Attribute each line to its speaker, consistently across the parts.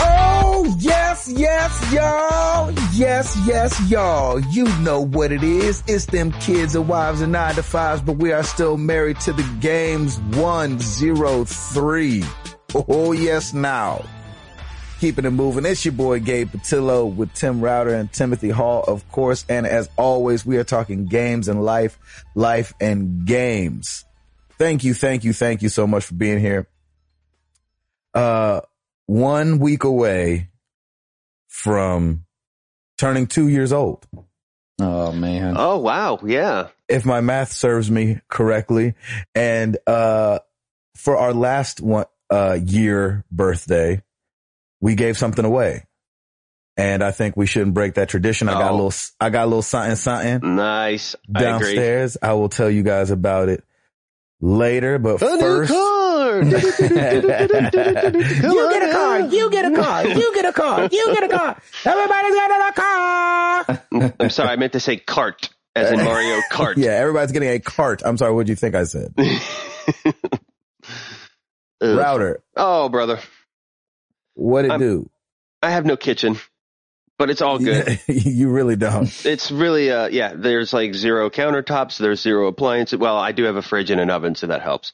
Speaker 1: Oh, Yes, yes, y'all. You know what it is. It's them kids and wives and nine to fives, but we are still married to the games 103. Oh, yes, now. Keeping it moving. It's your boy Gabe Patillo with Tim Router and Timothy Hall, of course. And as always, we are talking games and life, life and games. Thank you, thank you, thank you so much for being here. Uh, one week away from turning two years old.
Speaker 2: Oh man.
Speaker 3: Oh wow, yeah.
Speaker 1: if my math serves me correctly. And uh, for our last one uh, year birthday, we gave something away, and I think we shouldn't break that tradition. I got a
Speaker 3: No.
Speaker 1: little, I got a little something, something
Speaker 3: Nice. I agree.
Speaker 1: downstairs. I will tell you guys about it later, but
Speaker 3: A new
Speaker 1: first.
Speaker 3: car.
Speaker 1: you get a car. You get a car. You get a car. You get a car. Everybody's getting a car.
Speaker 3: I'm sorry, I meant to say cart, as in Mario Kart.
Speaker 1: Yeah, everybody's getting a cart. I'm sorry. What do you think I said?
Speaker 3: Ugh.
Speaker 1: Router.
Speaker 3: Oh, brother.
Speaker 1: What it
Speaker 3: I'm-
Speaker 1: do?
Speaker 3: I have no kitchen, but it's all good.
Speaker 1: you really don't.
Speaker 3: It's really, uh, yeah, there's like zero countertops, there's zero appliances. Well, I do have a fridge and an oven, so that helps.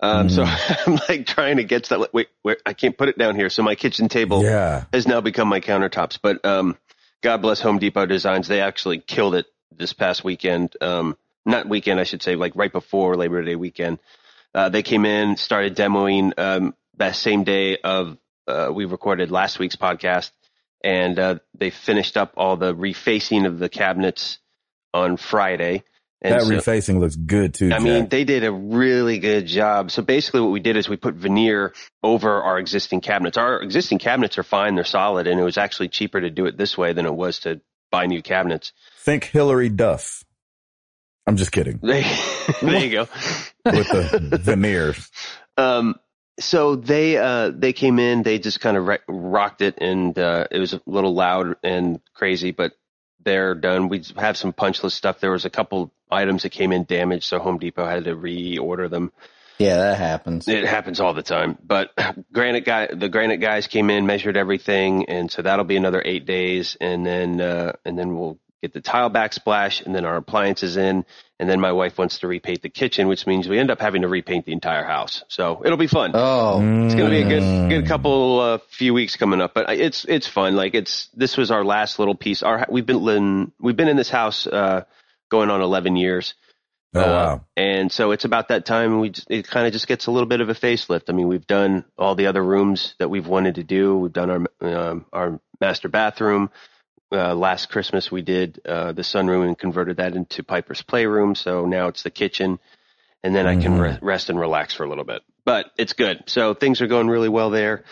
Speaker 3: Um, So I'm like trying to get to that. Wait, where, I can't put it down here. So my kitchen table
Speaker 1: Yeah.
Speaker 3: has now become my countertops. But um, God bless Home Depot Designs. They actually killed it this past weekend. Um, not weekend, I should say, like right before Labor Day weekend. Uh, they came in, started demoing um, that same day of uh, we recorded last week's podcast, and uh, they finished up all the refacing of the cabinets on Friday. And
Speaker 1: that
Speaker 3: so-
Speaker 1: refacing looks good too.
Speaker 3: I mean,
Speaker 1: Jack.
Speaker 3: they did a really good job. So basically, what we did is we put veneer over our existing cabinets. Our existing cabinets are fine; they're solid, and it was actually cheaper to do it this way than it was to buy new cabinets.
Speaker 1: think Hillary Duff. I'm just kidding
Speaker 3: there you go.
Speaker 1: with the veneers.
Speaker 3: Um, so they uh, they came in, they just kind of re- rocked it, and uh, it was a little loud and crazy, but they're done. We have some punch list stuff. There was a couple items that came in damaged, so Home Depot had to reorder them.
Speaker 2: Yeah, that happens.
Speaker 3: It happens all the time. But granite guy, the granite guys came in, measured everything, and so that'll be another eight days, and then uh, and then we'll get the tile backsplash, and then our appliances in, and then my wife wants to repaint the kitchen, which means we end up having to repaint the entire house. So it'll be fun.
Speaker 2: Oh.
Speaker 1: Mm.
Speaker 3: It's gonna be a good good couple uh, few weeks coming up, but I- it's it's fun. Like it's this was our last little piece. Our we've been in, we've been in this house uh, going on eleven years.
Speaker 1: Oh
Speaker 3: Uh,
Speaker 1: wow.
Speaker 3: and so it's about that time we just, it kind of just gets a little bit of a facelift. I mean, we've done all the other rooms that we've wanted to do. We've done our um, our master bathroom. Uh, last Christmas we did uh, the sunroom and converted that into Piper's playroom. So now it's the kitchen, and then I can
Speaker 1: Mhm.
Speaker 3: re- rest and relax for a little bit. But it's good. So things are going really well there.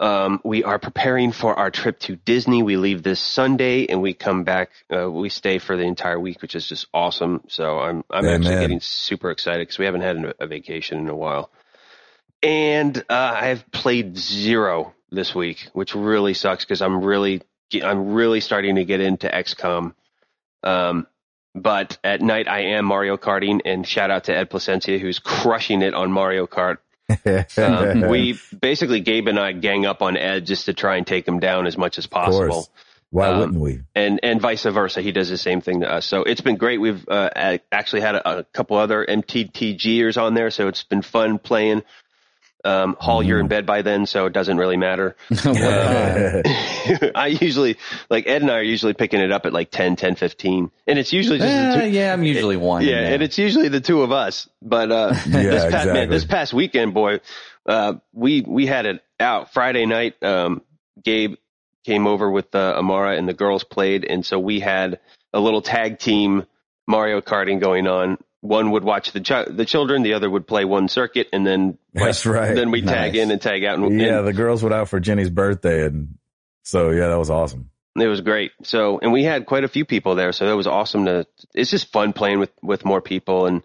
Speaker 3: Um, we are preparing for our trip to Disney. We leave this Sunday and we come back. Uh, we stay for the entire week, which is just awesome. So I'm I'm actually
Speaker 1: Amen.
Speaker 3: getting super excited because we haven't had a- a vacation in a while. And uh, I've played zero this week, which really sucks because I'm really I'm really starting to get into XCOM. Um, but at night I am Mario Karting, and shout out to Ed Placencia who's crushing it on Mario Kart. Um, we basically Gabe and I gang up on Ed just to try and take him down as much as
Speaker 1: Of course.
Speaker 3: possible,
Speaker 1: Why
Speaker 3: um,
Speaker 1: wouldn't we?
Speaker 3: and and vice versa. He does the same thing to us. So it's been great. We've uh, a- actually had a, a couple other MTTGers on there, so it's been fun playing. Um, Hall, you're in
Speaker 1: Mm-hmm.
Speaker 3: bed by then, so it doesn't really matter.
Speaker 2: What time?
Speaker 3: I usually like Ed and I are usually picking it up at like 10, 10, 15. and it's usually just the
Speaker 2: Eh,
Speaker 3: two,
Speaker 2: yeah, I'm usually one.
Speaker 3: yeah, and it's usually the two of us. But uh, this, past,
Speaker 1: exactly.
Speaker 3: man, this past weekend, boy, uh, we we had it out Friday night. Um, Gabe came over with uh, Amara and the girls played, and so we had a little tag team Mario Karting going on. One would watch the chi- the children, the other would play one circuit, and then
Speaker 1: That's right.
Speaker 3: then we tag
Speaker 2: Nice.
Speaker 3: in and tag out. And,
Speaker 1: yeah, the girls went out for Jenny's birthday, and so yeah, that was awesome.
Speaker 3: It was great. So, and we had quite a few people there, so it was awesome to. It's just fun playing with with more people, and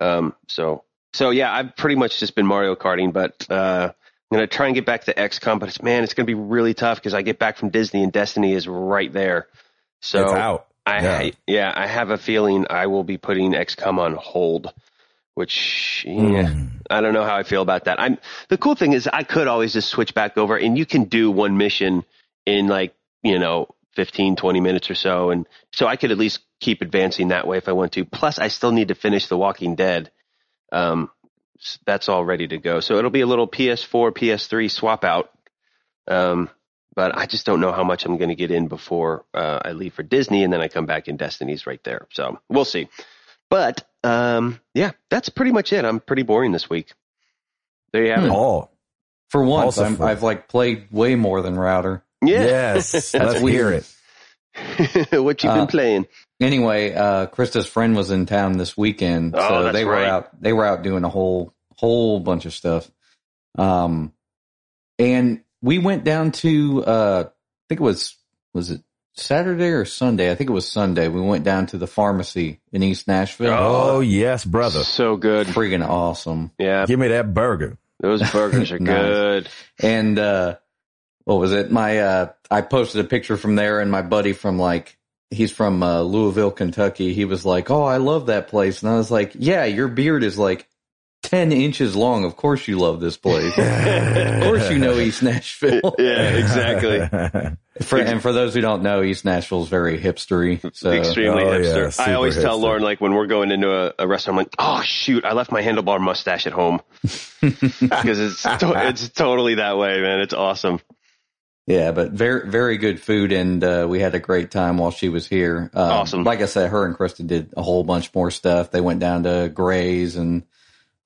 Speaker 3: um, so so yeah, I've pretty much just been Mario Karting, but uh, I'm gonna try and get back to XCOM, but it's, man, it's gonna be really tough because I get back from Disney and Destiny is right there. So
Speaker 1: it's out.
Speaker 3: I
Speaker 1: Yeah.
Speaker 3: yeah. I have a feeling I will be putting XCOM on hold, which yeah,
Speaker 1: Mm.
Speaker 3: I don't know how I feel about that. I'm the cool thing is I could always just switch back over, and you can do one mission in like you know 15, 20 minutes or so. And so I could at least keep advancing that way if I want to. Plus, I still need to finish The Walking Dead. Um, s- that's all ready to go. So it'll be a little PS4, PS3 swap out. Um, but I just don't know how much I'm going to get in before uh, I leave for Disney, and then I come back and Destiny's right there. So we'll see. But um, yeah, that's pretty much it. I'm pretty boring this week. There you have it.
Speaker 4: Oh,
Speaker 2: For once,
Speaker 4: Also
Speaker 2: I'm,
Speaker 4: for-
Speaker 2: I've like played way more than Router.
Speaker 3: Yeah.
Speaker 4: yes.
Speaker 2: That's
Speaker 4: Let's hear
Speaker 2: weird.
Speaker 4: it.
Speaker 3: what you been
Speaker 2: Uh,
Speaker 3: playing?
Speaker 2: Anyway, uh, Krista's friend was in town this weekend,
Speaker 3: Oh,
Speaker 2: so
Speaker 3: that's
Speaker 2: they were
Speaker 3: right.
Speaker 2: out. They were out doing a whole whole bunch of stuff. Um, and we went down to uh, I think it was was it Saturday or Sunday? I think it was Sunday. We went down to the pharmacy in East Nashville.
Speaker 3: Oh.
Speaker 4: Oh, yes, brother.
Speaker 3: So good.
Speaker 2: Freaking awesome!
Speaker 3: Yeah,
Speaker 4: Give me that burger.
Speaker 3: those burgers are
Speaker 2: Nice.
Speaker 3: good.
Speaker 2: And uh, what was it? My uh, I posted a picture from there, and my buddy from like he's from uh, Louisville, Kentucky. He was like, "Oh, I love that place," and I was like, "Yeah, your beard is like ten inches long. Of course you love this place. of course you know East Nashville.
Speaker 3: yeah, exactly.
Speaker 2: For, and for those who don't know, East Nashville's very hipstery. So
Speaker 3: Extremely
Speaker 4: oh, yeah,
Speaker 3: hipster. I
Speaker 4: super
Speaker 3: always tell
Speaker 4: hipster.
Speaker 3: Lauren like when we're going into a, a restaurant, I'm like, oh shoot, I left my handlebar mustache at home because it's to- it's totally that way, man. It's awesome.
Speaker 2: Yeah, but very very good food, and uh, we had a great time while she was here. Um,
Speaker 3: Awesome.
Speaker 2: Like I said, her and Krista did a whole bunch more stuff. They went down to Gray's, and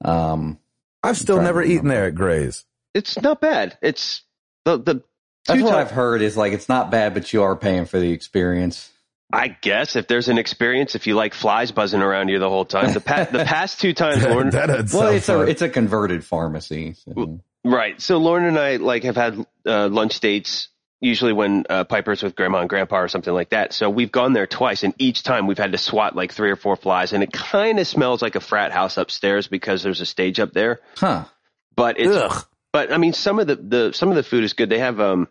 Speaker 2: um,
Speaker 4: I've still
Speaker 2: Trying to
Speaker 4: never eaten
Speaker 2: remember.
Speaker 4: there at Gray's.
Speaker 3: It's not bad. It's the the
Speaker 2: that's
Speaker 3: two
Speaker 2: what
Speaker 3: top-
Speaker 2: I've heard is like it's not bad, but you are paying for the experience.
Speaker 3: I guess if there's an experience, if you like flies buzzing around you the whole time, the pa- the past two times Lauren
Speaker 4: that doesn't
Speaker 2: Well,
Speaker 4: sound
Speaker 2: it's a
Speaker 4: fun.
Speaker 2: it's a converted pharmacy. So.
Speaker 3: Right. So Lauren and I like have had uh, lunch dates usually when uh, Piper's with grandma and grandpa or something like that. So we've gone there twice, and each time we've had to swat like three or four flies, and it kind of smells like a frat house upstairs because there's a stage up there.
Speaker 2: Huh?
Speaker 3: But it's
Speaker 4: Ugh.
Speaker 3: but I mean some of the, the some of the food is good. They have um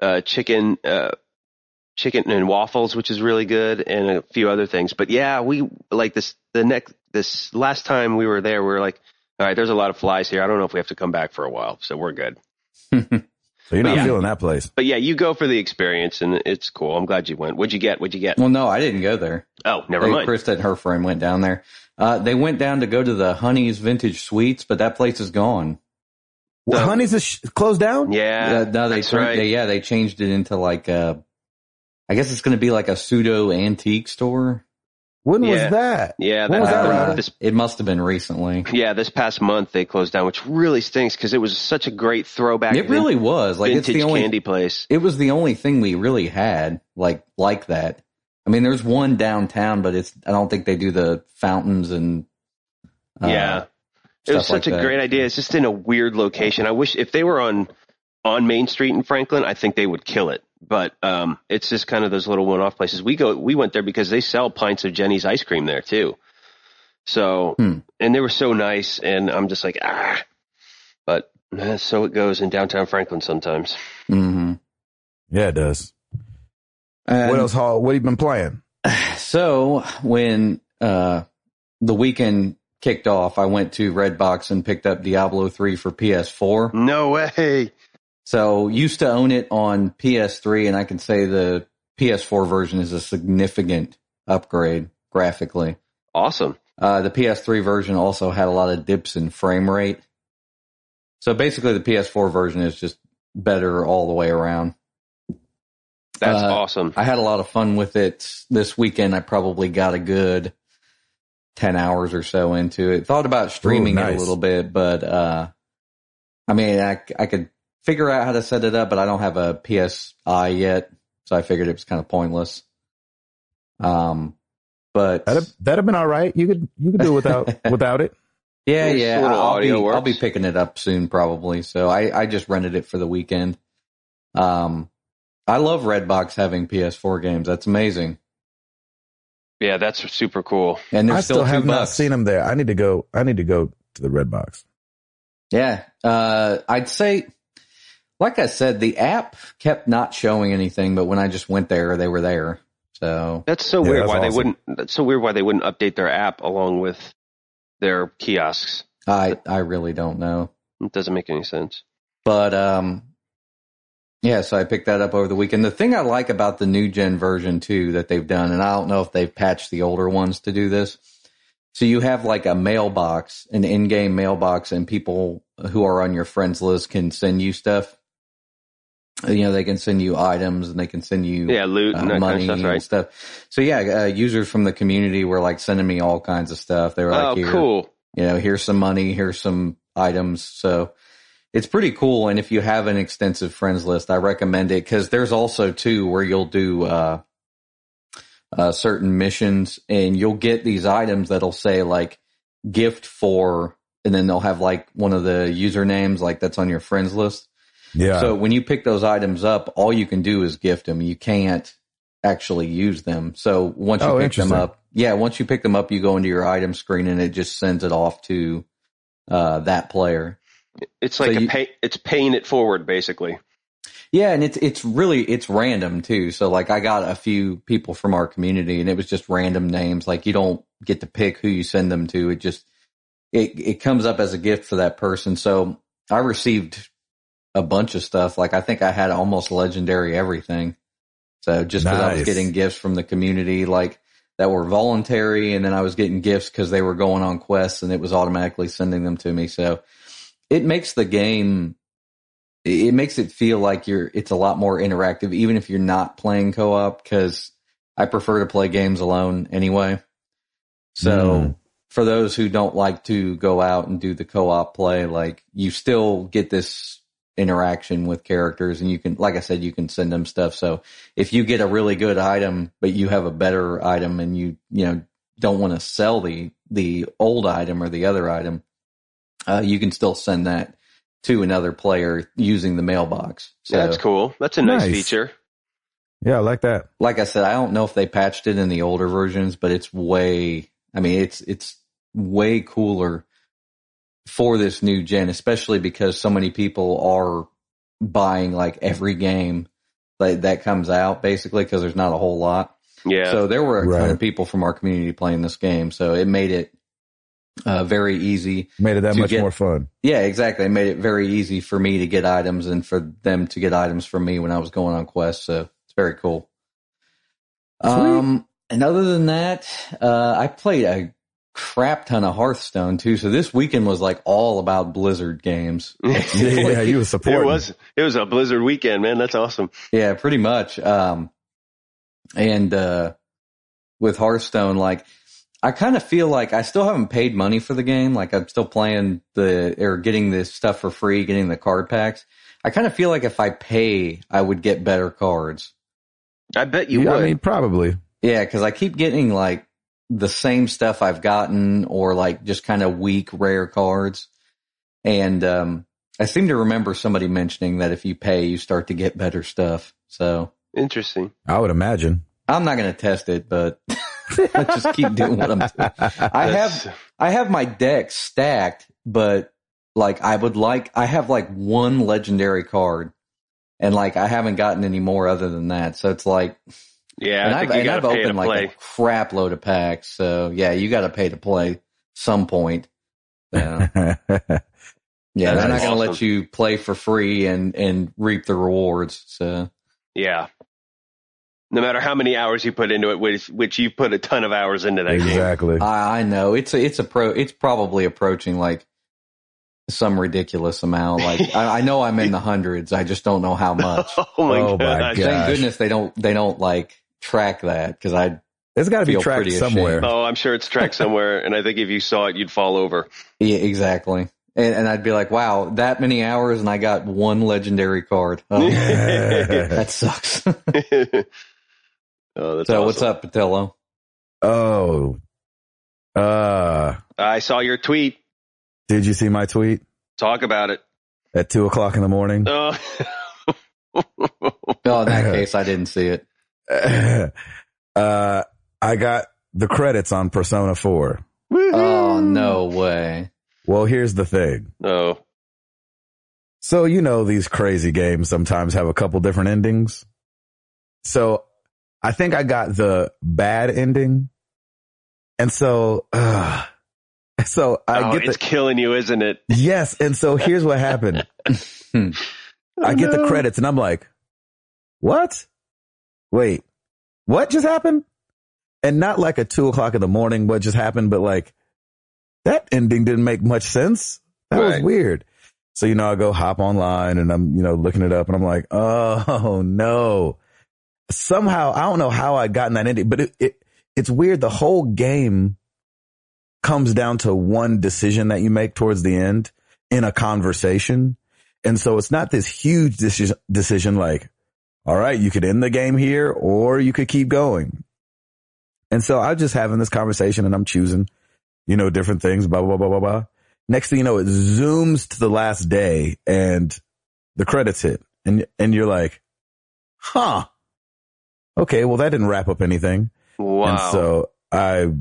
Speaker 3: uh chicken uh chicken and waffles, which is really good, and a few other things. But yeah, we like this the next this last time we were there, we were like, all right, there's a lot of flies here. I don't know if we have to come back for a while, so we're good.
Speaker 4: So you're not
Speaker 3: yeah.
Speaker 4: feeling that place.
Speaker 3: But yeah, you go for the experience, and it's cool. I'm glad you went. What'd you get? What'd you get?
Speaker 2: Well, no, I didn't go there.
Speaker 3: Oh, never
Speaker 2: They-
Speaker 3: mind.
Speaker 2: Krista and her friend went down there. Uh, they went down to go to the Honey's Vintage Suites, but that place is gone.
Speaker 4: Well,
Speaker 3: So-
Speaker 4: Honey's is sh- closed down?
Speaker 3: Yeah,
Speaker 2: Uh, no, they,
Speaker 3: that's
Speaker 2: turned,
Speaker 3: right.
Speaker 2: they yeah they changed it into like a. I guess it's going to be like a pseudo antique store. Uh,
Speaker 4: When
Speaker 3: Yeah.
Speaker 4: was that?
Speaker 3: yeah.
Speaker 4: What
Speaker 3: That
Speaker 4: was that,
Speaker 3: happened
Speaker 4: Ryder?
Speaker 3: this,
Speaker 2: it must have been recently.
Speaker 3: yeah, this past month they closed down, which really stinks because it was such a great throwback.
Speaker 2: It really was like it's
Speaker 3: vintage
Speaker 2: the only.
Speaker 3: candy place.
Speaker 2: It was the only thing we really had like like that. I mean, there's one downtown, but it's I don't think they do the fountains and uh,
Speaker 3: yeah, it was
Speaker 2: stuff like
Speaker 3: such a
Speaker 2: that.
Speaker 3: great idea. It's just in a weird location. I wish if they were on on Main Street in Franklin, I think they would kill it. But um, it's just kind of those little one off places. We go, we went there because they sell pints of Jenny's ice cream there too. So,
Speaker 2: Hmm.
Speaker 3: and they were so nice, and I'm just like ah, but eh, so it goes in downtown Franklin sometimes.
Speaker 2: hmm
Speaker 4: Yeah, it does. what else, Hall? What have you been playing?
Speaker 2: So when uh, the weekend kicked off, I went to Redbox and picked up Diablo three for PS4.
Speaker 3: No way.
Speaker 2: So used to own it on PS3, and I can say the PS4 version is a significant upgrade graphically.
Speaker 3: Awesome.
Speaker 2: Uh, the PS3 version also had a lot of dips in frame rate. So basically, the PS4 version is just better all the way around.
Speaker 3: That's
Speaker 2: Uh,
Speaker 3: awesome.
Speaker 2: I had a lot of fun with it this weekend. I probably got a good 10 hours or so into it. Thought about streaming
Speaker 4: Ooh,
Speaker 2: it a
Speaker 4: nice.
Speaker 2: little bit, but, uh, I mean, I, I could figure out how to set it up, but I don't have a PSI yet. So I figured it was kind of pointless. Um, but
Speaker 4: That'd, that'd have been all right. You could you could do it without without it.
Speaker 2: yeah,
Speaker 3: Just a
Speaker 2: yeah,
Speaker 3: little
Speaker 2: I'll,
Speaker 3: audio
Speaker 2: be,
Speaker 3: works.
Speaker 2: I'll be picking it up soon probably. So I, I just rented it for the weekend. Um, I love Redbox having PS4 games. That's amazing.
Speaker 3: Yeah, that's super cool.
Speaker 2: And there's
Speaker 4: I still,
Speaker 2: two
Speaker 4: have not
Speaker 2: bucks.
Speaker 4: seen them there. I need to go. I need to go to the Red Box.
Speaker 2: Yeah. Uh, I'd say, like I said, the app kept not showing anything, but when I just went there, they were there. So,
Speaker 3: That's so
Speaker 4: Yeah,
Speaker 3: weird.
Speaker 4: that's
Speaker 3: why they
Speaker 4: awesome.
Speaker 3: wouldn't? That's so weird. Why they wouldn't update their app along with their kiosks?
Speaker 2: I, I really don't know.
Speaker 3: It doesn't make any sense.
Speaker 2: But, um, Yeah, so I picked that up over the weekend. The thing I like about the new gen version too that they've done, and I don't know if they've patched the older ones to do this. So you have like a mailbox, an in-game mailbox, and people who are on your friends list can send you stuff. You know, they can send you items and they can send you
Speaker 3: Yeah, loot
Speaker 2: uh,
Speaker 3: and that
Speaker 2: money
Speaker 3: kind of stuff,
Speaker 2: and
Speaker 3: right?
Speaker 2: stuff. So yeah, uh, users from the community were like sending me all kinds of stuff. They were like,
Speaker 3: oh,
Speaker 2: "Here,
Speaker 3: cool.
Speaker 2: you know, here's some money, here's some items." So it's pretty cool. And if you have an extensive friends list, I recommend it because there's also too where you'll do uh, uh, certain missions and you'll get these items that'll say like gift for, and then they'll have like one of the usernames like that's on your friends list.
Speaker 1: Yeah.
Speaker 2: So when you pick those items up, all you can do is gift them. You can't actually use them. So once you
Speaker 1: Oh,
Speaker 2: pick them
Speaker 1: interesting.
Speaker 2: up, yeah, once you pick them up, you go into your item screen and it just sends it off to uh, that player.
Speaker 3: It's
Speaker 2: So
Speaker 3: like
Speaker 2: you-
Speaker 3: a pay, it's paying it forward basically.
Speaker 2: Yeah, and it's it's really it's random too. So like I got a few people from our community and it was just random names. Like you don't get to pick who you send them to. It just it it comes up as a gift for that person. So I received a bunch of stuff. Like I think I had almost legendary everything. So just because I was
Speaker 1: Nice.
Speaker 2: getting gifts from the community, like that were voluntary, and then I was getting gifts because they were going on quests, and it was automatically sending them to me. So it makes the game, it it makes it feel like you're. It's a lot more interactive, even if you're not playing co-op. Because I prefer to play games alone anyway. So
Speaker 1: Mm.
Speaker 2: for those who don't like to go out and do the co-op play, like you still get this interaction with characters and you can, like I said, you can send them stuff. So if you get a really good item, but you have a better item and you, you know, don't want to sell the, the old item or the other item, uh, you can still send that to another player using the mailbox. So
Speaker 3: That's cool. That's a nice,
Speaker 1: Nice.
Speaker 3: feature.
Speaker 1: yeah, I like that.
Speaker 2: like I said, I don't know if they patched it in the older versions, but it's way, I mean, it's, it's way cooler for this new gen, especially because so many people are buying like every game that, that comes out basically because there's not a whole lot.
Speaker 3: Yeah.
Speaker 2: So there were a ton
Speaker 1: Right.
Speaker 2: of people from our community playing this game. So it made it uh, very easy.
Speaker 1: Made it that
Speaker 2: To
Speaker 1: much
Speaker 2: get-
Speaker 1: more fun.
Speaker 2: Yeah, exactly. It made it very easy for me to get items and for them to get items from me when I was going on quests. So it's very cool. Um, and other than that, uh, I played a crap ton of Hearthstone too. So this weekend was like all about Blizzard games.
Speaker 1: Yeah,
Speaker 3: it
Speaker 1: yeah, you were supporting.
Speaker 3: was it was a blizzard weekend, man. That's awesome.
Speaker 2: Yeah, pretty much. Um, and, uh, with Hearthstone, like, I kind of feel like I still haven't paid money for the game. Like, I'm still playing the, or getting this stuff for free, getting the card packs. I kind of feel like if I pay, I would get better cards.
Speaker 3: I bet you
Speaker 1: Yeah,
Speaker 3: would.
Speaker 1: I mean, probably.
Speaker 2: Yeah, cause I keep getting like the same stuff I've gotten or like just kind of weak, rare cards. And, um, I seem to remember somebody mentioning that if you pay, you start to get better stuff. So
Speaker 3: Interesting.
Speaker 1: I would imagine.
Speaker 2: I'm not going to test it, but let's just keep doing what I'm doing. I
Speaker 3: That's-
Speaker 2: have I have my deck stacked, but like I would like I have like one legendary card, and like I haven't gotten any more other than that. So it's like,
Speaker 3: Yeah,
Speaker 2: and
Speaker 3: I
Speaker 2: I've,
Speaker 3: think you
Speaker 2: and
Speaker 3: got
Speaker 2: I've
Speaker 3: to pay to
Speaker 2: opened
Speaker 3: play.
Speaker 2: like a crap load of packs. So yeah, you got to pay to play some point. So, yeah, they're not
Speaker 1: That's
Speaker 2: going to let
Speaker 3: awesome.
Speaker 2: you play for free and and reap the rewards. So
Speaker 3: yeah. No matter how many hours you put into it, which which you put a ton of hours into that game.
Speaker 1: exactly.
Speaker 2: I, I know it's a, it's a pro. It's probably approaching like some ridiculous amount. Like I, I know I'm in the hundreds. I just don't know how much.
Speaker 3: Oh my
Speaker 1: Oh my God.
Speaker 3: gosh.
Speaker 2: Thank
Speaker 1: Gosh.
Speaker 2: goodness they don't they don't like track that because I
Speaker 1: It's got to be
Speaker 2: Feel
Speaker 1: tracked
Speaker 2: pretty
Speaker 1: somewhere.
Speaker 2: ashamed.
Speaker 3: Oh, I'm sure it's tracked somewhere, and I think if you saw it, you'd fall over.
Speaker 2: yeah, exactly. And, and I'd be like, wow, that many hours and I got one legendary card. Oh, that sucks. so
Speaker 3: oh, that's
Speaker 2: what's
Speaker 3: awesome.
Speaker 2: up, Patillo?
Speaker 1: oh. Uh,
Speaker 3: I saw your tweet.
Speaker 1: did you see my tweet
Speaker 3: Talk about it.
Speaker 1: at two o'clock in the morning?
Speaker 3: Oh.
Speaker 2: Oh, in that case, I didn't see it.
Speaker 1: uh, I got the credits on Persona 4.
Speaker 3: Hmm.
Speaker 2: Oh no way.
Speaker 1: Well, here's the thing.
Speaker 3: No.
Speaker 1: So, you know, these crazy games sometimes have a couple different endings. So I think I got the bad ending. And so, uh, so I
Speaker 3: oh,
Speaker 1: get the,
Speaker 3: it's killing you, isn't it?
Speaker 1: Yes. And so here's what happened. I get the
Speaker 3: no.
Speaker 1: credits and I'm like, what? Wait, what just happened? And not like at two o'clock in the morning, what just happened, but like that ending didn't make much sense. That was
Speaker 3: Right.
Speaker 1: weird. So, you know, I go hop online and I'm, you know, looking it up and I'm like, oh no. Somehow, I don't know how I'd gotten that ending, but it, it it's weird. The whole game comes down to one decision that you make towards the end in a conversation. And so it's not this huge deci- decision like, all right, you could end the game here or you could keep going. And so I'm just having this conversation and I'm choosing, you know, different things, blah, blah, blah, blah, blah. Next thing you know, it zooms to the last day and the credits hit and, and you're like, huh. Okay. Well, that didn't wrap up anything.
Speaker 3: Wow.
Speaker 1: And so I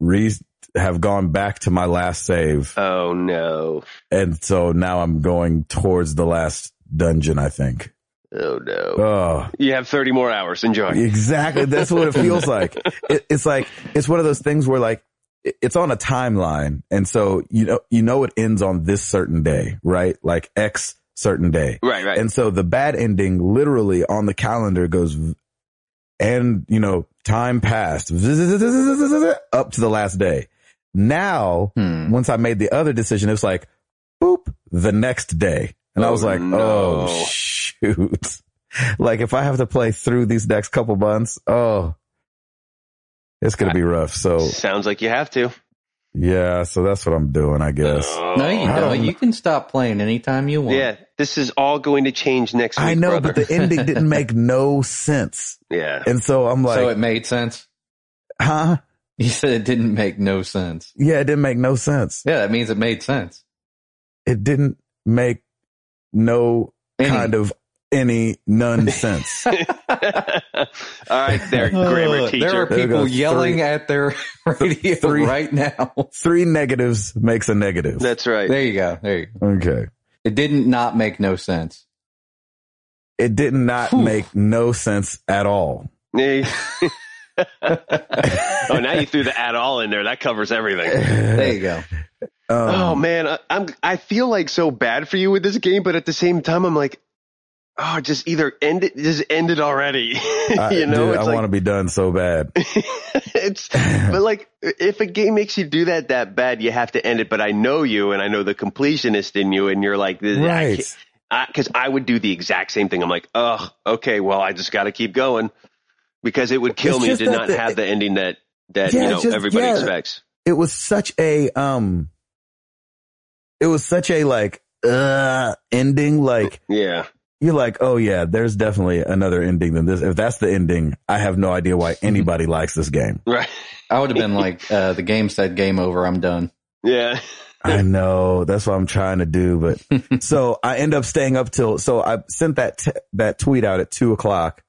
Speaker 1: re have gone back to my last save.
Speaker 3: oh no.
Speaker 1: And so now I'm going towards the last dungeon, I think.
Speaker 3: Oh no.
Speaker 1: Oh,
Speaker 3: You have 30 more hours. Enjoy.
Speaker 1: exactly. That's what it feels like. It, it's like, it's one of those things where like, it- it's on a timeline. And so, you know, you know, it ends on this certain day, right? Like X certain day.
Speaker 3: Right, right.
Speaker 1: And so the bad ending literally on the calendar goes, v- and you know, time passed up to the last day. Now,
Speaker 2: Hmm.
Speaker 1: once I made the other decision, it was like, boop, the next day. And I
Speaker 3: Oh,
Speaker 1: was like,
Speaker 3: no.
Speaker 1: oh shoot. like if I have to play through these next couple months, oh, it's going to be rough. So
Speaker 3: Sounds like you have to.
Speaker 1: yeah, so that's what I'm doing, I guess.
Speaker 3: Oh.
Speaker 2: No, you
Speaker 1: I
Speaker 2: don't.
Speaker 1: don't-
Speaker 2: You can stop playing anytime you want.
Speaker 3: Yeah, this is all going to change next week.
Speaker 1: I know,
Speaker 3: brother.
Speaker 1: but the ending didn't make no sense.
Speaker 3: yeah.
Speaker 1: And so I'm like,
Speaker 2: so it made sense.
Speaker 1: huh?
Speaker 2: You said it didn't make no sense.
Speaker 1: Yeah, it didn't make no sense.
Speaker 2: Yeah, that means it made sense.
Speaker 1: It didn't make no
Speaker 2: Any-
Speaker 1: kind of any nonsense.
Speaker 3: all right, there, grammar
Speaker 2: Uh, There are
Speaker 3: teacher.
Speaker 1: There
Speaker 2: people
Speaker 1: goes
Speaker 2: yelling
Speaker 1: three-
Speaker 2: at their radio
Speaker 1: three-
Speaker 2: right now.
Speaker 1: Three negatives makes a negative.
Speaker 3: That's right.
Speaker 2: There you go. There you go.
Speaker 1: okay.
Speaker 2: It didn't not make no sense.
Speaker 1: It did not
Speaker 2: Phew.
Speaker 1: make no sense at all.
Speaker 3: Eh. oh, now you threw the at all in there. That covers everything.
Speaker 2: There you go.
Speaker 3: Oh
Speaker 1: Um,
Speaker 3: man, I, I'm I feel like so bad for you with this game, but at the same time, I'm like, oh, just either end it, just end it already.
Speaker 1: I-
Speaker 3: you know,
Speaker 1: dude, I
Speaker 3: it's like
Speaker 1: want to be done so bad.
Speaker 3: it's but like if a game makes you do that that bad, you have to end it. But I know you, and I know the completionist in you, and you're like,
Speaker 1: right.
Speaker 3: because I, 'cause I would do the exact same thing. I'm like, oh, okay, well, I just got to keep going because it would kill
Speaker 1: It's
Speaker 3: me
Speaker 1: just
Speaker 3: to
Speaker 1: that
Speaker 3: not
Speaker 1: the-
Speaker 3: have the ending that that
Speaker 1: Yeah,
Speaker 3: you know
Speaker 1: just-
Speaker 3: everybody
Speaker 1: yeah.
Speaker 3: expects.
Speaker 1: it was such a um it was such a like uh ending like
Speaker 3: Yeah,
Speaker 1: you're like oh yeah there's definitely another ending than this if that's the ending i have no idea why anybody likes this game
Speaker 3: right.
Speaker 2: I would have been like, uh, the game said game over. I'm done.
Speaker 3: Yeah,
Speaker 1: i know that's what i'm trying to do but so i end up staying up till so i sent that t- that tweet out at two o'clock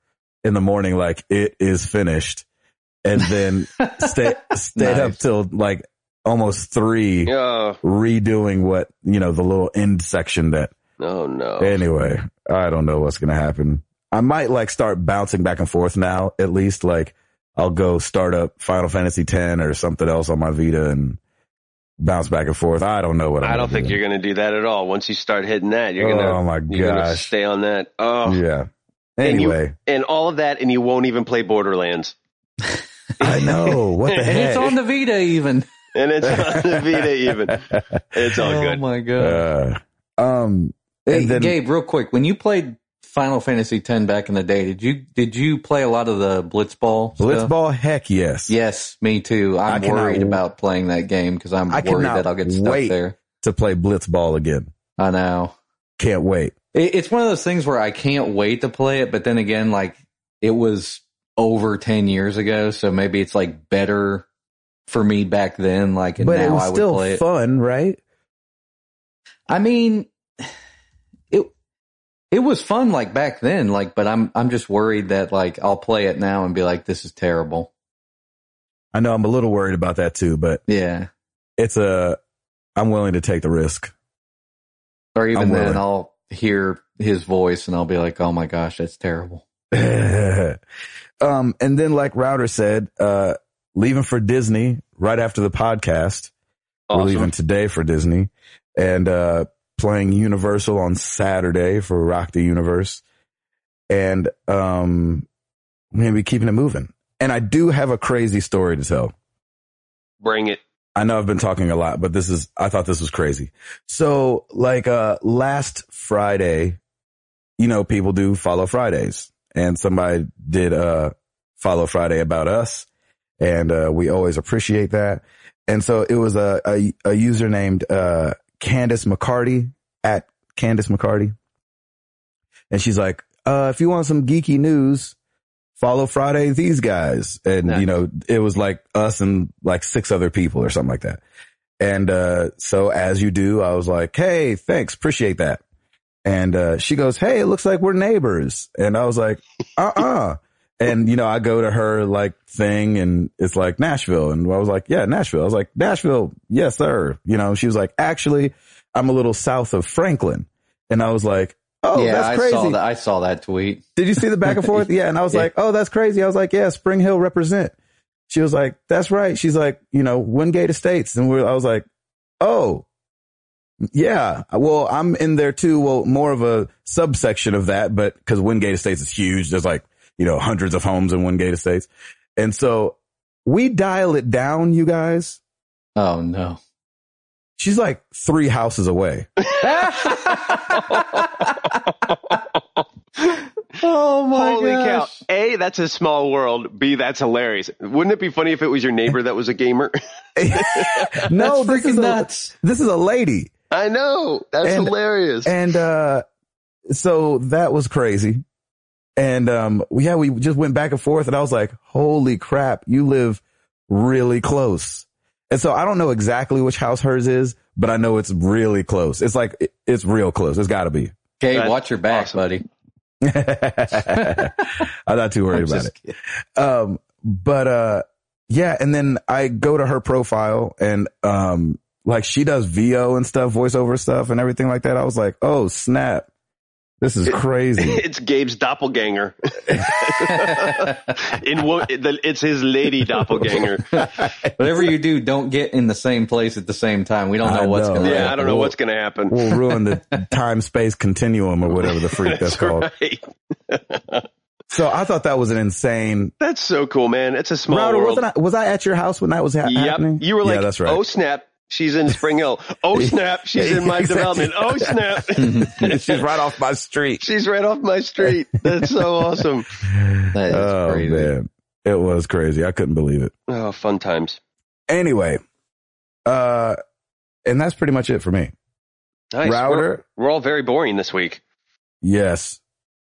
Speaker 1: in the morning like it is finished and then stay, stayed up
Speaker 2: Nice.
Speaker 1: till like almost three
Speaker 3: oh,
Speaker 1: redoing what you know the little end section that
Speaker 3: oh no.
Speaker 1: Anyway, I don't know what's going to happen. I might like start bouncing back and forth now, at least like I'll go start up Final Fantasy X or something else on my Vita and bounce back and forth. I don't know what I'm
Speaker 3: I don't
Speaker 1: gonna
Speaker 3: think
Speaker 1: do.
Speaker 3: you're going to do that at all. Once you start hitting that, you're going
Speaker 1: Oh
Speaker 3: to
Speaker 1: my
Speaker 3: you're going to
Speaker 1: gosh.
Speaker 3: stay on that. Oh,
Speaker 1: Yeah.
Speaker 3: And you-
Speaker 1: Anyway,
Speaker 3: and all of that, and you won't even play Borderlands.
Speaker 1: I know what the
Speaker 2: And
Speaker 1: heck.
Speaker 2: it's on the Vita even.
Speaker 3: And it's on the Vita even. It's all
Speaker 2: oh
Speaker 3: good.
Speaker 2: my God.
Speaker 1: Uh, um,
Speaker 2: Hey,
Speaker 1: and then
Speaker 2: Gabe, real quick, when you played Final Fantasy X back in the day, did you did you play a lot of the Blitzball? stuff?
Speaker 1: Blitzball, heck yes,
Speaker 2: Yes, me too.
Speaker 1: I
Speaker 2: I'm
Speaker 1: cannot-
Speaker 2: worried about playing that game because I'm
Speaker 1: I
Speaker 2: worried
Speaker 1: cannot
Speaker 2: that I'll get stuck
Speaker 1: wait.
Speaker 2: there.
Speaker 1: to play Blitzball again.
Speaker 2: I know.
Speaker 1: Can't wait.
Speaker 2: It, it's one of those things where I can't wait to play it, but then again, like it was over ten years ago, so maybe it's like better for me back then. Like, and
Speaker 1: but
Speaker 2: now
Speaker 1: it
Speaker 2: I
Speaker 1: was
Speaker 2: would
Speaker 1: still
Speaker 2: play it.
Speaker 1: fun, right?
Speaker 2: I mean, it it was fun like back then, like, but I'm I'm just worried that like I'll play it now and be like, this is terrible.
Speaker 1: I know I'm a little worried about that too, but
Speaker 2: Yeah,
Speaker 1: it's a, I'm willing to take the risk.
Speaker 2: or even then
Speaker 1: worried.
Speaker 2: I'll hear his voice and I'll be like, oh my gosh, that's terrible.
Speaker 1: um, and then, like Router said, uh, leaving for Disney right after the podcast. We're leaving today for Disney, and uh, playing Universal on Saturday for Rock the Universe. And um I'm gonna be keeping it moving. And I do have a crazy story to tell.
Speaker 3: Bring it.
Speaker 1: I know I've been talking a lot, but this is, I thought this was crazy. So like, uh, last Friday, you know, people do follow Fridays and somebody did, uh, follow Friday about us. And, uh, we always appreciate that. And so it was a, a, a user named, uh, Candace McCarty at Candace McCarty. And she's like, uh, if you want some geeky news, follow Friday these guys. And
Speaker 3: Nice.
Speaker 1: you know, it was like us and like six other people or something like that. And uh so as you do, I was like, Hey, thanks, appreciate that. And uh she goes, Hey, it looks like we're neighbors. And I was like, uh uh And you know, I go to her like thing and it's like Nashville. And I was like, Yeah, Nashville. I was like, Nashville, yes, sir. You know, she was like, actually, I'm a little south of Franklin. And I was like, Oh,
Speaker 2: yeah,
Speaker 1: that's
Speaker 2: I
Speaker 1: crazy.
Speaker 2: saw that. I saw that tweet.
Speaker 1: Did you see the back and forth? Yeah. And I was
Speaker 2: Yeah.
Speaker 1: like, oh, that's crazy. I was like, yeah, Spring Hill represent. She was like, that's right. She's like, you know, Wingate Estates. And we're, I was like, oh, yeah. Well, I'm in there too. Well, more of a subsection of that, but cause Wingate Estates is huge. There's like, you know, hundreds of homes in Wingate Estates. And so we dial it down, you guys.
Speaker 2: Oh no.
Speaker 1: She's like three houses away.
Speaker 2: oh my
Speaker 3: Holy
Speaker 2: gosh.
Speaker 3: cow. A, that's a small world. B, that's hilarious. Wouldn't it be funny if it was your neighbor that was a gamer?
Speaker 1: no, this
Speaker 2: That's
Speaker 1: is
Speaker 2: freaking
Speaker 1: a-
Speaker 2: nuts.
Speaker 1: this is a lady.
Speaker 3: I know. That's
Speaker 1: And-
Speaker 3: hilarious.
Speaker 1: And uh so that was crazy. And um yeah, we just went back and forth and I was like, "Holy crap, you live really close." And so I don't know exactly which house hers is, but I know it's really close. It's like it- it's real close. It's got to be.
Speaker 2: Okay,
Speaker 3: That's
Speaker 2: watch your back,
Speaker 3: awesome.
Speaker 2: buddy.
Speaker 1: I'm not too worried
Speaker 2: I'm
Speaker 1: about
Speaker 2: just
Speaker 1: it.
Speaker 2: kidding.
Speaker 1: Um, but, uh, yeah. And then I go to her profile and, um, like she does VO and stuff, voiceover stuff and everything like that. I was like, oh snap. This is crazy.
Speaker 3: it's Gabe's doppelganger. In wo- the, it's his lady doppelganger.
Speaker 2: Whatever you do, don't get in the same place at the same time. We don't know
Speaker 1: I
Speaker 2: what's
Speaker 1: know,
Speaker 2: going to
Speaker 1: right?
Speaker 3: Yeah, I
Speaker 2: happen.
Speaker 3: don't know what's going to happen.
Speaker 1: We'll ruin the time space continuum or whatever the freak that's called.
Speaker 3: right.
Speaker 1: So I thought that was an insane.
Speaker 3: That's so cool, man. It's a small
Speaker 1: Router,
Speaker 3: world.
Speaker 1: wasn't I, was I at your house when that was ha-
Speaker 3: yep.
Speaker 1: happening?
Speaker 3: You were like,
Speaker 1: yeah, that's right.
Speaker 3: oh, snap. She's in Spring Hill. Oh, snap. She's in my
Speaker 1: Exactly.
Speaker 3: development. Oh, snap. oh,
Speaker 1: She's right off my street.
Speaker 3: She's right off my street. That's so awesome.
Speaker 2: That is
Speaker 1: oh
Speaker 2: crazy.
Speaker 1: man, it was crazy. I couldn't believe it.
Speaker 3: Oh, fun times.
Speaker 1: Anyway, uh, and that's pretty much it for me.
Speaker 3: Nice. We're,
Speaker 1: Router,
Speaker 3: we're all very boring this week.
Speaker 1: yes.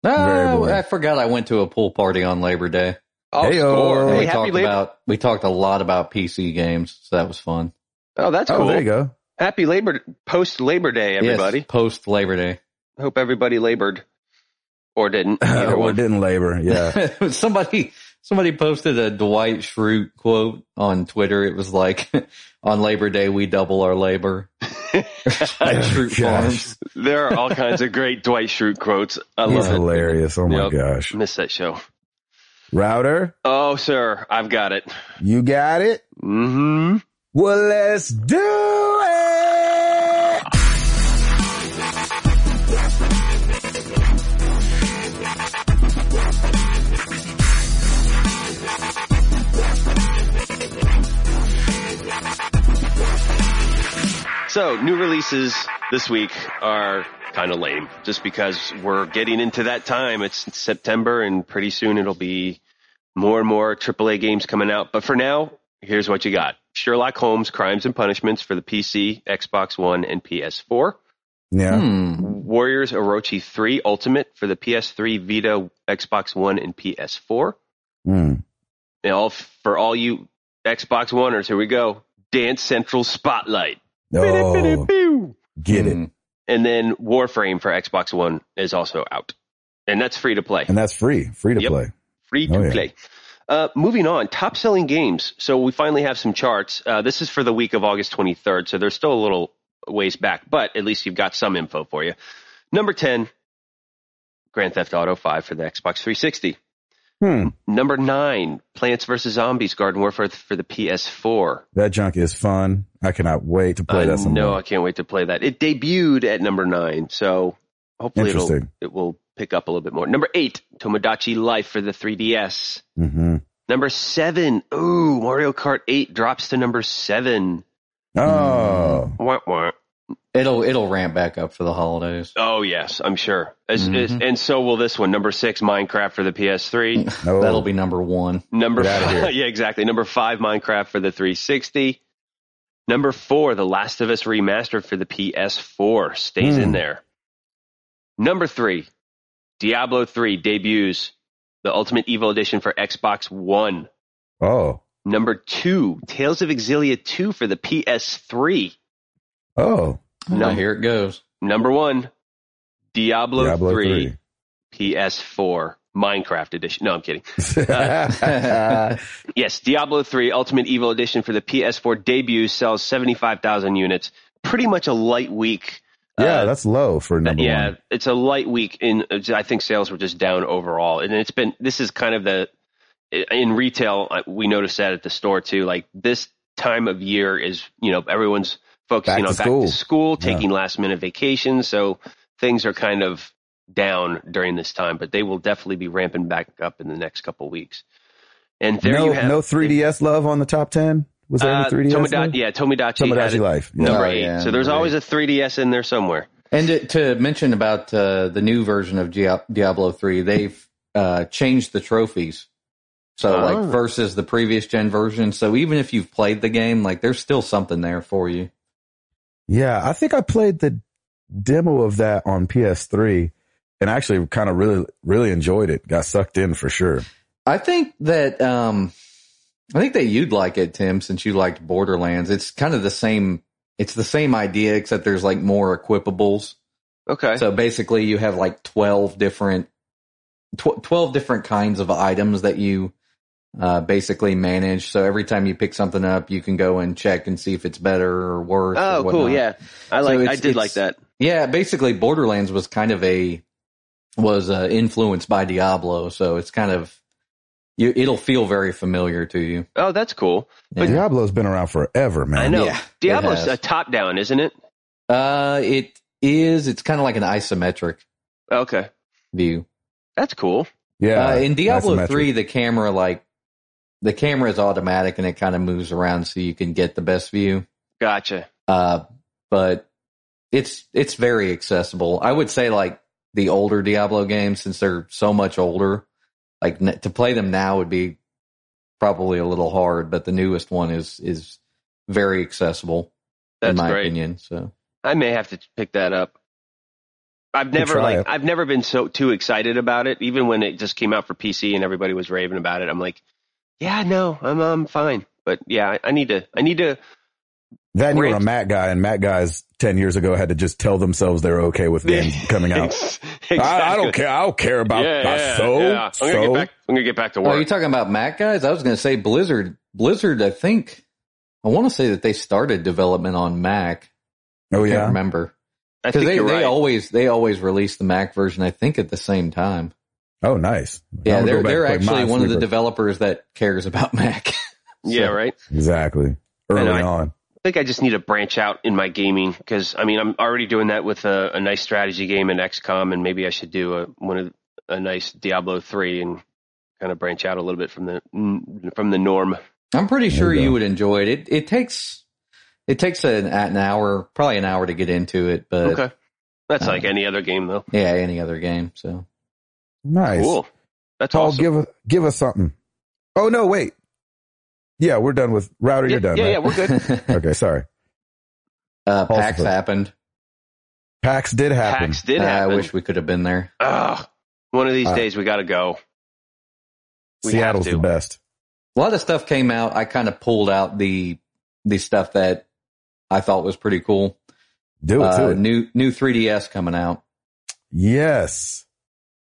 Speaker 1: Very
Speaker 2: No,
Speaker 1: boring.
Speaker 2: I forgot I went to a pool party on Labor Day.
Speaker 3: Oh,
Speaker 1: Heyo.
Speaker 3: score.
Speaker 2: And
Speaker 3: Hey,
Speaker 2: we
Speaker 3: happy
Speaker 2: talked
Speaker 3: Labor.
Speaker 2: about we talked a lot about PC games, so that was fun.
Speaker 3: oh, that's
Speaker 1: oh,
Speaker 3: cool.
Speaker 1: there you go.
Speaker 3: Happy Labor post Labor Day, everybody.
Speaker 2: post Labor Day.
Speaker 3: Hope everybody labored or didn't. Either
Speaker 1: or
Speaker 3: one.
Speaker 1: didn't labor. Yeah.
Speaker 2: somebody somebody posted a Dwight Schrute quote on Twitter. It was like, "On Labor Day, we double our labor." at Schrute
Speaker 1: Gosh.
Speaker 2: Farms.
Speaker 3: There are all kinds of great Dwight Schrute quotes. I
Speaker 1: He's
Speaker 3: love it.
Speaker 1: hilarious. Oh my
Speaker 3: Yep.
Speaker 1: gosh.
Speaker 3: Miss that show.
Speaker 1: Router,
Speaker 3: Oh, sir, I've got it.
Speaker 1: you got it.
Speaker 3: Mm-hmm.
Speaker 1: Well, let's do it.
Speaker 3: So, new releases this week are kind of lame just because we're getting into that time. It's September and pretty soon it'll be more and more AAA games coming out. But for now, here's what you got Sherlock Holmes Crimes and Punishments for the PC, Xbox One, and PS4.
Speaker 1: Yeah.
Speaker 2: Hmm.
Speaker 3: Warriors Orochi 3 Ultimate for the PS3, Vita, Xbox One, and PS4. Hmm.
Speaker 1: Mm.
Speaker 3: And all for all you Xbox Oneers, here we go. Dance Central Spotlight.
Speaker 1: Oh, get it.
Speaker 2: Hmm.
Speaker 3: And then Warframe for Xbox One is also out. And that's free to play.
Speaker 1: And that's free, free to
Speaker 3: Yep.
Speaker 1: play.
Speaker 3: Free to
Speaker 1: Oh, yeah.
Speaker 3: play. Uh, moving on, top selling games. So we finally have some charts. Uh, this is for the week of August 23rd, so they're still a little ways back, but at least you've got some info for you. Number 10, Grand Theft Auto 5 for the Xbox 360.
Speaker 1: Hmm.
Speaker 3: Number nine, Plants vs. Zombies Garden Warfare for the PS4.
Speaker 1: That junk is fun. I cannot wait to play
Speaker 3: Uh,
Speaker 1: that someday.
Speaker 3: no, I can't wait to play that. It debuted at number nine, so hopefully it'll,
Speaker 1: Interesting.
Speaker 3: it will pick up a little bit more. Number eight, Tomodachi Life for the 3DS.
Speaker 1: hmm
Speaker 3: Number seven, ooh, Mario Kart 8 drops to number seven.
Speaker 1: Oh,
Speaker 3: Wah, wah.
Speaker 2: It'll it'll ramp back up for the holidays.
Speaker 3: Oh, yes, I'm sure. As, as-
Speaker 1: Mm-hmm.
Speaker 2: Mhm.
Speaker 3: and so will this one. Number six, Minecraft for the PS3.
Speaker 1: oh.
Speaker 2: That'll be number one.
Speaker 3: Number
Speaker 1: Get outta
Speaker 3: five, yeah, exactly. Number five, Minecraft for the 360. Number four, The Last of Us Remastered for the PS4 stays in
Speaker 1: Hmm.
Speaker 3: there. Number three, Diablo 3 debuts the Ultimate Evil Edition for Xbox One.
Speaker 1: oh,
Speaker 3: Number two, Tales of Exilia 2 for the PS3.
Speaker 1: oh,
Speaker 3: No.
Speaker 2: Now here it goes.
Speaker 3: Number one, Diablo,
Speaker 1: Diablo
Speaker 3: 3,
Speaker 1: three.
Speaker 3: PS4 Minecraft Edition. No, I'm kidding. Uh, Yes, Diablo 3 Ultimate Evil Edition for the PS4 debut sells 75,000 units. Pretty much a light week.
Speaker 1: yeah,
Speaker 3: Uh,
Speaker 1: that's low for number
Speaker 3: yeah,
Speaker 1: one.
Speaker 3: it's a light week in uh, I think sales were just down overall. And it's been this is kind of the in retail I- we noticed that at the store too. Like this time of year is, you know, everyone's focusing
Speaker 1: Back
Speaker 3: on
Speaker 1: to
Speaker 3: back
Speaker 1: school.
Speaker 3: to school,
Speaker 1: Yeah.
Speaker 3: taking last minute vacations, so things are kind of down during this time, but they will definitely be ramping back up in the next couple weeks. And there
Speaker 1: no,
Speaker 3: you have
Speaker 1: no 3DS love on the top ten. Was there
Speaker 3: uh,
Speaker 1: any 3DS? love?
Speaker 3: Tomodachi, yeah, Tomodachi. had
Speaker 1: Tomodachi
Speaker 3: it
Speaker 1: Life. Yeah.
Speaker 3: Number
Speaker 2: Oh,
Speaker 3: eight.
Speaker 2: yeah,
Speaker 3: so there's
Speaker 2: number
Speaker 3: always a 3DS in there somewhere.
Speaker 2: And to, to mention about uh, the new version of Gia- Diablo 3, they've uh, changed the trophies. So,
Speaker 3: Ah.
Speaker 2: like, versus the previous gen version. So, even if you've played the game, like, there's still something there for you.
Speaker 1: Yeah, I think I played the demo of that on PS3 and actually kind of really, really enjoyed it. Got sucked in for sure.
Speaker 2: I think that, um, I think that you'd like it, Tim, since you liked Borderlands. It's kind of the same, it's the same idea, except there's like more equipables.
Speaker 3: Okay.
Speaker 2: So basically, you have like twelve different, tw- twelve different kinds of items that you uh, basically manage. So every time you pick something up, you can go and check and see if it's better or worse. or
Speaker 3: oh, cool.
Speaker 2: whatnot.
Speaker 3: Yeah, I
Speaker 2: So
Speaker 3: like. I
Speaker 2: it's-
Speaker 3: did
Speaker 2: it's-
Speaker 3: like that.
Speaker 2: yeah. Basically, Borderlands was kind of a was uh, influenced by Diablo, so it's kind of you. It'll feel very familiar to you.
Speaker 3: Oh, that's cool.
Speaker 2: Yeah.
Speaker 1: Diablo's been around forever, man.
Speaker 3: I know.
Speaker 2: Yeah,
Speaker 3: Diablo's
Speaker 2: it has.
Speaker 3: a top down, isn't it?
Speaker 2: Uh, it is. It's kind of like an isometric
Speaker 3: Okay,
Speaker 2: view.
Speaker 3: that's cool.
Speaker 1: Yeah.
Speaker 2: Uh, in Diablo
Speaker 1: isometric.
Speaker 2: three, the camera like the camera is automatic and it kind of moves around so you can get the best view.
Speaker 3: Gotcha.
Speaker 2: Uh, but it's it's very accessible. I would say like the older Diablo games, since they're so much older, like n- to play them now would be probably a little hard. But the newest one is is very accessible in
Speaker 3: That's
Speaker 2: my
Speaker 3: great.
Speaker 2: opinion. So
Speaker 3: I may have to pick that up. I've never
Speaker 1: try
Speaker 3: like
Speaker 1: it.
Speaker 3: I've never been so too excited about it. Even when it just came out for PC and everybody was raving about it, I'm like, yeah, no, I'm I'm fine. But yeah, I, I need to I need to
Speaker 1: Then you were a
Speaker 3: Rick.
Speaker 1: Matt guy, and Matt guys 10 years ago had to just tell themselves they're okay with games coming out.
Speaker 3: Exactly.
Speaker 1: I, I don't care. I don't care about
Speaker 3: yeah,
Speaker 1: about
Speaker 3: yeah,
Speaker 1: so.
Speaker 3: yeah. I'm gonna
Speaker 1: so.
Speaker 3: get back. I'm gonna get back to
Speaker 2: oh, are you
Speaker 3: work.
Speaker 2: talking about Mac guys? I was going to say Blizzard. Blizzard, I think I want to say that they started development on Mac.
Speaker 1: Oh,
Speaker 2: I can't
Speaker 1: yeah.
Speaker 2: remember.
Speaker 3: I
Speaker 2: Because
Speaker 3: think
Speaker 2: they,
Speaker 3: you're
Speaker 2: they
Speaker 3: right.
Speaker 2: always they always release the Mac version, I think, at the same time.
Speaker 1: Oh, nice. I'm
Speaker 2: Yeah,
Speaker 1: gonna
Speaker 2: they're
Speaker 1: go back
Speaker 2: they're
Speaker 1: and play
Speaker 2: actually one of the
Speaker 1: Minesweeper.
Speaker 2: developers that cares about Mac.
Speaker 3: yeah,
Speaker 2: So-
Speaker 3: right.
Speaker 1: Exactly.
Speaker 3: I know,
Speaker 1: Early
Speaker 3: I-
Speaker 1: on.
Speaker 3: I think I just need to branch out in my gaming because I mean I'm already doing that with a, a nice strategy game in XCOM, and maybe I should do a one of a nice Diablo three and kind of branch out a little bit from the mm, from the norm.
Speaker 2: I'm pretty
Speaker 1: There
Speaker 2: sure
Speaker 1: you
Speaker 2: you,
Speaker 1: go.
Speaker 2: would enjoy it. It it takes it takes an an hour, probably an hour to get into it, but
Speaker 3: Okay, that's
Speaker 2: Uh,
Speaker 3: like any other game though.
Speaker 2: yeah, any other game. So
Speaker 1: Nice.
Speaker 3: Cool, that's
Speaker 1: Paul,
Speaker 3: awesome.
Speaker 1: give us give us something. Oh no, wait. Yeah, we're done with router.
Speaker 3: yeah,
Speaker 1: you're done.
Speaker 3: yeah, yeah,
Speaker 1: right?
Speaker 3: we're good.
Speaker 1: Okay, sorry.
Speaker 2: uh, PAX
Speaker 1: Possibly.
Speaker 2: happened.
Speaker 1: PAX did happen.
Speaker 3: Hacks did
Speaker 2: Uh, I
Speaker 3: happen.
Speaker 2: wish we could have been there.
Speaker 3: Ugh, one of these
Speaker 1: Uh,
Speaker 3: days we got to go. We have
Speaker 1: Seattle's
Speaker 3: to.
Speaker 1: the best.
Speaker 2: A lot of stuff came out. I kind of pulled out the the stuff that I thought was pretty cool.
Speaker 1: Do it
Speaker 2: Uh,
Speaker 1: to it.
Speaker 2: new new 3ds coming out.
Speaker 1: yes,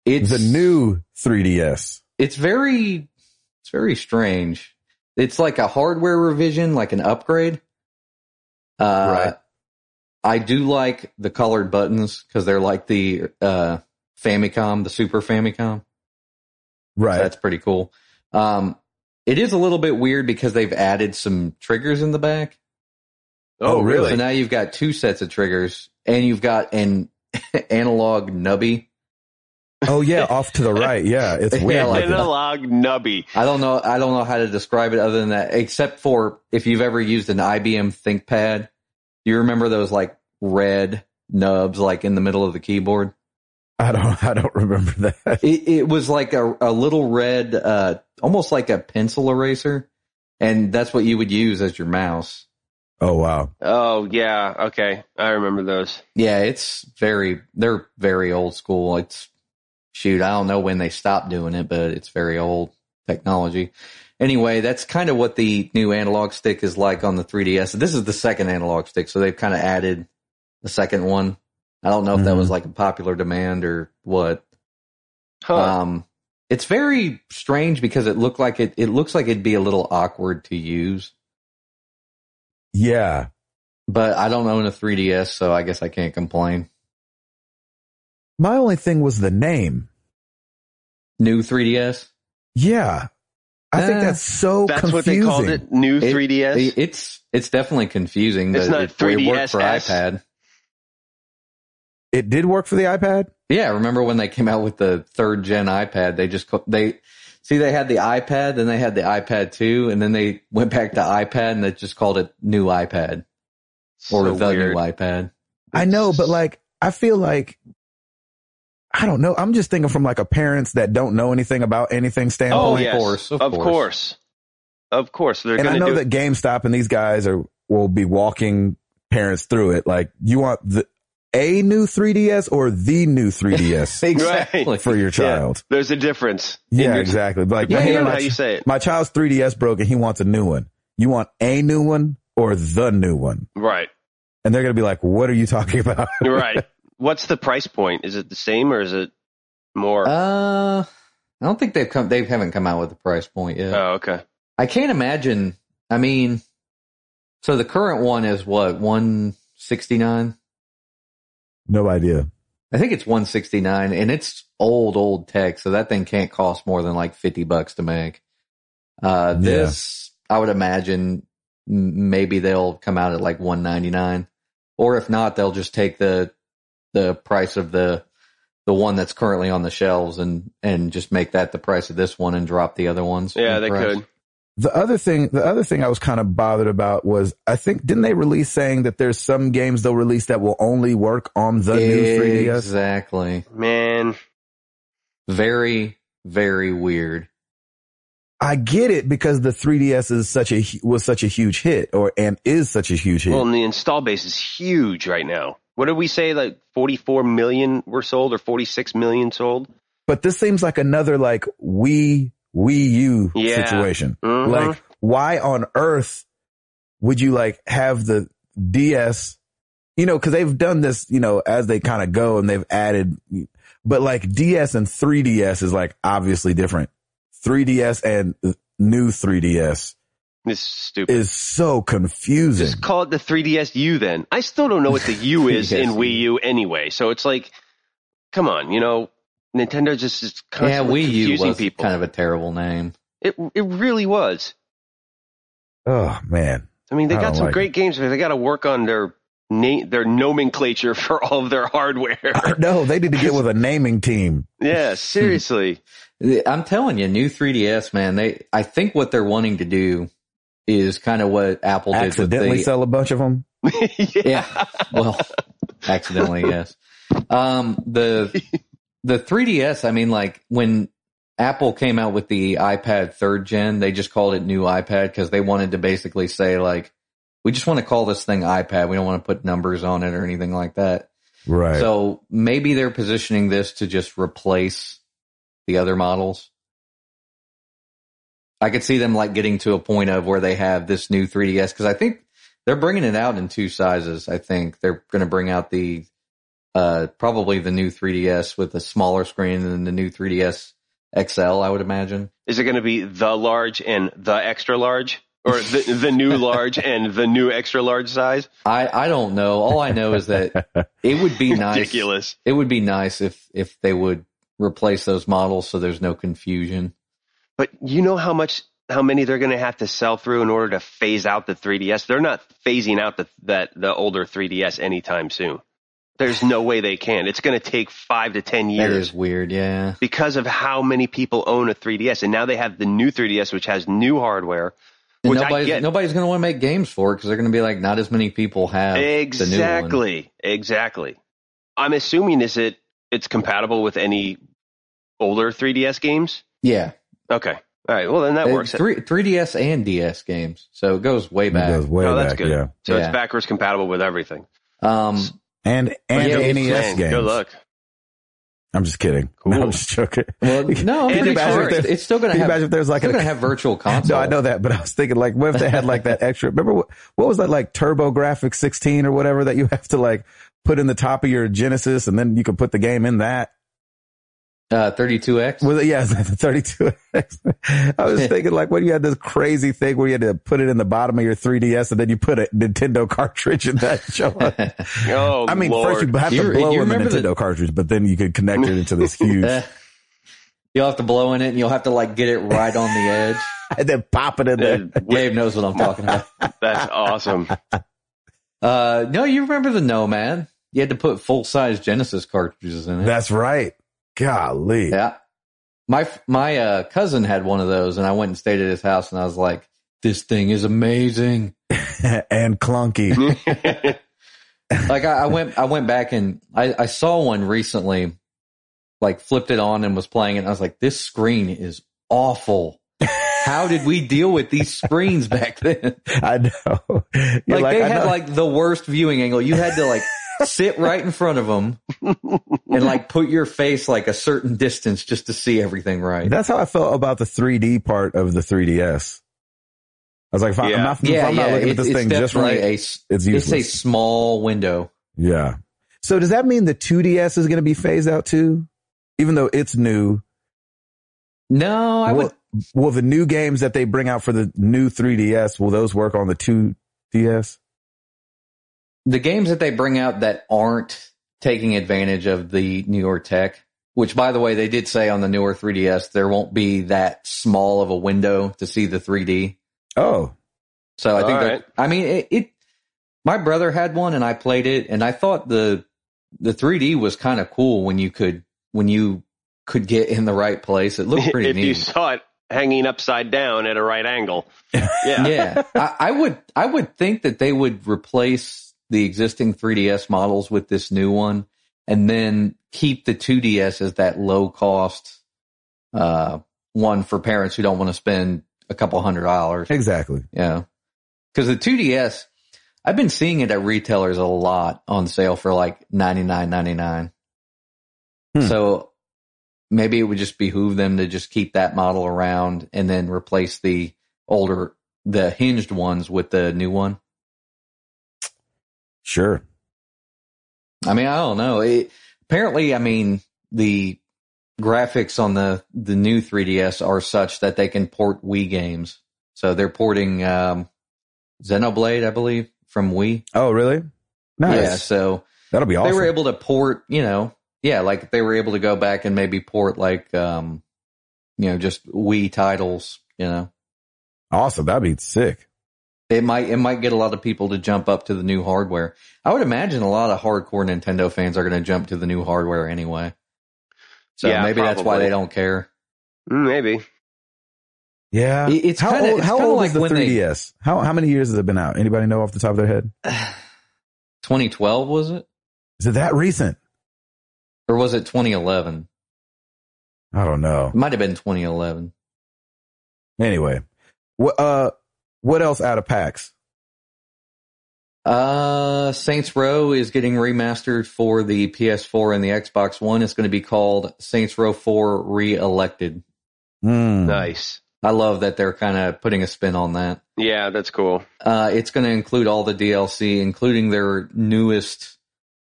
Speaker 2: It's
Speaker 1: the new 3ds.
Speaker 2: it's very it's very strange. It's like a hardware revision, like an upgrade. Uh,
Speaker 1: Right.
Speaker 2: I do like the colored buttons because they're like the uh, Famicom, the Super Famicom.
Speaker 1: Right.
Speaker 2: So that's pretty cool. Um, it is a little bit weird because they've added some triggers in the back.
Speaker 1: Oh, really?
Speaker 2: So now you've got two sets of triggers, and you've got an analog nubby.
Speaker 1: oh yeah, off to the right. Yeah, it's
Speaker 2: Yeah,
Speaker 1: weird.
Speaker 2: like-
Speaker 1: looking.
Speaker 3: Analog nubby.
Speaker 2: I don't know. I don't know how to describe it other than that, except for if you've ever used an IBM ThinkPad, you remember those like red nubs like in the middle of the keyboard.
Speaker 1: I don't. I don't remember that.
Speaker 2: It, it was like a, a little red, uh, almost like a pencil eraser. And that's what you would use as your mouse.
Speaker 1: Oh wow.
Speaker 3: Oh yeah, okay, I remember those.
Speaker 2: Yeah, it's very, they're very old school. It's, shoot, I don't know when they stopped doing it, but it's very old technology. Anyway, that's kind of what the new analog stick is like on the 3DS. This is the second analog stick, so they've kind of added the second one. I don't know if that
Speaker 1: Mhm.
Speaker 2: was like a popular demand or what.
Speaker 3: Huh.
Speaker 2: Um, it's very strange because it looked like it, it looks like it'd be a little awkward to use,
Speaker 1: Yeah.
Speaker 2: but I don't own a 3DS, so I guess I can't complain.
Speaker 1: My only thing was the name.
Speaker 2: New 3DS?
Speaker 1: Yeah. I think
Speaker 2: Uh,
Speaker 1: that's so
Speaker 3: That's what they
Speaker 1: confusing.
Speaker 3: called it. New
Speaker 2: It-
Speaker 3: 3ds.
Speaker 2: It- It's it's definitely confusing.
Speaker 3: It's
Speaker 2: but
Speaker 3: not
Speaker 2: it- It worked
Speaker 3: 3DS.
Speaker 2: for iPad.
Speaker 1: It did work for the iPad.
Speaker 2: Yeah, remember when they came out with the third gen iPad? They just co- they see they had the iPad, then they had the iPad two, and then they went back to iPad and they just called it new iPad or
Speaker 3: So
Speaker 2: the
Speaker 3: weird.
Speaker 2: new iPad.
Speaker 1: I know, but like, I feel like, I don't know. I'm just thinking from like a parents that don't know anything about anything
Speaker 3: oh
Speaker 1: standpoint.
Speaker 3: yes,
Speaker 2: course, of
Speaker 3: of
Speaker 2: course.
Speaker 3: course, of course. They're
Speaker 1: and I
Speaker 3: going to
Speaker 1: know
Speaker 3: do.
Speaker 1: that GameStop and these guys are, will be walking parents through it. Like you want the, a new 3DS or the new 3DS
Speaker 2: Exactly.
Speaker 1: for your child.
Speaker 3: There's a difference.
Speaker 1: Yeah, exactly. But like,
Speaker 2: Yeah,
Speaker 1: man,
Speaker 3: Depending
Speaker 2: yeah,
Speaker 3: on
Speaker 1: my,
Speaker 3: how you say it.
Speaker 1: my child's 3DS broke and he wants a new one. You want a new one or the new one?
Speaker 3: Right.
Speaker 1: And they're going to be like, what are you talking about?
Speaker 3: Right. What's the price point? Is it the same or is it more?
Speaker 2: Uh, I don't think they've come. They haven't come out with a price point yet.
Speaker 3: oh, okay.
Speaker 2: I can't imagine. I mean, so the current one is what one sixty nine.
Speaker 1: no idea.
Speaker 2: I think it's 169 and it's old, old tech. So that thing can't cost more than like 50 bucks to make.
Speaker 1: Yeah.
Speaker 2: Uh, this, I would imagine m- maybe they'll come out at like 199 or if not, they'll just take the, the price of the, the one that's currently on the shelves and, and just make that the price of this one and drop the other ones.
Speaker 3: Yeah,
Speaker 2: in
Speaker 3: they
Speaker 2: price.
Speaker 3: could.
Speaker 1: The other thing, the other thing I was kind of bothered about was I think didn't they release saying that there's some games they'll release that will only work on the new 3DS?
Speaker 2: Exactly.
Speaker 3: Man,
Speaker 2: Very, very weird.
Speaker 1: I get it because the 3DS is such a hu- was such a huge hit, or and is such a huge hit.
Speaker 3: well, and the install base is huge right now. What did we say? Like 44 million were sold or 46 million sold?
Speaker 1: but this seems like another like Wii Wii U
Speaker 3: Yeah.
Speaker 1: situation.
Speaker 3: Mhm.
Speaker 2: Mm-hmm.
Speaker 1: Like, why on earth would you like have the DS? You know, cause they've done this, you know, as they kind of go and they've added, but like DS and 3DS is like obviously different. 3DS and new 3DS
Speaker 3: This is stupid.
Speaker 1: is so confusing.
Speaker 3: Just call it the 3DSU then. I still don't know what the U is in
Speaker 2: 3DSU.
Speaker 3: Wii U anyway. So it's like, come on, you know, Nintendo just is
Speaker 2: Yeah,
Speaker 3: constantly
Speaker 2: Wii U
Speaker 3: confusing
Speaker 2: was
Speaker 3: people.
Speaker 2: kind of a terrible name.
Speaker 3: it, it really was.
Speaker 1: oh man.
Speaker 3: I mean, they
Speaker 1: I
Speaker 3: got
Speaker 1: don't
Speaker 3: some
Speaker 1: like
Speaker 3: great games, but they got to work on their na- their nomenclature for all of their hardware.
Speaker 1: No, they need to get with a naming team.
Speaker 3: yeah, seriously.
Speaker 2: I'm telling you, new 3DS, man. They, I think what they're wanting to do is kind of what Apple did with
Speaker 1: Accidentally
Speaker 2: the,
Speaker 1: sell a bunch of them.
Speaker 2: yeah. Well, accidentally, yes. Um, the the 3DS. I mean, like when Apple came out with the iPad third gen, they just called it new iPad because they wanted to basically say like, we just want to call this thing iPad. We don't want to put numbers on it or anything like that.
Speaker 1: Right.
Speaker 2: So maybe they're positioning this to just replace the other models. I could see them like getting to a point of where they have this new 3DS because I think they're bringing it out in two sizes. I think they're going to bring out the uh, probably the new 3DS with a smaller screen than the new 3DS XL. I would imagine.
Speaker 3: Is it going to be the large and the extra large, or the the new large and the new extra large size?
Speaker 2: I I don't know. All I know is that it would be nice.
Speaker 3: Ridiculous.
Speaker 2: It would be nice if if they would replace those models so there's no confusion.
Speaker 3: But you know how much, how many they're going to have to sell through in order to phase out the 3DS. They're not phasing out the that the older 3DS anytime soon. There's no way they can. It's going to take five to ten
Speaker 2: That
Speaker 3: years
Speaker 2: is weird. Yeah.
Speaker 3: because of how many people own a 3DS, and now they have the new 3DS, which has new hardware.
Speaker 2: And
Speaker 3: Which I
Speaker 2: nobody's
Speaker 3: get.
Speaker 2: nobody's going to want to make games for it because they're going to be like, not as many people have the new one.
Speaker 3: exactly, exactly. I'm assuming is it it's compatible with any older 3DS games?
Speaker 2: Yeah,
Speaker 3: Okay, all right. Well, then that works.
Speaker 2: It's Three 3ds and DS games, so it goes way
Speaker 1: It
Speaker 2: back.
Speaker 1: goes way
Speaker 3: oh,
Speaker 1: back,
Speaker 3: that's good.
Speaker 1: yeah.
Speaker 3: So
Speaker 2: Yeah.
Speaker 3: it's backwards compatible with everything.
Speaker 2: Um,
Speaker 1: And and
Speaker 2: yeah, it's
Speaker 1: NES
Speaker 3: Man,
Speaker 1: games.
Speaker 3: Good luck.
Speaker 1: I'm just kidding. No, I'm just joking.
Speaker 2: well, no,
Speaker 3: And
Speaker 2: I'm
Speaker 3: it's
Speaker 2: sure
Speaker 3: hard.
Speaker 2: it's, it's still going
Speaker 1: Can you
Speaker 2: to have.
Speaker 1: imagine if there's like
Speaker 2: It's still
Speaker 1: a
Speaker 2: going to have virtual console.
Speaker 1: No, I know that, but I was thinking like, what if they had like that extra? Remember what, what was that like Turbo Graphics 16 or whatever that you have to like put in the top of your Genesis and then you could put the game in that?
Speaker 2: Uh, 32x.
Speaker 1: Was it, yeah, it's like the 32. I was thinking like, what if you had this crazy thing where you had to put it in the bottom of your 3DS and then you put a Nintendo cartridge in that show?
Speaker 3: Oh,
Speaker 1: I mean,
Speaker 3: Lord.
Speaker 1: first you have
Speaker 2: Do you-
Speaker 1: to
Speaker 2: do
Speaker 1: blow
Speaker 2: you
Speaker 1: in the
Speaker 2: remember
Speaker 1: Nintendo
Speaker 2: the-
Speaker 1: cartridge, but then you could connect it into this huge
Speaker 2: Uh, you'll have to blow in it, and you'll have to like get it right on the edge.
Speaker 1: and then pop it in there.
Speaker 3: That-
Speaker 2: Gabe knows what I'm talking about.
Speaker 3: that's awesome.
Speaker 2: Uh, no, you remember the Nomad? You had to put full size Genesis cartridges in it.
Speaker 1: That's right. Golly.
Speaker 2: Yeah. My my uh, cousin had one of those, and I went and stayed at his house, and I was like, "This thing is amazing."
Speaker 1: and clunky.
Speaker 2: like I, I went I went back and I, I saw one recently, like flipped it on and was playing it. And I was like, "This screen is awful." How did we deal with these screens back then?
Speaker 1: I know. You're
Speaker 2: like, they
Speaker 1: I
Speaker 2: had
Speaker 1: know.
Speaker 2: like the worst viewing angle. You had to like sit right in front of them and like put your face like a certain distance just to see everything right.
Speaker 1: That's how I felt about the 3D part of the 3DS. I was like, if, I, am
Speaker 3: Yeah.
Speaker 1: not, if I'm not looking at
Speaker 2: it-
Speaker 1: this
Speaker 2: it's
Speaker 1: thing just
Speaker 2: definitely
Speaker 1: right,
Speaker 2: a s-
Speaker 1: it's
Speaker 2: it's a
Speaker 1: useless.
Speaker 2: small window.
Speaker 1: yeah. So does that mean the 2DS is going to be phased out too? Even though it's new,
Speaker 2: No, I would.
Speaker 1: will, will the new games that they bring out for the new 3DS, will those work on the 2DS?
Speaker 2: The games that they bring out that aren't taking advantage of the newer tech, which by the way, they did say on the newer 3DS, there won't be that small of a window to see the 3D.
Speaker 1: Oh,
Speaker 2: So I think,
Speaker 3: All
Speaker 2: they're-
Speaker 3: right.
Speaker 2: I mean, it, it, my brother had one and I played it and I thought the, the 3D was kind of cool when you could, when you could get in the right place. It looked pretty
Speaker 3: if
Speaker 2: neat.
Speaker 3: you saw it hanging upside down at a right angle, yeah,
Speaker 2: yeah, I, I would I would think that they would replace the existing 3DS models with this new one, and then keep the 2DS as that low cost uh, one for parents who don't want to spend a couple hundred dollars.
Speaker 1: exactly.
Speaker 2: Yeah, because the 2DS, I've been seeing it at retailers a lot on sale for like ninety nine ninety nine.
Speaker 1: Hmm.
Speaker 2: So maybe it would just behoove them to just keep that model around and then replace the older, the hinged ones with the new one.
Speaker 1: Sure.
Speaker 2: I mean, I don't know. It, apparently, I mean the graphics on the the new 3DS are such that they can port Wii games. So they're porting um, Xenoblade, I believe, from Wii.
Speaker 1: Oh, really? Nice.
Speaker 2: Yeah, so
Speaker 1: That'll be awesome.
Speaker 2: they were able to port, you know, yeah, like they were able to go back and maybe port like, um, you know, just Wii titles. You know,
Speaker 1: awesome. That'd be sick.
Speaker 2: it might it might get a lot of people to jump up to the new hardware. I would imagine a lot of hardcore Nintendo fans are going to jump to the new hardware anyway. So
Speaker 3: Yeah,
Speaker 2: maybe that's why
Speaker 3: probably.
Speaker 2: they don't care.
Speaker 3: Mm, maybe.
Speaker 1: Yeah.
Speaker 2: It- It's
Speaker 1: Uh, how
Speaker 2: kind
Speaker 1: old,
Speaker 2: of
Speaker 1: how old is the
Speaker 2: like when they
Speaker 1: 3DS? How how many years has it been out? Anybody know off the top of their head?
Speaker 2: 2012 was it
Speaker 1: Is it that recent?
Speaker 2: or was it 2011?
Speaker 1: I don't know.
Speaker 2: It might have been 2011.
Speaker 1: Anyway, what uh, what else out of PAX?
Speaker 2: Uh, Saints Row is getting remastered for the PS4 and the Xbox One. It's going to be called Saints Row 4 Re-elected.
Speaker 1: Hmm.
Speaker 3: Nice.
Speaker 2: I love that they're kind of putting a spin on that.
Speaker 3: Yeah, that's cool.
Speaker 2: Uh, it's going to include all the DLC, including their newest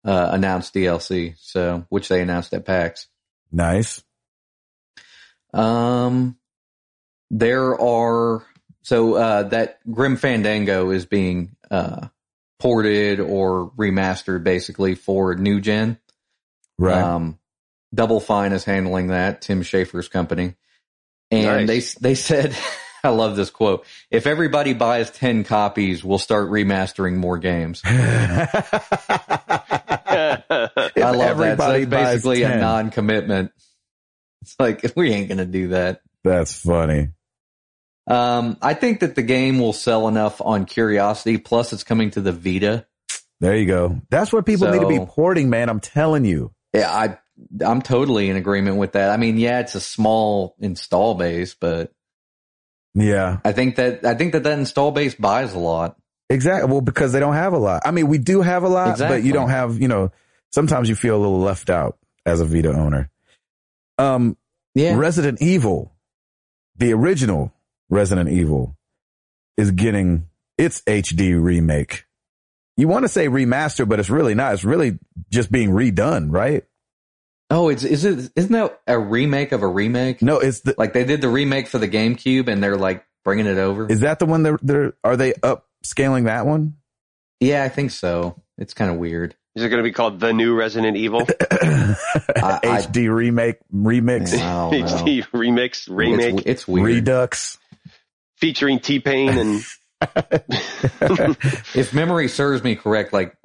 Speaker 2: uh, announced DLC, so which they announced at PAX.
Speaker 1: Nice.
Speaker 2: Um, there are so uh, that Grim Fandango is being uh, ported or remastered, basically for new gen.
Speaker 1: Right.
Speaker 2: Um, Double Fine is handling that, Tim Schafer's company. And
Speaker 3: Nice.
Speaker 2: they they said, I love this quote. If everybody buys 10 copies, we'll start remastering more games. Um,
Speaker 1: If
Speaker 2: I love that. So
Speaker 1: everybody
Speaker 2: that's
Speaker 1: buys
Speaker 2: basically a
Speaker 1: 10.
Speaker 2: non-commitment. It's like we ain't going to do that.
Speaker 1: That's funny.
Speaker 2: Um, I think that the game will sell enough on curiosity. Plus, it's coming to the Vita.
Speaker 1: There you go. That's what people need to be
Speaker 2: So-
Speaker 1: porting, man. I'm telling you.
Speaker 2: Yeah, I I'm totally in agreement with that. I mean, yeah, it's a small install base, but
Speaker 1: Yeah.
Speaker 2: I think that I think that that install base buys a lot.
Speaker 1: Exactly. Well, because they don't have a lot. I mean, we do have a lot, but
Speaker 2: Exactly.
Speaker 1: you don't have, you know, sometimes you feel a little left out as a Vita owner. Um,
Speaker 2: Yeah,
Speaker 1: Resident Evil, the original Resident Evil is getting its HD remake. You want to say remaster, but it's really not. It's really just being redone, right?
Speaker 2: Oh, it's is it isn't that a remake of a remake?
Speaker 1: No, it's the,
Speaker 2: Like they did the remake for the GameCube, and they're like bringing it over.
Speaker 1: is that the one they're, they're are they upscaling that one?
Speaker 2: yeah, I think so. It's kind of weird.
Speaker 3: Is it going to be called the new Resident Evil
Speaker 2: I-
Speaker 1: HD remake, remix,
Speaker 2: Yeah, I don't know.
Speaker 3: HD remix remake
Speaker 2: Oh, It's, it's weird.
Speaker 1: redux.
Speaker 3: featuring T Pain and
Speaker 2: if memory serves me correct, like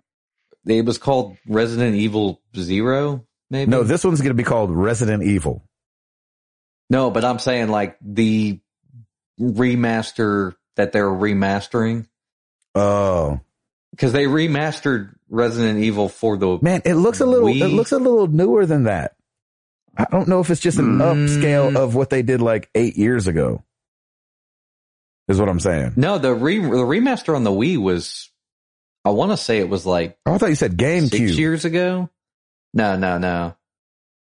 Speaker 2: it was called Resident Evil Zero, maybe.
Speaker 1: No, this one's going to be called Resident Evil.
Speaker 2: no, but I'm saying like the remaster that they're remastering
Speaker 1: Oh
Speaker 2: because they remastered Resident Evil for the
Speaker 1: man, it looks a little,
Speaker 2: We-
Speaker 1: it looks a little newer than that. I don't know if it's just an
Speaker 2: Mm.
Speaker 1: upscale of what they did like eight years ago. Is what I'm saying.
Speaker 2: no the re the remaster on the Wii was I want to say it was like
Speaker 1: Oh, I thought you said
Speaker 2: six
Speaker 1: GameCube.
Speaker 2: years ago. No, no, no.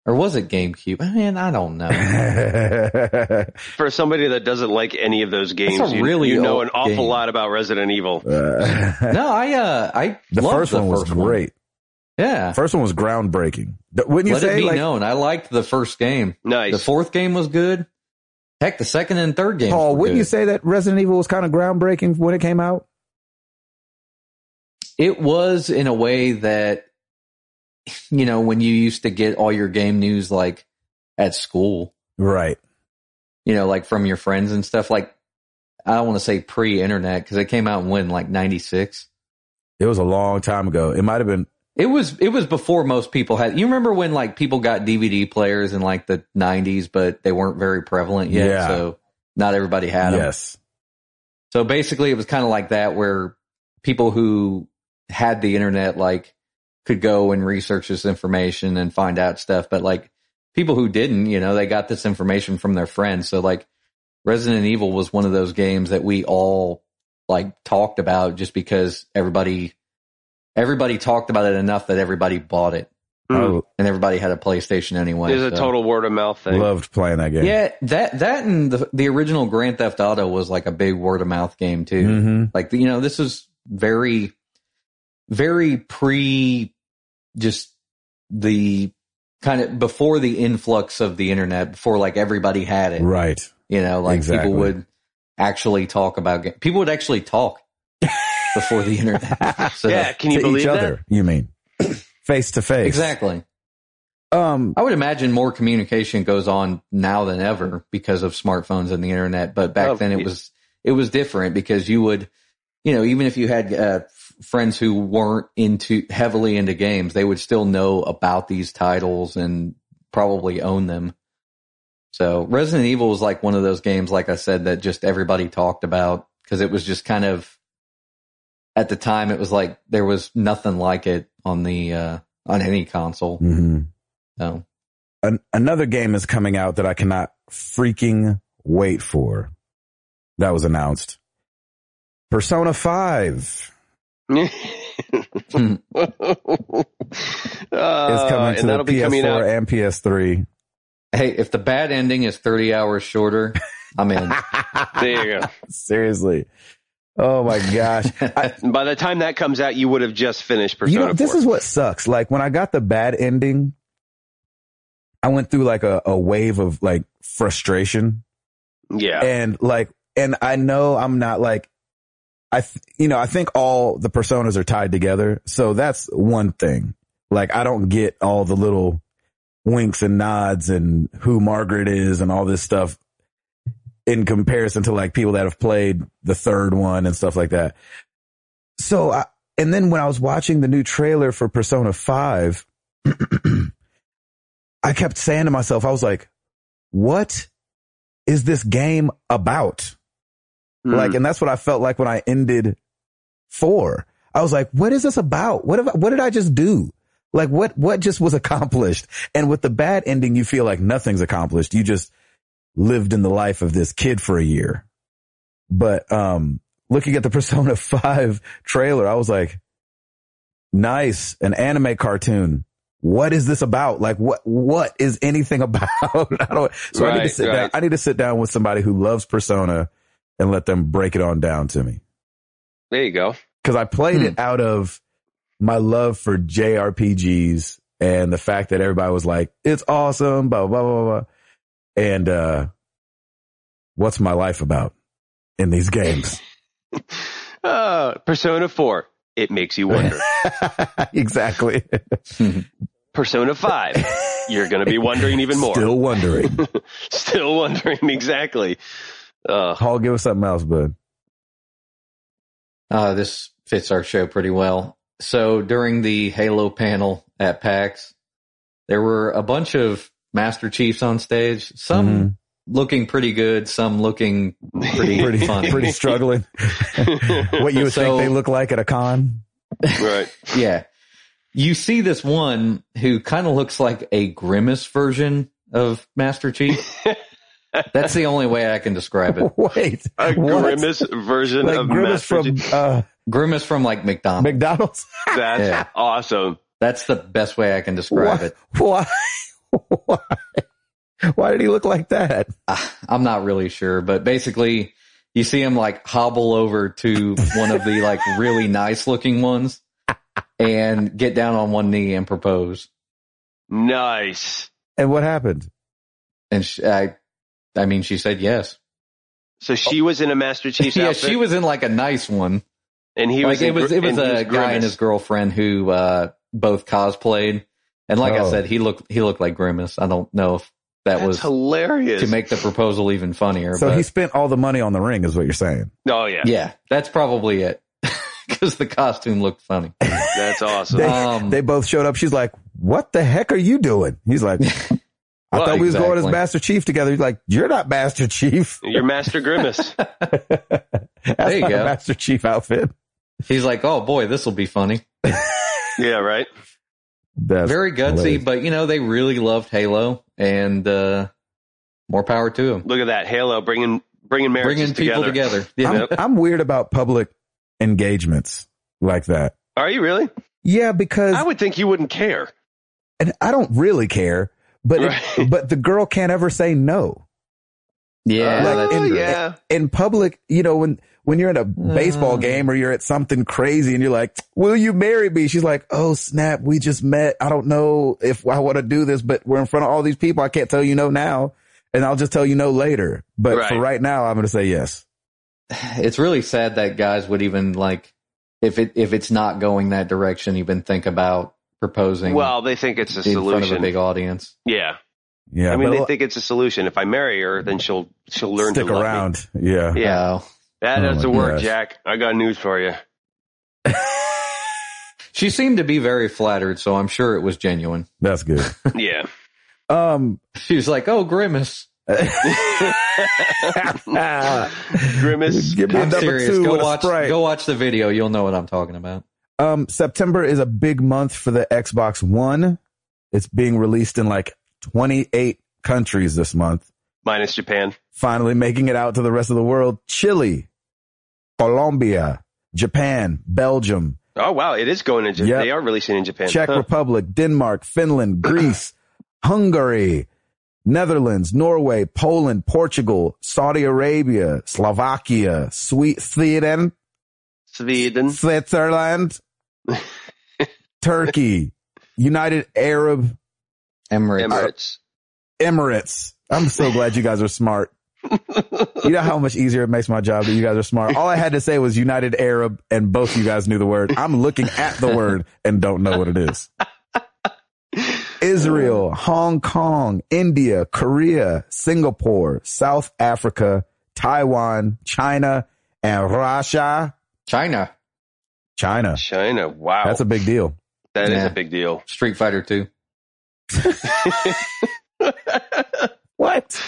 Speaker 2: Or was it GameCube? Man, I don't know.
Speaker 3: for somebody that doesn't like any of those games,
Speaker 2: a
Speaker 3: you,
Speaker 2: really
Speaker 3: you know
Speaker 2: old
Speaker 3: an awful
Speaker 2: game.
Speaker 3: lot about Resident Evil.
Speaker 1: Uh,
Speaker 2: No, I uh, I
Speaker 1: the
Speaker 2: loved
Speaker 1: first
Speaker 2: the
Speaker 1: one was
Speaker 2: first
Speaker 1: great.
Speaker 2: Yeah,
Speaker 1: The first one was groundbreaking. Th- Wouldn't you
Speaker 2: let it
Speaker 1: say?
Speaker 2: be
Speaker 1: Like,
Speaker 2: known. I liked the first game.
Speaker 3: Nice.
Speaker 2: The fourth game was good. Heck, the second and third game.
Speaker 1: Paul, wouldn't you say that Resident Evil was kind of groundbreaking when it came out?
Speaker 2: it was in a way that you know when you used to get all your game news like at school,
Speaker 1: Right.
Speaker 2: you know, like from your friends and stuff. Like I don't want to say pre-internet because it came out in when like '96.
Speaker 1: It was a long time ago. It might have been
Speaker 2: It was it was before most people had. You remember when like people got DVD players in like the '90s, but they weren't very prevalent yet.
Speaker 1: Yeah.
Speaker 2: So not everybody had them.
Speaker 1: yes.
Speaker 2: So basically, it was kind of like that, where people who had the internet like could go and research this information and find out stuff, but like people who didn't, you know, they got this information from their friends. So like Resident Evil was one of those games that we all like talked about just because everybody everybody talked about it enough that everybody bought it
Speaker 3: Mm.
Speaker 1: I
Speaker 2: and everybody had a PlayStation anyway.
Speaker 3: There's a
Speaker 2: so-
Speaker 3: total word of mouth thing.
Speaker 1: loved playing that game.
Speaker 2: yeah, that that and the the original Grand Theft Auto was like a big word of mouth game too.
Speaker 1: Mhm.
Speaker 2: Like, you know, this is very, very pre just the kind of before the influx of the internet, before like everybody had it,
Speaker 1: Right.
Speaker 2: you know, like
Speaker 1: Exactly.
Speaker 2: people would actually talk about ga- People would actually talk before the internet. So,
Speaker 3: yeah, can you
Speaker 1: to
Speaker 3: believe
Speaker 1: each
Speaker 3: that?
Speaker 1: other, you mean. face to face.
Speaker 2: Exactly.
Speaker 1: Um,
Speaker 3: Oh.
Speaker 2: I would imagine more communication goes on now than ever because of smartphones and the internet. But back
Speaker 3: Oh,
Speaker 2: then it
Speaker 3: yeah.
Speaker 2: was, it was different because you would, you know, even if you had uh, f- friends who weren't into heavily into games, they would still know about these titles and probably own them. So Resident Evil was like one of those games, like I said, that just everybody talked about because it was just kind of at the time it was like there was nothing like it on the, uh, on any console.
Speaker 1: mhm.
Speaker 2: So.
Speaker 1: An- another game is coming out that I cannot freaking wait for. That was announced. Persona 5
Speaker 2: Hmm.
Speaker 3: uh,
Speaker 1: is coming to
Speaker 3: and
Speaker 1: the
Speaker 3: that'll be coming
Speaker 1: PS4
Speaker 3: out.
Speaker 1: and PS3.
Speaker 2: Hey, if the bad ending is 30 hours shorter, I'm in.
Speaker 3: There you go.
Speaker 1: Seriously. Oh my gosh.
Speaker 3: And by the time that comes out, you would have just finished Persona
Speaker 1: you know, this
Speaker 3: 4.
Speaker 1: is what sucks. Like when I got the bad ending, I went through like a, a wave of like frustration
Speaker 3: yeah.
Speaker 1: and like and i know i'm not like i th- you know i think all the personas are tied together so that's one thing like i don't get all the little winks and nods and who Margaret is and all this stuff in comparison to like people that have played the third one and stuff like that. So, I, and then when I was watching the new trailer for Persona 5, I kept saying to myself, I was like, what is this game about?
Speaker 3: Mm.
Speaker 1: Like, and that's what I felt like when I ended four. I was like, what is this about? What have I, what did I just do? Like what, what just was accomplished? And with the bad ending, you feel like nothing's accomplished. You just lived in the life of this kid for a year. But, um, looking at the Persona 5 trailer, I was like, nice, an anime cartoon. What is this about? Like what, what is anything about? I don't, so I need to
Speaker 3: Right,
Speaker 1: sit down.
Speaker 3: right.
Speaker 1: I need to sit down with somebody who loves Persona and let them break it on down to me
Speaker 3: There you go.
Speaker 1: because I played
Speaker 3: Hmm.
Speaker 1: it out of my love for JRPGs and the fact that everybody was like, it's awesome, blah, blah, blah, blah. And, uh, what's my life about in these games?
Speaker 3: Uh, Persona 4. It makes you wonder.
Speaker 1: exactly.
Speaker 3: Persona 5. You're going to be wondering even more.
Speaker 1: Still wondering.
Speaker 3: Still wondering exactly. Uh,
Speaker 1: Paul, give us something else, bud.
Speaker 2: Uh, this fits our show pretty well. So during the Halo panel at PAX, there were a bunch of Master Chiefs on stage, some
Speaker 1: Mhm.
Speaker 2: looking pretty good, some looking pretty,
Speaker 1: Pretty,
Speaker 2: funny.
Speaker 1: pretty struggling. what you would
Speaker 2: So-
Speaker 1: think they look like at a con.
Speaker 3: right.
Speaker 2: yeah. You see this one who kind of looks like a grimace version of Master Chief. That's the only way I can describe it.
Speaker 1: Wait.
Speaker 3: A
Speaker 1: what?
Speaker 3: grimace version
Speaker 1: Like
Speaker 3: of
Speaker 1: grimace
Speaker 3: Master
Speaker 1: from
Speaker 3: Chief.
Speaker 1: uh,
Speaker 2: Grimace from like McDonald's.
Speaker 1: McDonald's.
Speaker 3: That's
Speaker 2: Yeah.
Speaker 3: awesome.
Speaker 2: That's the best way I can describe
Speaker 1: Why-
Speaker 2: it.
Speaker 1: Why? Why? Why did he look like that?
Speaker 2: Ah, I'm not really sure, but basically you see him like hobble over to one of the like really nice looking ones and get down on one knee and propose.
Speaker 3: Nice.
Speaker 1: And what happened?
Speaker 2: And she, I, I mean, she said yes.
Speaker 3: So she was in a Master Chief's
Speaker 2: yeah,
Speaker 3: outfit,
Speaker 2: she was in like a nice one.
Speaker 3: and he
Speaker 2: like
Speaker 3: was.
Speaker 2: it
Speaker 3: in gr-
Speaker 2: was, it was
Speaker 3: and he
Speaker 2: a guy and
Speaker 3: grimace.
Speaker 2: his girlfriend who, uh, both cosplayed. And like I
Speaker 1: Oh.
Speaker 2: said, he looked, he looked like Grimace. I don't know if that
Speaker 3: That's
Speaker 2: was
Speaker 3: hilarious.
Speaker 2: to make the proposal even funnier.
Speaker 1: So
Speaker 2: but
Speaker 1: he spent all the money on the ring, is what you're saying.
Speaker 3: oh yeah,
Speaker 2: yeah, that's probably it. Cause the costume looked funny.
Speaker 3: that's awesome.
Speaker 1: They-
Speaker 2: Um,
Speaker 1: They both showed up. She's like, "What the heck are you doing?" He's like, "I
Speaker 3: Well,
Speaker 1: thought we was going as
Speaker 2: exactly.
Speaker 1: Master Chief together." He's like, "You're not Master Chief."
Speaker 3: Your Master Grimace.
Speaker 1: That's
Speaker 2: you
Speaker 1: not
Speaker 2: go.
Speaker 1: a Master Chief outfit.
Speaker 2: He's like, oh boy, this will be funny.
Speaker 3: yeah, right.
Speaker 1: That's
Speaker 2: Very gutsy,
Speaker 1: hilarious.
Speaker 2: but you know, they really loved Halo and, uh, more power to them.
Speaker 3: Look at that Halo bringing bringing marriages
Speaker 2: Bringing people together. Yeah.
Speaker 1: I'm, I'm weird about public engagements like that.
Speaker 3: Are you really?
Speaker 1: Yeah, because
Speaker 3: I would think you wouldn't care.
Speaker 1: and I don't really care, but if-
Speaker 3: Right.
Speaker 1: but the girl can't ever say no.
Speaker 2: yeah.
Speaker 1: Like,
Speaker 2: that's
Speaker 3: oh,
Speaker 2: true.
Speaker 3: yeah.
Speaker 1: in public, you know, when, when you're at a baseball
Speaker 2: Mm.
Speaker 1: game or you're at something crazy and you're like, will you marry me? She's like, oh snap, we just met. I don't know if I want to do this, but we're in front of all these people. I can't tell you no now and I'll just tell you no later. But for
Speaker 3: Right.
Speaker 1: right now, I'm going to say yes.
Speaker 2: It's really sad that guys would even like, if it, if it's not going that direction, even think about proposing
Speaker 3: Well, they think it's a
Speaker 2: in front of a
Speaker 3: solution.
Speaker 2: big audience.
Speaker 3: yeah.
Speaker 1: Yeah.
Speaker 3: I mean,
Speaker 1: but
Speaker 3: they think it's a solution. If I marry her, then she'll she'll learn
Speaker 1: stick
Speaker 3: to love me.
Speaker 1: around. Yeah.
Speaker 3: Yeah,
Speaker 2: Oh.
Speaker 3: that
Speaker 1: Oh,
Speaker 3: doesn't
Speaker 1: my
Speaker 3: work,
Speaker 1: gosh.
Speaker 3: Jack. I got news for you.
Speaker 2: she seemed to be very flattered. So I'm sure it was genuine.
Speaker 1: That's good.
Speaker 3: Yeah.
Speaker 1: Um,
Speaker 2: She was like, oh, grimace.
Speaker 3: Grimace.
Speaker 1: Give me a
Speaker 2: I'm
Speaker 1: number
Speaker 2: serious.
Speaker 1: two
Speaker 2: Go
Speaker 1: with a
Speaker 2: watch,
Speaker 1: Sprite.
Speaker 2: go watch the video. You'll know what I'm talking about.
Speaker 1: Um, September is a big month for the Xbox One. It's being released in like 28 countries this month.
Speaker 3: Minus Japan.
Speaker 1: finally making it out to the rest of the world. Chile, Colombia, Japan, Belgium,
Speaker 3: Oh wow, it is going to Japan.
Speaker 1: Yep.
Speaker 3: They are releasing in Japan.
Speaker 1: Czech
Speaker 3: Huh.
Speaker 1: Republic, Denmark, Finland, Greece, Hungary, Netherlands, Norway, Poland, Portugal, Saudi Arabia, Slovakia, Swe- Sweden,
Speaker 3: Sweden.
Speaker 1: Switzerland, Turkey, United Arab
Speaker 2: Emirates.
Speaker 3: Emirates.
Speaker 1: Emirates. I'm so glad you guys are smart. You know how much easier it makes my job that you guys are smart. All I had to say was United Arab and both you guys knew the word. I'm looking at the word and don't know what it is. Israel, Hong Kong, India, Korea, Singapore, South Africa, Taiwan, China, and Russia.
Speaker 2: China,
Speaker 1: China.
Speaker 3: China. Wow.
Speaker 1: That's a big deal.
Speaker 3: That is
Speaker 2: Yeah.
Speaker 3: a big deal.
Speaker 2: Street Fighter 2.
Speaker 1: What?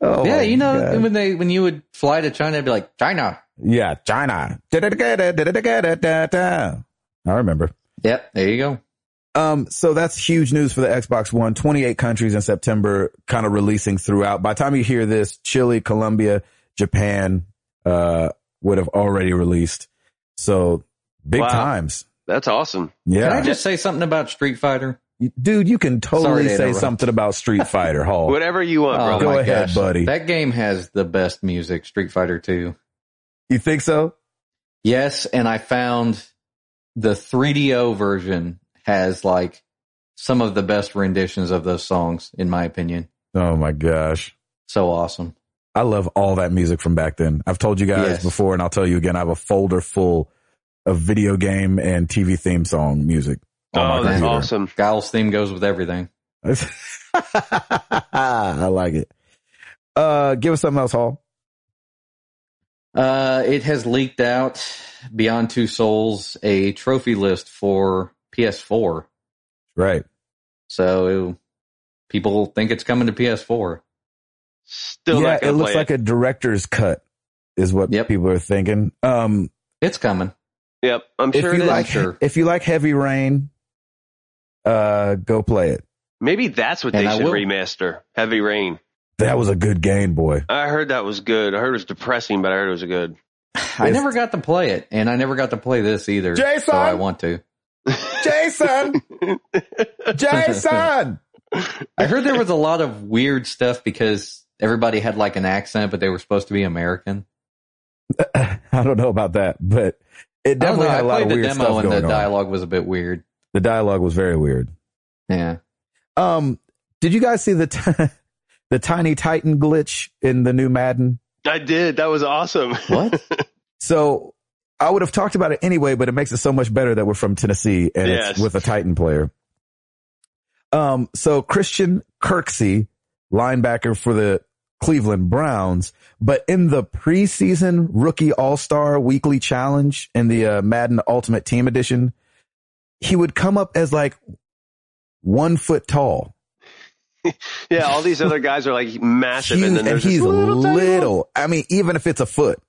Speaker 1: oh,
Speaker 2: yeah, you know,
Speaker 1: God.
Speaker 2: when they when you would fly to China, I'd be like, China.
Speaker 1: yeah, China. Da-da-da-da-da-da-da-da-da. I remember.
Speaker 2: Yep, there you go.
Speaker 1: Um, so that's huge news for the Xbox One. 28 countries in September, kind of releasing throughout. By the time you hear this, Chile, Colombia, Japan, uh, would have already released. So big
Speaker 3: Wow.
Speaker 1: times.
Speaker 3: That's awesome.
Speaker 2: Can I
Speaker 1: Yeah.
Speaker 2: just say something about Street Fighter?
Speaker 1: Dude, you can
Speaker 2: Sorry
Speaker 1: totally
Speaker 2: to
Speaker 1: say
Speaker 2: interrupt.
Speaker 1: something about Street Fighter Hall.
Speaker 3: Whatever you want,
Speaker 2: Oh,
Speaker 3: brother.
Speaker 1: Go
Speaker 2: my
Speaker 1: ahead,
Speaker 2: gosh.
Speaker 1: buddy.
Speaker 2: That game has the best music, Street Fighter 2.
Speaker 1: You think so?
Speaker 2: Yes, and I found the 3DO version has like some of the best renditions of those songs, in my opinion.
Speaker 1: Oh my gosh.
Speaker 2: So awesome.
Speaker 1: I love all that music from back then. I've told you guys
Speaker 2: Yes.
Speaker 1: before and I'll tell you again. I have a folder full of video game and TV theme song music. on my
Speaker 3: Oh, that's
Speaker 1: computer.
Speaker 3: awesome.
Speaker 2: Guile's theme goes with everything.
Speaker 1: I like it. Uh, give us something else, Hall.
Speaker 2: Uh, it has leaked out Beyond Two Souls a trophy list for PS4.
Speaker 1: Right.
Speaker 2: So people think it's coming to PS4.
Speaker 3: Still
Speaker 1: yeah,
Speaker 3: not
Speaker 1: it
Speaker 3: gonna
Speaker 1: looks
Speaker 3: play
Speaker 1: like a director's cut is what
Speaker 2: Yep.
Speaker 1: people are thinking. Um,
Speaker 2: It's coming.
Speaker 3: it. Yep, I'm
Speaker 1: if
Speaker 3: sure it
Speaker 1: you
Speaker 3: is.
Speaker 1: like,
Speaker 2: sure.
Speaker 1: if you like Heavy Rain, uh, go play it.
Speaker 3: Maybe that's what
Speaker 2: And
Speaker 3: they
Speaker 2: I
Speaker 3: should
Speaker 2: will.
Speaker 3: remaster. Heavy Rain.
Speaker 1: That was a good game, boy.
Speaker 3: I heard that was good. I heard it was depressing, but I heard it was good.
Speaker 2: I
Speaker 1: It's-
Speaker 2: never got to play it, and I never got to play this either.
Speaker 1: Jason!
Speaker 2: So I want to.
Speaker 1: Jason, Jason.
Speaker 2: I heard there was a lot of weird stuff because everybody had like an accent, but they were supposed to be American.
Speaker 1: I don't know about that, but it
Speaker 2: I don't know.
Speaker 1: definitely
Speaker 2: I
Speaker 1: had a lot
Speaker 2: played
Speaker 1: of
Speaker 2: the
Speaker 1: weird
Speaker 2: demo,
Speaker 1: stuff
Speaker 2: and the
Speaker 1: going on.
Speaker 2: dialogue was a bit weird.
Speaker 1: the dialogue was very weird.
Speaker 2: Yeah.
Speaker 1: Um, did you guys see the t- the Tiny Titan glitch in the new Madden?
Speaker 3: I did. That was awesome.
Speaker 2: What?
Speaker 1: So I would have talked about it anyway, but it makes it so much better that we're from Tennessee and it's
Speaker 3: Yes.
Speaker 1: with a Titan player. Um, so Christian Kirksey, linebacker for the Cleveland Browns, but in the preseason rookie all star weekly challenge in the uh, Madden Ultimate Team Edition, he would come up as like one foot tall.
Speaker 3: Yeah, all these other guys are like massive,
Speaker 1: huge,
Speaker 3: and
Speaker 1: and,
Speaker 3: then there's
Speaker 1: he's
Speaker 3: this
Speaker 1: little.
Speaker 3: tiny one.
Speaker 1: I mean, even if it's a foot,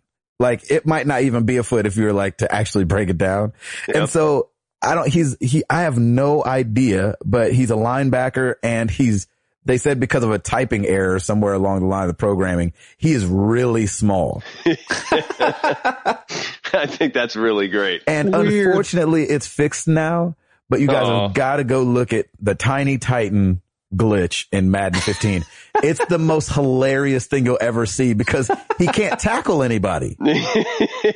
Speaker 1: like it might not even be a foot if you were like to actually break it down. And
Speaker 3: Yep.
Speaker 1: so I don't, he's, he, I have no idea, but he's a linebacker and he's, they said because of a typing error somewhere along the line of the programming, he is really small.
Speaker 3: I think that's really great.
Speaker 1: And
Speaker 2: Weird.
Speaker 1: unfortunately it's fixed now, but you guys
Speaker 3: Aw.
Speaker 1: have got to go look at the tiny Titan glitch in Madden 15. it's the most hilarious thing you'll ever see because he can't tackle anybody.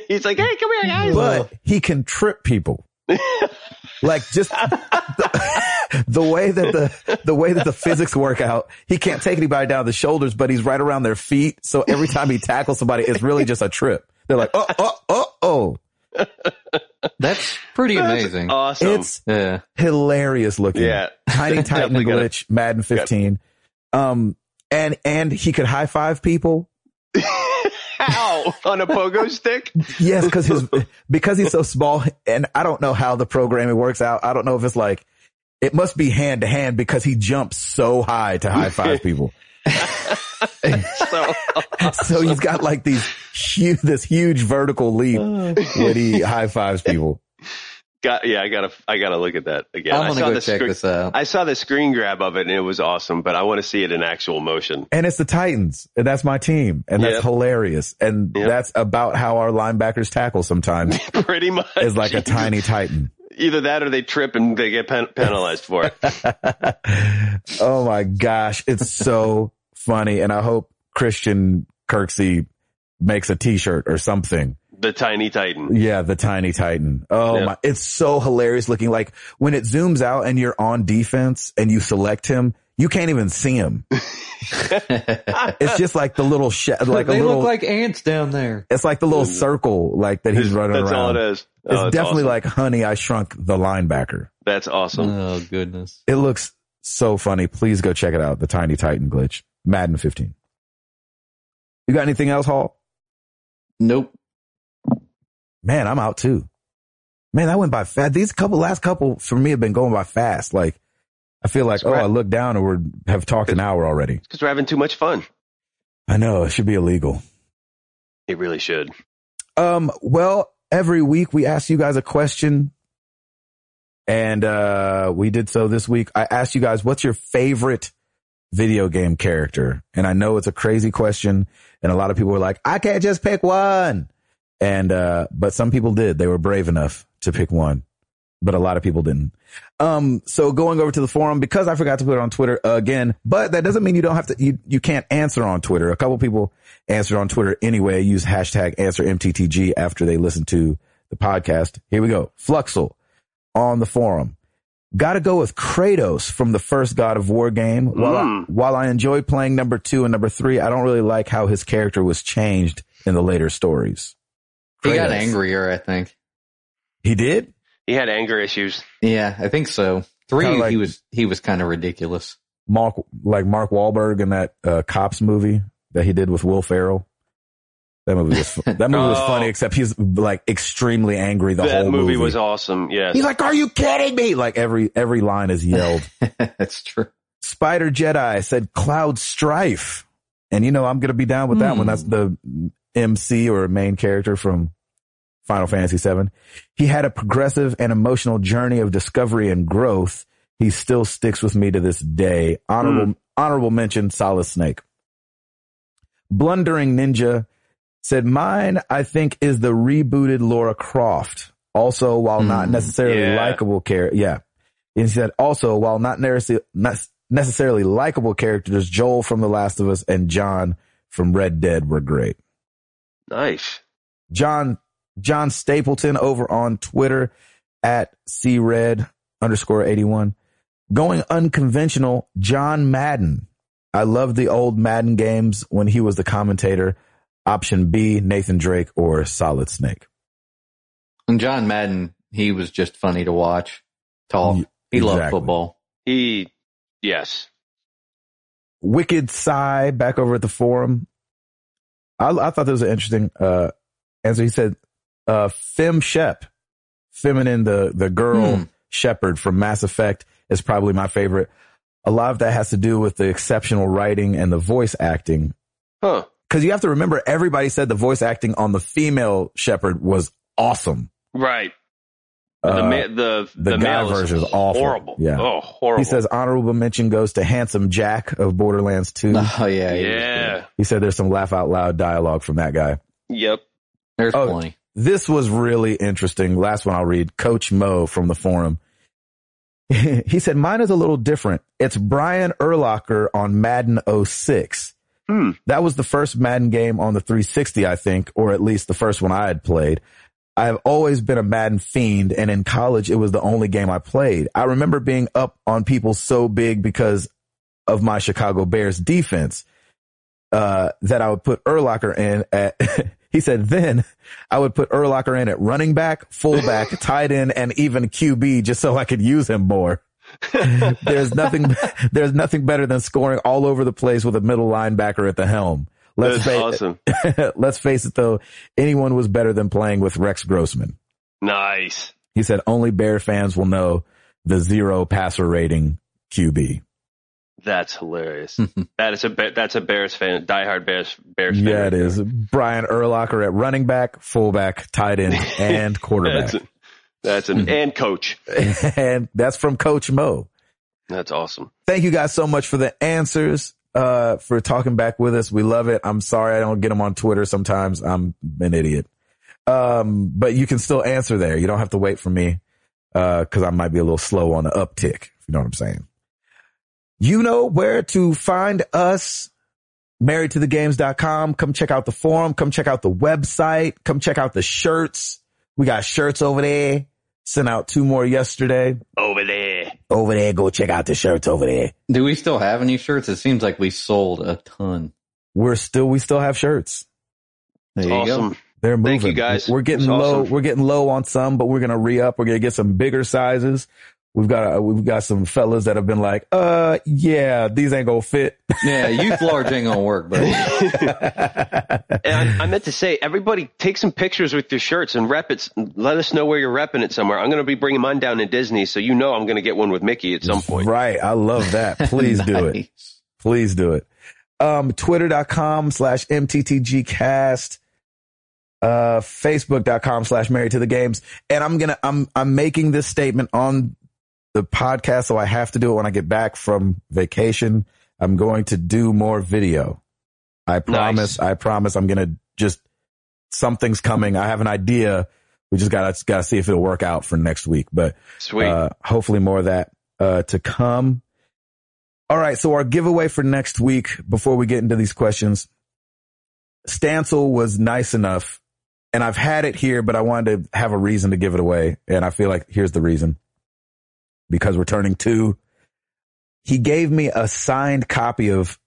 Speaker 3: he's like, hey, come here, guys.
Speaker 1: but he can trip people. like just the, the way that the the way that the physics work out, he can't take anybody down the shoulders, but he's right around their feet. So every time he tackles somebody, it's really just a trip. They're like, oh, oh, oh, oh.
Speaker 2: That's pretty
Speaker 3: That's
Speaker 2: amazing.
Speaker 3: Awesome.
Speaker 1: It's
Speaker 2: yeah.
Speaker 1: hilarious looking.
Speaker 3: yeah.
Speaker 1: Tiny Titan
Speaker 3: Definitely gotta-
Speaker 1: glitch, Madden 15. Um, and, and he could high five people.
Speaker 3: Ow! On a pogo stick?
Speaker 1: Yes, because his because he's so small, and I don't know how the programming works out. I don't know if it's like it must be hand to hand because he jumps so high to high five people.
Speaker 3: So
Speaker 1: so he's got like these huge, this huge vertical leap when he high fives people.
Speaker 3: got yeah, I gotta I gotta look at that again. I
Speaker 2: I'm
Speaker 3: saw
Speaker 2: gonna go
Speaker 3: the
Speaker 2: check
Speaker 3: screen-
Speaker 2: this out.
Speaker 3: I saw the screen grab of it and it was awesome, but I want to see it in actual motion.
Speaker 1: And it's the Titans, and that's my team, and that's
Speaker 3: Yep.
Speaker 1: hilarious. And
Speaker 3: Yep.
Speaker 1: that's about how our linebackers tackle sometimes
Speaker 3: Pretty much.
Speaker 1: is like a tiny Titan.
Speaker 3: Either that or they trip and they get pen- penalized for it.
Speaker 1: oh my gosh. It's so funny. And I hope Christian Kirksey makes a t-shirt or something.
Speaker 3: The tiny titan.
Speaker 1: Yeah. The tiny Titan. Oh
Speaker 3: Yeah.
Speaker 1: my. It's so hilarious looking. Like when it zooms out and you're on defense and you select him, You can't even see them. It's just like the little, sh- like a
Speaker 2: they
Speaker 1: little,
Speaker 2: look like ants down there.
Speaker 1: it's like the little circle, like that he's running
Speaker 3: Mm. That's all
Speaker 1: around.
Speaker 3: it is. Oh,
Speaker 1: It's
Speaker 3: that's
Speaker 1: definitely
Speaker 3: awesome.
Speaker 1: like, Mm. honey, I shrunk the linebacker.
Speaker 3: that's awesome.
Speaker 2: Oh goodness.
Speaker 1: It looks so funny. Please go check it out. The Tiny Titan glitch. Madden 15. You got anything else, Hall?
Speaker 2: Nope.
Speaker 1: Man, I'm out too. Man, that went by fast. These couple last couple for me have been going by fast. Like I feel like, oh,
Speaker 3: That's right.
Speaker 1: I look down and we're have talked an hour already.
Speaker 3: Because we're having too much fun.
Speaker 1: I know it should be illegal.
Speaker 3: It really should.
Speaker 1: Um, well, every week we ask you guys a question. And uh we did so this week. I asked you guys what's your favorite video game character? And I know it's a crazy question, and a lot of people were like, I can't just pick one. And uh but some people did. They were brave enough to pick one. But a lot of people didn't. Um, so going over to the forum because I forgot to put it on Twitter again, but that doesn't mean you don't have to, you, you can't answer on Twitter. A couple people answered on Twitter anyway. Use hashtag answer MTTG after they listen to the podcast. Here we go. Fluxel on the forum. Gotta go with Kratos from the first God of War game. While, I,
Speaker 3: Mm.
Speaker 1: while I enjoyed playing number two and number three, I don't really like how his character was changed in the later stories.
Speaker 2: He got
Speaker 1: Kratos.
Speaker 2: angrier, I think.
Speaker 1: He did?
Speaker 3: He had anger issues.
Speaker 2: Yeah, I think so. Three,
Speaker 1: Kinda like-
Speaker 2: he was he was kind of ridiculous.
Speaker 1: Mark, like Mark Wahlberg in that uh, cops movie that he did with Will Ferrell. That movie was fu- that movie was
Speaker 3: Oh.
Speaker 1: funny, except he's like extremely angry the
Speaker 3: that
Speaker 1: whole
Speaker 3: movie,
Speaker 1: movie.
Speaker 3: was awesome. Yes.
Speaker 1: he's like, "Are you kidding me?" Like every every line is yelled.
Speaker 2: That's true.
Speaker 1: Spider Jedi said Cloud Strife, and you know I'm gonna be down with that
Speaker 2: Hmm.
Speaker 1: one. That's the MC or main character from Final Fantasy VII. He had a progressive and emotional journey of discovery and growth. He still sticks with me to this day. Honorable
Speaker 2: Hmm.
Speaker 1: honorable mention, Solid Snake. Blundering Ninja said, "Mine, I think, is the rebooted Laura Croft. Also, while not
Speaker 2: Hmm.
Speaker 1: necessarily
Speaker 3: Yeah.
Speaker 1: likable character, yeah." And he said, "Also, while not necessarily not necessarily likable characters, Joel from The Last of Us and John from Red Dead were great."
Speaker 3: nice.
Speaker 1: John John Stapleton over on Twitter at cred underscore eighty one. Going unconventional, John Madden. I love the old Madden games when he was the commentator. Option B, Nathan Drake or Solid Snake.
Speaker 2: And John Madden, he was just funny to watch. Tall.
Speaker 1: Ye-
Speaker 2: He loved
Speaker 1: exactly.
Speaker 2: football.
Speaker 3: He, yes.
Speaker 1: Wicked Sigh back over at the forum. I, I thought that was an interesting uh, answer. He said, uh, Fem Shep, feminine, the, the girl
Speaker 2: Hmm.
Speaker 1: shepherd from Mass Effect is probably my favorite. A lot of that has to do with the exceptional writing and the voice acting.
Speaker 3: Huh.
Speaker 1: Cause you have to remember everybody said the voice acting on the female shepherd was awesome.
Speaker 3: Right. the,
Speaker 1: Uh,
Speaker 3: ma- the,
Speaker 1: the
Speaker 3: the,
Speaker 1: guy
Speaker 3: male
Speaker 1: version is awful.
Speaker 3: horrible.
Speaker 1: Yeah.
Speaker 3: Oh, horrible.
Speaker 1: he says honorable mention goes to handsome Jack of Borderlands 2.
Speaker 2: Oh yeah. he was good.
Speaker 3: yeah.
Speaker 1: He said there's some laugh out loud dialogue from that guy.
Speaker 3: Yep.
Speaker 2: There's
Speaker 1: Oh.
Speaker 2: plenty.
Speaker 1: This was really interesting. Last one I'll read. Coach Mo from the forum. he said, mine is a little different. It's Brian Erlocker on Madden 06.
Speaker 3: Hmm.
Speaker 1: That was the first Madden game on the 360, I think, or at least the first one I had played. I have always been a Madden fiend and in college it was the only game I played. I remember being up on people so big because of my Chicago Bears defense, uh, that I would put Erlocker in at, he said, then I would put Erlocker in at running back, fullback, tight end, and even QB just so I could use him more. there's nothing, there's nothing better than scoring all over the place with a middle linebacker at the helm. Let's
Speaker 3: That's
Speaker 1: face,
Speaker 3: awesome.
Speaker 1: let's face it though, anyone was better than playing with Rex Grossman.
Speaker 3: Nice.
Speaker 1: He said only Bear fans will know the zero passer rating QB.
Speaker 3: That's hilarious. that is a Ba- that's a Bears fan, diehard Bears Bears fan.
Speaker 1: yeah, it is. Brian Urlacher at running back, fullback, tight end, and quarterback.
Speaker 3: That's a, that's an and coach.
Speaker 1: and that's from Coach Mo.
Speaker 3: That's awesome.
Speaker 1: Thank you guys so much for the answers, uh, for talking back with us. We love it. I'm sorry I don't get them on Twitter sometimes. I'm an idiot. Um, but you can still answer there. You don't have to wait for me, uh, cause I might be a little slow on the uptick, if you know what I'm saying. You know where to find us. MarriedToTheGames.com. Come check out the forum. Come check out the website. Come check out the shirts. We got shirts over there. Sent out two more yesterday.
Speaker 3: Over there.
Speaker 1: Over there, go check out the shirts over there.
Speaker 2: Do we still have any shirts? It seems like we sold a ton.
Speaker 1: We're still, we still have shirts.
Speaker 2: There you go.
Speaker 3: awesome.
Speaker 1: They're moving.
Speaker 3: Thank you, guys.
Speaker 1: We're getting
Speaker 3: That's
Speaker 1: low.
Speaker 3: awesome.
Speaker 1: We're getting low on some, but we're gonna re up. We're gonna get some bigger sizes. We've got a, we've got some fellas that have been like, uh, yeah, these ain't gonna fit.
Speaker 2: Yeah, youth large ain't gonna work, but
Speaker 3: And I, I meant to say, everybody take some pictures with your shirts and rep it. Let us know where you're repping it somewhere. I'm going to be bringing mine down to Disney, so you know I'm going to get one with Mickey at some point.
Speaker 1: right. I love that. Please do it. Please do it. Um, twitter.com slash mttgcast, uh, facebook.com slash married to the games. And I'm going to, I'm, I'm making this statement on the podcast. So I have to do it when I get back from vacation. I'm going to do more video. I promise. I promise. I'm going to just, something's coming. I have an idea. We just gotta, gotta see if it'll work out for next week, but
Speaker 3: Sweet.
Speaker 1: uh, hopefully more of that uh, to come. All right. So our giveaway for next week, before we get into these questions, Stancil was nice enough and I've had it here, but I wanted to have a reason to give it away. And I feel like here's the reason because we're turning two. He gave me a signed copy of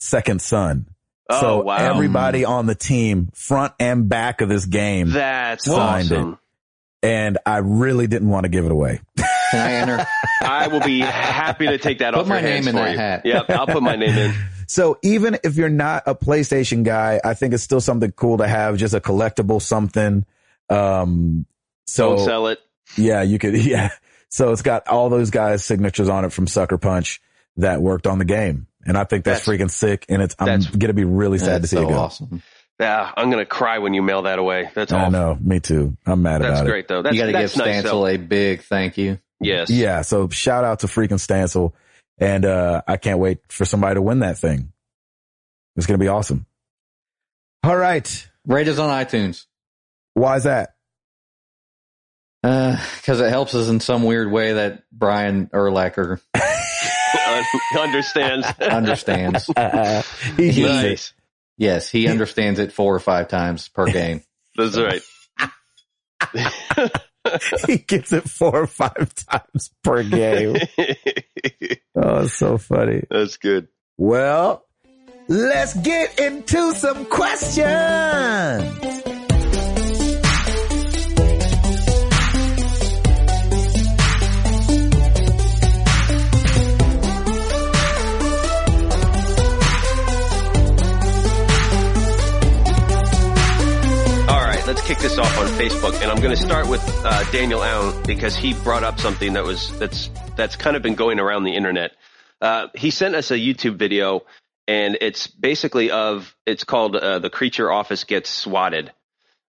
Speaker 1: Second Son.
Speaker 3: oh
Speaker 1: so
Speaker 3: wow,
Speaker 1: everybody on the team, front and back of this game.
Speaker 3: that's
Speaker 1: signed it.
Speaker 3: awesome.
Speaker 1: and I really didn't want to give it away.
Speaker 2: Can I enter?
Speaker 3: I will be happy to take that
Speaker 2: Put
Speaker 3: off.
Speaker 2: my
Speaker 3: your hands
Speaker 2: name in
Speaker 3: for
Speaker 2: that
Speaker 3: you.
Speaker 2: hat.
Speaker 3: Yep, I'll put my name in.
Speaker 1: So even if you're not a PlayStation guy, I think it's still something cool to have, just a collectible something. Um, so
Speaker 3: Don't sell it.
Speaker 1: yeah, you could, yeah. So it's got all those guys' signatures on it from Sucker Punch that worked on the game. And I think that's,
Speaker 3: That's-
Speaker 1: freaking sick. And it's, I'm
Speaker 3: that's-
Speaker 1: going to be really sad to
Speaker 2: That's
Speaker 1: see
Speaker 2: so
Speaker 1: it go.
Speaker 2: awesome.
Speaker 3: Yeah, I'm gonna cry when you mail that away. That's
Speaker 1: I
Speaker 3: awful.
Speaker 1: know. Me too. I'm mad
Speaker 3: That's
Speaker 1: about it.
Speaker 3: great though. That's
Speaker 2: you got to
Speaker 3: that's
Speaker 2: give
Speaker 3: nice. though.
Speaker 2: Stancil a big thank you.
Speaker 3: Yes.
Speaker 1: Yeah. So shout out to freaking Stancil. And, uh, I can't wait for somebody to win that thing. It's going to be awesome. All right.
Speaker 2: Rate us on iTunes
Speaker 1: Why is that?
Speaker 2: because Uh, it helps us in some weird way that Brian Erlacher
Speaker 3: understands.
Speaker 2: understands.
Speaker 1: he
Speaker 2: He-
Speaker 1: gets it.
Speaker 3: nice.
Speaker 2: yes, he understands it four or five times per game.
Speaker 3: That's right.
Speaker 1: he gets it four or five times per game. oh, it's so funny.
Speaker 3: that's good.
Speaker 1: Well, let's get into some questions.
Speaker 3: All right, let's kick this off on Facebook, and I'm going to start with uh, Daniel Allen because he brought up something that was that's that's kind of been going around the internet. Uh, he sent us a YouTube video, and it's basically of it's called uh, "The Creature Office Gets Swatted."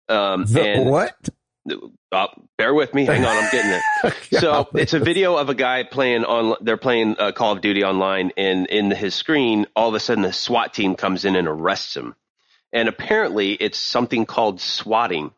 Speaker 3: Um,
Speaker 1: The,
Speaker 3: and
Speaker 1: what?
Speaker 3: uh, bear with me. Hang on, I'm getting it. so it's a video of a guy playing on. They're playing uh, Call of Duty online, and in his screen, all of a sudden, the SWAT team comes in and arrests him. And apparently, it's something called swatting.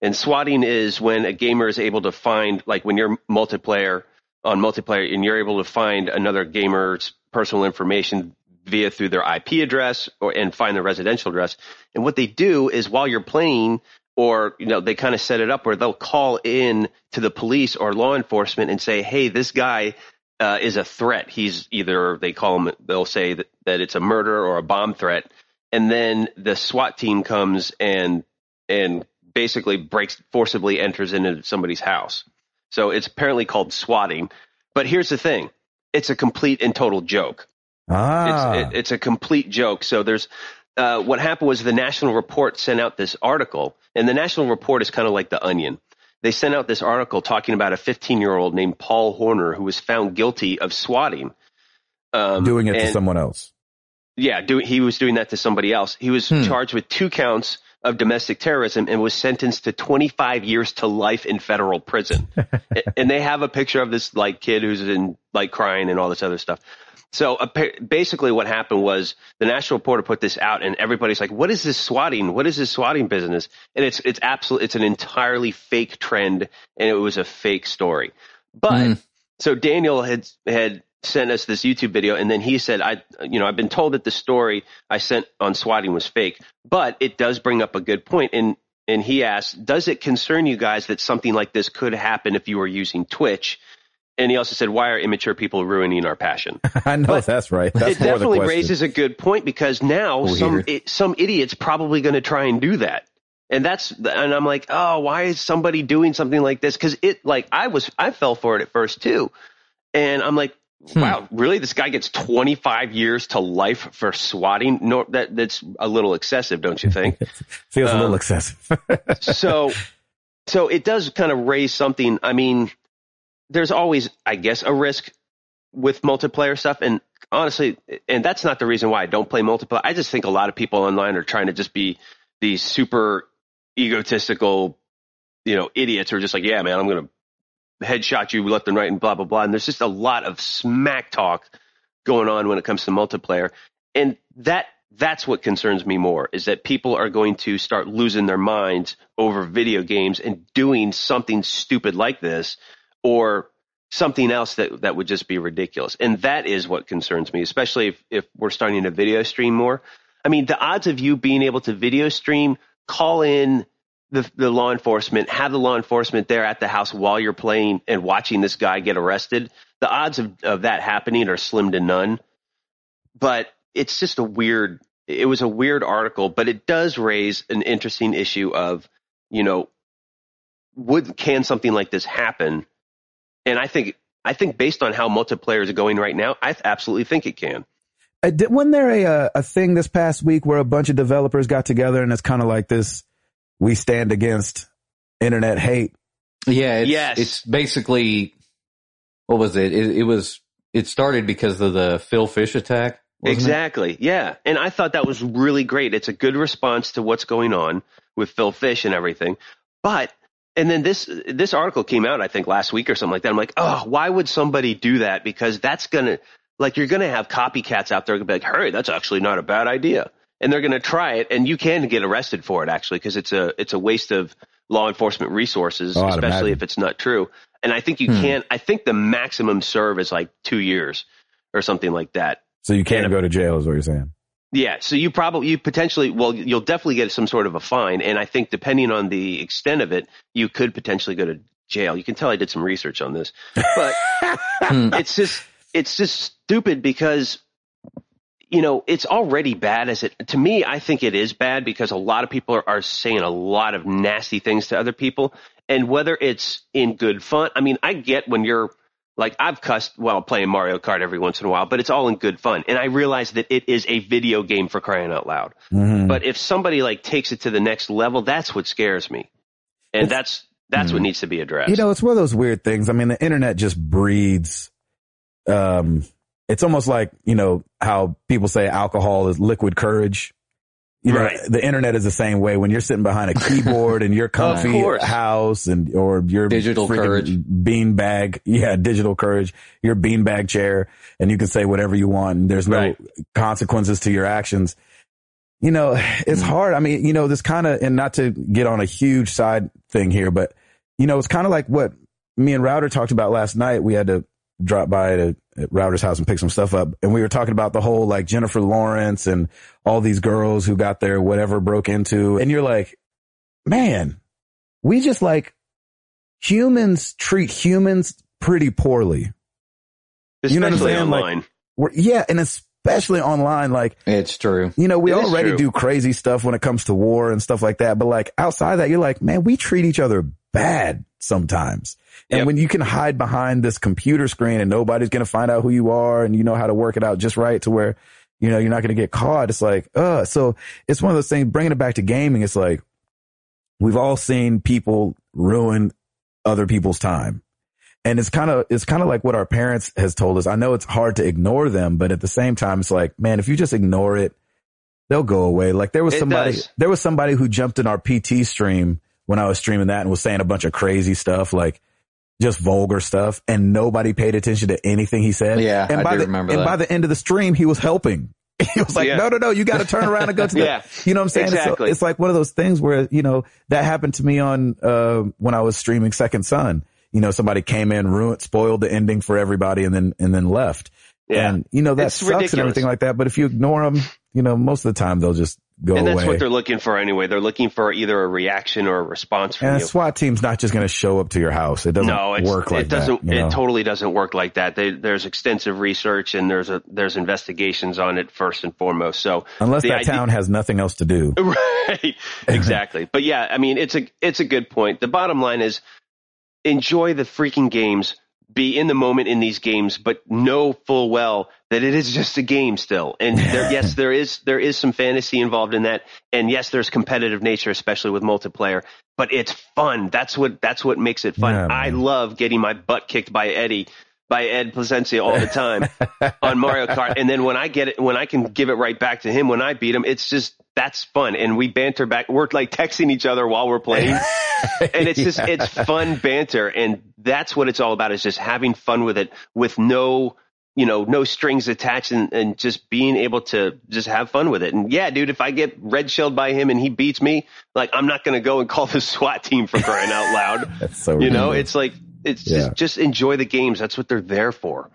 Speaker 3: And swatting is when a gamer is able to find, like, when you're multiplayer on multiplayer, and you're able to find another gamer's personal information via through their IP address or and find their residential address. And what they do is while you're playing, or you know, they kind of set it up where they'll call in to the police or law enforcement and say, "Hey, this guy uh, is a threat. He's either they call him, they'll say that, that it's a murder or a bomb threat." And then the SWAT team comes and and basically breaks forcibly enters into somebody's house. So it's apparently called swatting. But here's the thing: it's a complete and total joke.
Speaker 1: Ah,
Speaker 3: It's, it, it's a complete joke. So there's uh, what happened was the National Report sent out this article, and the National Report is kind of like the Onion. They sent out this article talking about a 15 year old named Paul Horner who was found guilty of swatting. Um,
Speaker 1: doing it to
Speaker 3: and-
Speaker 1: someone else.
Speaker 3: yeah, do, he was doing that to somebody else. He was
Speaker 2: Hmm.
Speaker 3: charged with two counts of domestic terrorism and was sentenced to 25 years to life in federal prison. A- and they have a picture of this like kid who's in like crying and all this other stuff. So appa- basically, what happened was the National Reporter put this out, and everybody's like, "What is this swatting? What is this swatting business?" And it's it's absolutely it's an entirely fake trend, and it was a fake story. But
Speaker 2: Hmm.
Speaker 3: so Daniel had had sent us this YouTube video, and then he said, "I, you know, I've been told that the story I sent on swatting was fake, but it does bring up a good point." And and he asked, "Does it concern you guys that something like this could happen if you were using Twitch?" and he also said, "Why are immature people ruining our passion?"
Speaker 1: I know
Speaker 3: But
Speaker 1: that's right. That's
Speaker 3: it
Speaker 1: more the
Speaker 3: definitely
Speaker 1: question.
Speaker 3: raises a good point because now some
Speaker 2: Weird.
Speaker 3: it, some idiot's probably going to try and do that, and that's and I'm like, oh, why is somebody doing something like this? Because it like I was I fell for it at first too, and I'm like,
Speaker 2: Hmm.
Speaker 3: wow, really? This guy gets 25 years to life for swatting? No, that that's a little excessive, don't you think?
Speaker 1: Feels a little
Speaker 3: Um,
Speaker 1: excessive.
Speaker 3: so so it does kind of raise something i mean there's always i guess a risk with multiplayer stuff and honestly and that's not the reason why i don't play multiplayer i just think a lot of people online are trying to just be these super egotistical you know idiots who are just like yeah man i'm gonna headshot you left and right and blah blah blah and there's just a lot of smack talk going on when it comes to multiplayer and that that's what concerns me more is that people are going to start losing their minds over video games and doing something stupid like this or something else that that would just be ridiculous and that is what concerns me especially if, if we're starting to video stream more i mean the odds of you being able to video stream call in the, the law enforcement have the law enforcement there at the house while you're playing and watching this guy get arrested the odds of, of that happening are slim to none but it's just a weird it was a weird article but it does raise an interesting issue of you know would can something like this happen and i think i think based on how multiplayer is going right now i absolutely think it can
Speaker 1: Uh, did, wasn't there a, uh, a thing this past week where a bunch of developers got together and it's kind of like this, we stand against internet hate.
Speaker 2: Yeah, it's,
Speaker 3: Yes.
Speaker 2: it's basically what was it? it? It was it started because of the Phil Fish attack. wasn't it?
Speaker 3: exactly yeah and i thought that was really great it's a good response to what's going on with phil fish and everything but and then this this article came out i think last week or something like that i'm like oh why would somebody do that because that's gonna like you're gonna have copycats out there gonna be like hey that's actually not a bad idea and they're gonna try it and you can get arrested for it actually because it's a it's a waste of law enforcement resources
Speaker 1: Oh, I'd
Speaker 3: especially
Speaker 1: imagine.
Speaker 3: if it's not true and i think you
Speaker 2: Hmm.
Speaker 3: can't i think the maximum serve is like two years or something like that
Speaker 1: So you can't
Speaker 3: And-
Speaker 1: go to jail is what you're saying.
Speaker 3: yeah, so you probably you potentially well you'll definitely get some sort of a fine, and I think depending on the extent of it, you could potentially go to jail. You can tell I did some research on this, but
Speaker 2: Hmm.
Speaker 3: it's just it's just stupid because you know it's already bad as it to me i think it is bad because a lot of people are, are saying a lot of nasty things to other people and whether it's in good fun i mean i get when you're like i've cussed while playing mario kart every once in a while but it's all in good fun and i realize that it is a video game for crying out loud
Speaker 1: Mhm.
Speaker 3: but if somebody like takes it to the next level that's what scares me and
Speaker 1: It's-
Speaker 3: that's that's what
Speaker 2: Hmm.
Speaker 3: needs to be addressed
Speaker 1: you know, it's one of those weird things. I mean, the internet just breeds, um, it's almost like, you know, how people say alcohol is liquid courage. You know,
Speaker 3: Right.
Speaker 1: the internet is the same way when you're sitting behind a keyboard and you're comfy
Speaker 3: course.
Speaker 1: house and, or your
Speaker 2: Digital
Speaker 1: freaking
Speaker 2: courage.
Speaker 1: beanbag. Yeah. Digital courage, your beanbag chair and you can say whatever you want and there's no
Speaker 3: Right.
Speaker 1: consequences to your actions. You know, it's
Speaker 2: Mm.
Speaker 1: hard. I mean, you know, this kind of, and not to get on a huge side thing here, but you know, it's kind of like what me and Router talked about last night. We had to drop by to at Router's house and pick some stuff up. And we were talking about the whole like Jennifer Lawrence and all these girls who got their whatever broke into. And you're like, man, we just like humans treat humans pretty poorly.
Speaker 3: especially
Speaker 1: you know what I'm saying? Like,
Speaker 3: online
Speaker 1: We're, yeah. And especially online, like,
Speaker 2: It's true.
Speaker 1: you know, we
Speaker 3: It is
Speaker 1: already
Speaker 3: true.
Speaker 1: do crazy stuff when it comes to war and stuff like that. But like outside that, you're like, man, we treat each other bad sometimes. And
Speaker 3: Yep.
Speaker 1: when you can hide behind this computer screen and nobody's going to find out who you are and you know how to work it out just right to where, you know, you're not going to get caught. It's like, uh, so it's one of those things, bringing it back to gaming. It's like, we've all seen people ruin other people's time. And it's kind of, it's kind of like what our parents has told us. I know it's hard to ignore them, but at the same time, it's like, man, if you just ignore it, they'll go away. Like there was
Speaker 3: It
Speaker 1: somebody,
Speaker 3: does.
Speaker 1: there was somebody who jumped in our PT stream when I was streaming that and was saying a bunch of crazy stuff, like just vulgar stuff and nobody paid attention to anything he said.
Speaker 2: Yeah,
Speaker 1: And
Speaker 2: I
Speaker 1: by
Speaker 2: do
Speaker 1: the,
Speaker 2: remember
Speaker 1: and
Speaker 2: that.
Speaker 1: by the end of the stream, he was helping. He was like,
Speaker 3: Yeah.
Speaker 1: no, no, no, you got to turn around and go to the,
Speaker 3: Yeah.
Speaker 1: you know what I'm saying? So
Speaker 3: Exactly.
Speaker 1: it's like one of those things where, you know, that happened to me on, uh, when I was streaming Second Son, you know, somebody came in, ruined, spoiled the ending for everybody and then, and then left.
Speaker 3: Yeah.
Speaker 1: And, you know, that
Speaker 3: It's
Speaker 1: sucks and
Speaker 3: ridiculous.
Speaker 1: everything like that. But if you ignore them, you know, most of the time they'll just go
Speaker 3: and that's
Speaker 1: away.
Speaker 3: what they're looking for anyway. They're looking for either a reaction or a response from
Speaker 1: and a
Speaker 3: you.
Speaker 1: SWAT team's not just going to show up to your house. It doesn't
Speaker 3: No, it's,
Speaker 1: work like
Speaker 3: it doesn't.
Speaker 1: that. you know?
Speaker 3: It totally doesn't work like that. They, there's extensive research and there's a there's investigations on it first and foremost. So
Speaker 1: Unless
Speaker 3: the
Speaker 1: that
Speaker 3: idea-
Speaker 1: town has nothing else to do.
Speaker 3: right exactly but yeah i mean it's a it's a good point the bottom line is enjoy the freaking games be in the moment in these games but know full well that it is just a game still and there, yes there is there is some fantasy involved in that and yes there's competitive nature especially with multiplayer but it's fun that's what that's what makes it fun
Speaker 1: Yeah, man.
Speaker 3: i love getting my butt kicked by eddie by Ed Placencia all the time on Mario Kart. And then when I get it, when I can give it right back to him, when I beat him, it's just, that's fun. And we banter back. We're like texting each other while we're playing. and it's just, it's fun banter. And that's what it's all about is just having fun with it with no, you know, no strings attached and, and just being able to just have fun with it. And yeah, dude, if I get red shelled by him and he beats me, like I'm not going to go and call the SWAT team for crying out loud.
Speaker 1: That's so
Speaker 3: You know,
Speaker 1: ridiculous.
Speaker 3: it's like it's
Speaker 1: Yeah.
Speaker 3: just just enjoy the games. That's what they're there for.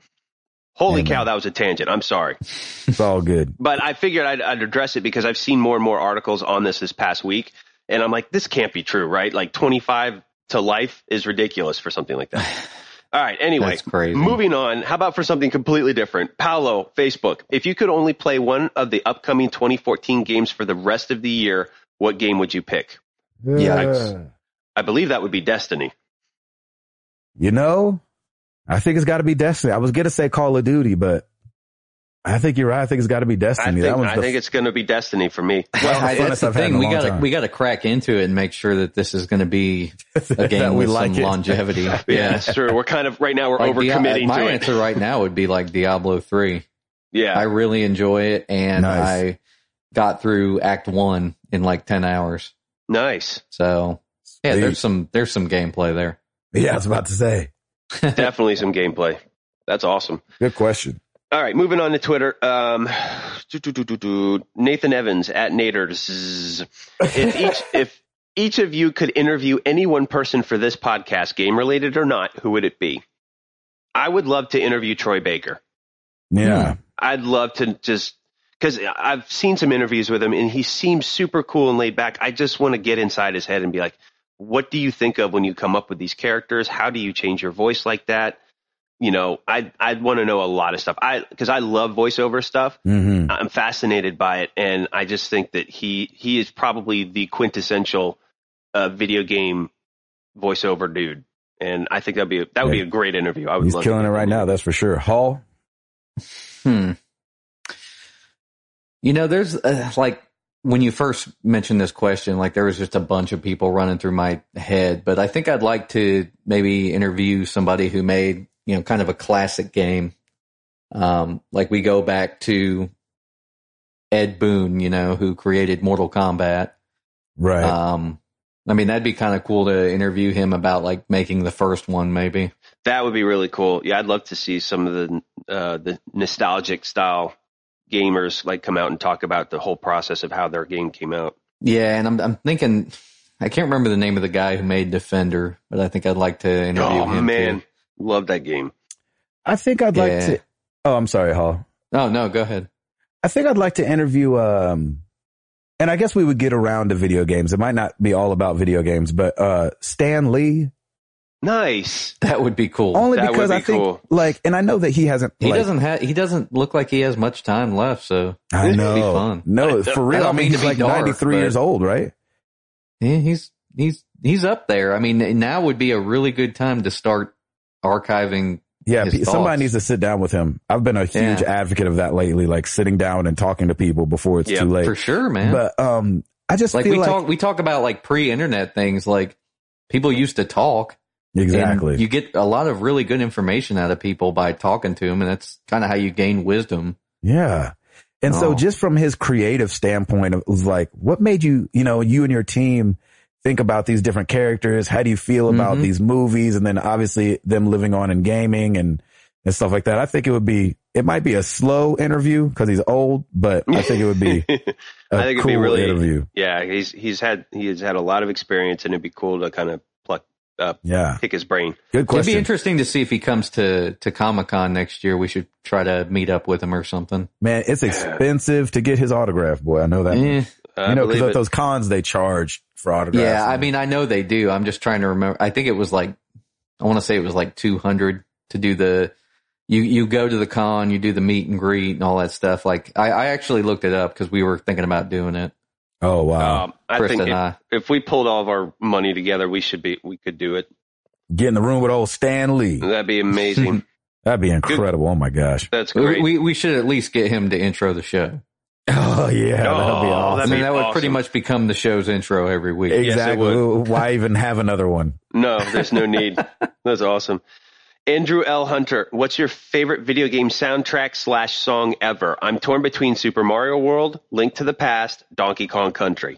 Speaker 3: Holy
Speaker 1: Amen.
Speaker 3: cow, that was a tangent. I'm sorry,
Speaker 1: it's all good.
Speaker 3: but I figured I'd, I'd address it because I've seen more and more articles on this this past week, and I'm like, this can't be true, right? Like 25 to life is ridiculous for something like that. All right. Anyway,
Speaker 2: That's crazy.
Speaker 3: Moving on, how about for something completely different? Paolo, Facebook. If you could only play one of the upcoming 2014 games for the rest of the year, what game would you pick?
Speaker 2: Yeah.
Speaker 1: Uh,
Speaker 3: I believe that would be Destiny.
Speaker 1: You know, I think it's got to be Destiny. I was going to say Call of Duty, but I think you're right. I think it's got to be
Speaker 3: I
Speaker 1: Destiny.
Speaker 3: think,
Speaker 1: that one's
Speaker 3: I
Speaker 1: the
Speaker 3: think it's going to be Destiny for me.
Speaker 1: Well,
Speaker 2: I-
Speaker 1: funnest
Speaker 2: that's the
Speaker 1: I've had in
Speaker 2: thing.
Speaker 1: a
Speaker 2: We
Speaker 1: long
Speaker 2: gotta
Speaker 1: time.
Speaker 2: we gotta crack into it and make sure that this is gonna be a
Speaker 1: That
Speaker 2: game
Speaker 1: we
Speaker 2: with
Speaker 1: like
Speaker 2: some
Speaker 1: it.
Speaker 2: longevity. Yeah,
Speaker 3: Yeah, that's true. We're kind of right now we're
Speaker 2: Like Dia-
Speaker 3: overcommitting
Speaker 2: my
Speaker 3: to it.
Speaker 2: answer right now would be like Diablo three. I
Speaker 3: Yeah,
Speaker 2: really enjoy it, and
Speaker 1: Nice.
Speaker 2: I got through Act One in like ten hours.
Speaker 3: nice.
Speaker 2: So yeah,
Speaker 1: Sweet.
Speaker 2: there's some there's some gameplay there.
Speaker 1: yeah, I was about to say.
Speaker 3: Definitely some gameplay. That's awesome.
Speaker 1: Good question.
Speaker 3: All right, moving on to Twitter. Um, doo, doo, doo, doo, doo. Nathan Evans at Naders. If each if each of you could interview any one person for this podcast, game related or not, who would it be? I would love to interview Troy Baker. Hmm.
Speaker 1: Yeah.
Speaker 3: I'd love to just because I've seen some interviews with him and he seems super cool and laid back. I just want to get inside his head and be like, what do you think of when you come up with these characters? How do you change your voice like that? You know, I I'd want to know a lot of stuff. I because I love voiceover stuff.
Speaker 1: hmm
Speaker 3: I'm fascinated by it, and I just think that he he is probably the quintessential uh, video game voiceover dude. And I think that'd be a, that would be a great interview. I would
Speaker 1: He's
Speaker 3: love
Speaker 1: killing
Speaker 3: to-
Speaker 1: it right now. That's for sure. Hall.
Speaker 2: Hmm. You know, there's uh, like when you first mentioned this question, like there was just a bunch of people running through my head, but I think I'd like to maybe interview somebody who made, you know, kind of a classic game. Um, like we go back to Ed Boon, you know, who created Mortal Kombat.
Speaker 1: Right.
Speaker 3: Uh,
Speaker 2: Um, I mean, that'd be kind of cool to interview him about like making the first one, maybe.
Speaker 3: That would be really cool. Yeah, I'd love to see some of the uh, the nostalgic style gamers like come out and talk about the whole process of how their game came out.
Speaker 2: Yeah, and I'm I'm thinking I can't remember the name of the guy who made Defender, but I think I'd like to interview
Speaker 3: oh
Speaker 2: him.
Speaker 3: man,
Speaker 2: Too.
Speaker 3: love that game.
Speaker 1: I think I'd like
Speaker 2: yeah.
Speaker 1: to. Oh, I'm sorry, Hall.
Speaker 2: Oh no, go ahead.
Speaker 1: I think I'd like to interview, um, and I guess we would get around to video games. It might not be all about video games, but, uh, Stan Lee,
Speaker 3: Nice.
Speaker 2: That would be cool.
Speaker 1: only
Speaker 3: that would
Speaker 1: because
Speaker 3: be
Speaker 1: I think,
Speaker 3: cool.
Speaker 1: like, and I know that he hasn't,
Speaker 2: he
Speaker 1: like-
Speaker 2: doesn't have he doesn't look like he has much time left, so
Speaker 1: I
Speaker 2: it'd
Speaker 1: know.
Speaker 2: be fun.
Speaker 1: No, for real. I,
Speaker 2: don't
Speaker 1: mean,
Speaker 2: mean to
Speaker 1: he's
Speaker 2: be
Speaker 1: like
Speaker 2: dark,
Speaker 1: 93
Speaker 2: but-
Speaker 1: years old, right?
Speaker 2: yeah, he's he's he's up there. I mean, now would be a really good time to start archiving.
Speaker 1: Yeah.
Speaker 2: His
Speaker 1: pe-
Speaker 2: thoughts.
Speaker 1: Somebody needs to sit down with him. I've been a huge
Speaker 2: Yeah.
Speaker 1: advocate of that lately, like sitting down and talking to people before it's
Speaker 3: Yeah,
Speaker 1: too late.
Speaker 2: For sure, man.
Speaker 1: But, um, I just
Speaker 2: like
Speaker 1: feel
Speaker 2: we
Speaker 1: like
Speaker 2: talk we talk about like pre-internet things like people used to talk And
Speaker 1: exactly.
Speaker 2: You get a lot of really good information out of people by talking to them, and that's kind of how you gain wisdom.
Speaker 1: Yeah. And
Speaker 2: Oh.
Speaker 1: so just from his creative standpoint of of like, what made you, you know, you and your team think about these different characters? How do you feel about
Speaker 3: Mm-hmm.
Speaker 2: Mhm.
Speaker 1: these movies? And then obviously them living on in gaming and, and stuff like that. I think it would be, it might be a slow interview because he's old, but I think it would be
Speaker 3: I
Speaker 1: a
Speaker 3: think it'd
Speaker 1: cool
Speaker 3: be really
Speaker 1: interview.
Speaker 3: yeah. He's he's had he's had a lot of experience, and it'd be cool to kind of pluck
Speaker 1: Yeah.
Speaker 3: pick his brain.
Speaker 1: Good
Speaker 2: It'd be
Speaker 1: question.
Speaker 2: interesting to see if he comes to to Comic Con next year. We should try to meet up with him or something.
Speaker 1: Man, it's expensive to get his autograph, boy. I know that.
Speaker 2: Eh,
Speaker 3: Mm, I
Speaker 1: you know, because
Speaker 3: Uh, believe
Speaker 1: at
Speaker 3: it.
Speaker 1: those cons they charge for autographs.
Speaker 2: yeah, I
Speaker 1: and-
Speaker 2: mean, I know they do. I'm just trying to remember. I think it was like, I want to say it was like 200 to do the, you, you go to the con, you do the meet and greet and all that stuff. Like, I, I actually looked it up because we were thinking about doing it.
Speaker 1: oh wow,
Speaker 3: um, I
Speaker 2: Chris
Speaker 3: think
Speaker 2: and
Speaker 1: uh,
Speaker 3: if,
Speaker 2: I.
Speaker 3: if we pulled all of our money together, we should be we could do it.
Speaker 1: get in the room with old Stan Lee.
Speaker 3: That'd be amazing.
Speaker 1: That'd be incredible. Oh my gosh.
Speaker 3: That's
Speaker 2: We,
Speaker 3: great.
Speaker 2: we, we should at least get him to intro the show.
Speaker 1: Oh yeah, that'd be
Speaker 3: Oh,
Speaker 1: awesome.
Speaker 2: I
Speaker 3: That'd
Speaker 2: mean,
Speaker 3: be
Speaker 2: that would pretty
Speaker 3: awesome.
Speaker 2: much become the show's intro every week.
Speaker 3: it
Speaker 1: Exactly.
Speaker 3: would.
Speaker 1: Why even have another one?
Speaker 3: no, there's no need. That's awesome. Andrew L. Hunter, what's your favorite video game soundtrack slash song ever? I'm torn between Super Mario World, Link to the Past, Donkey Kong Country.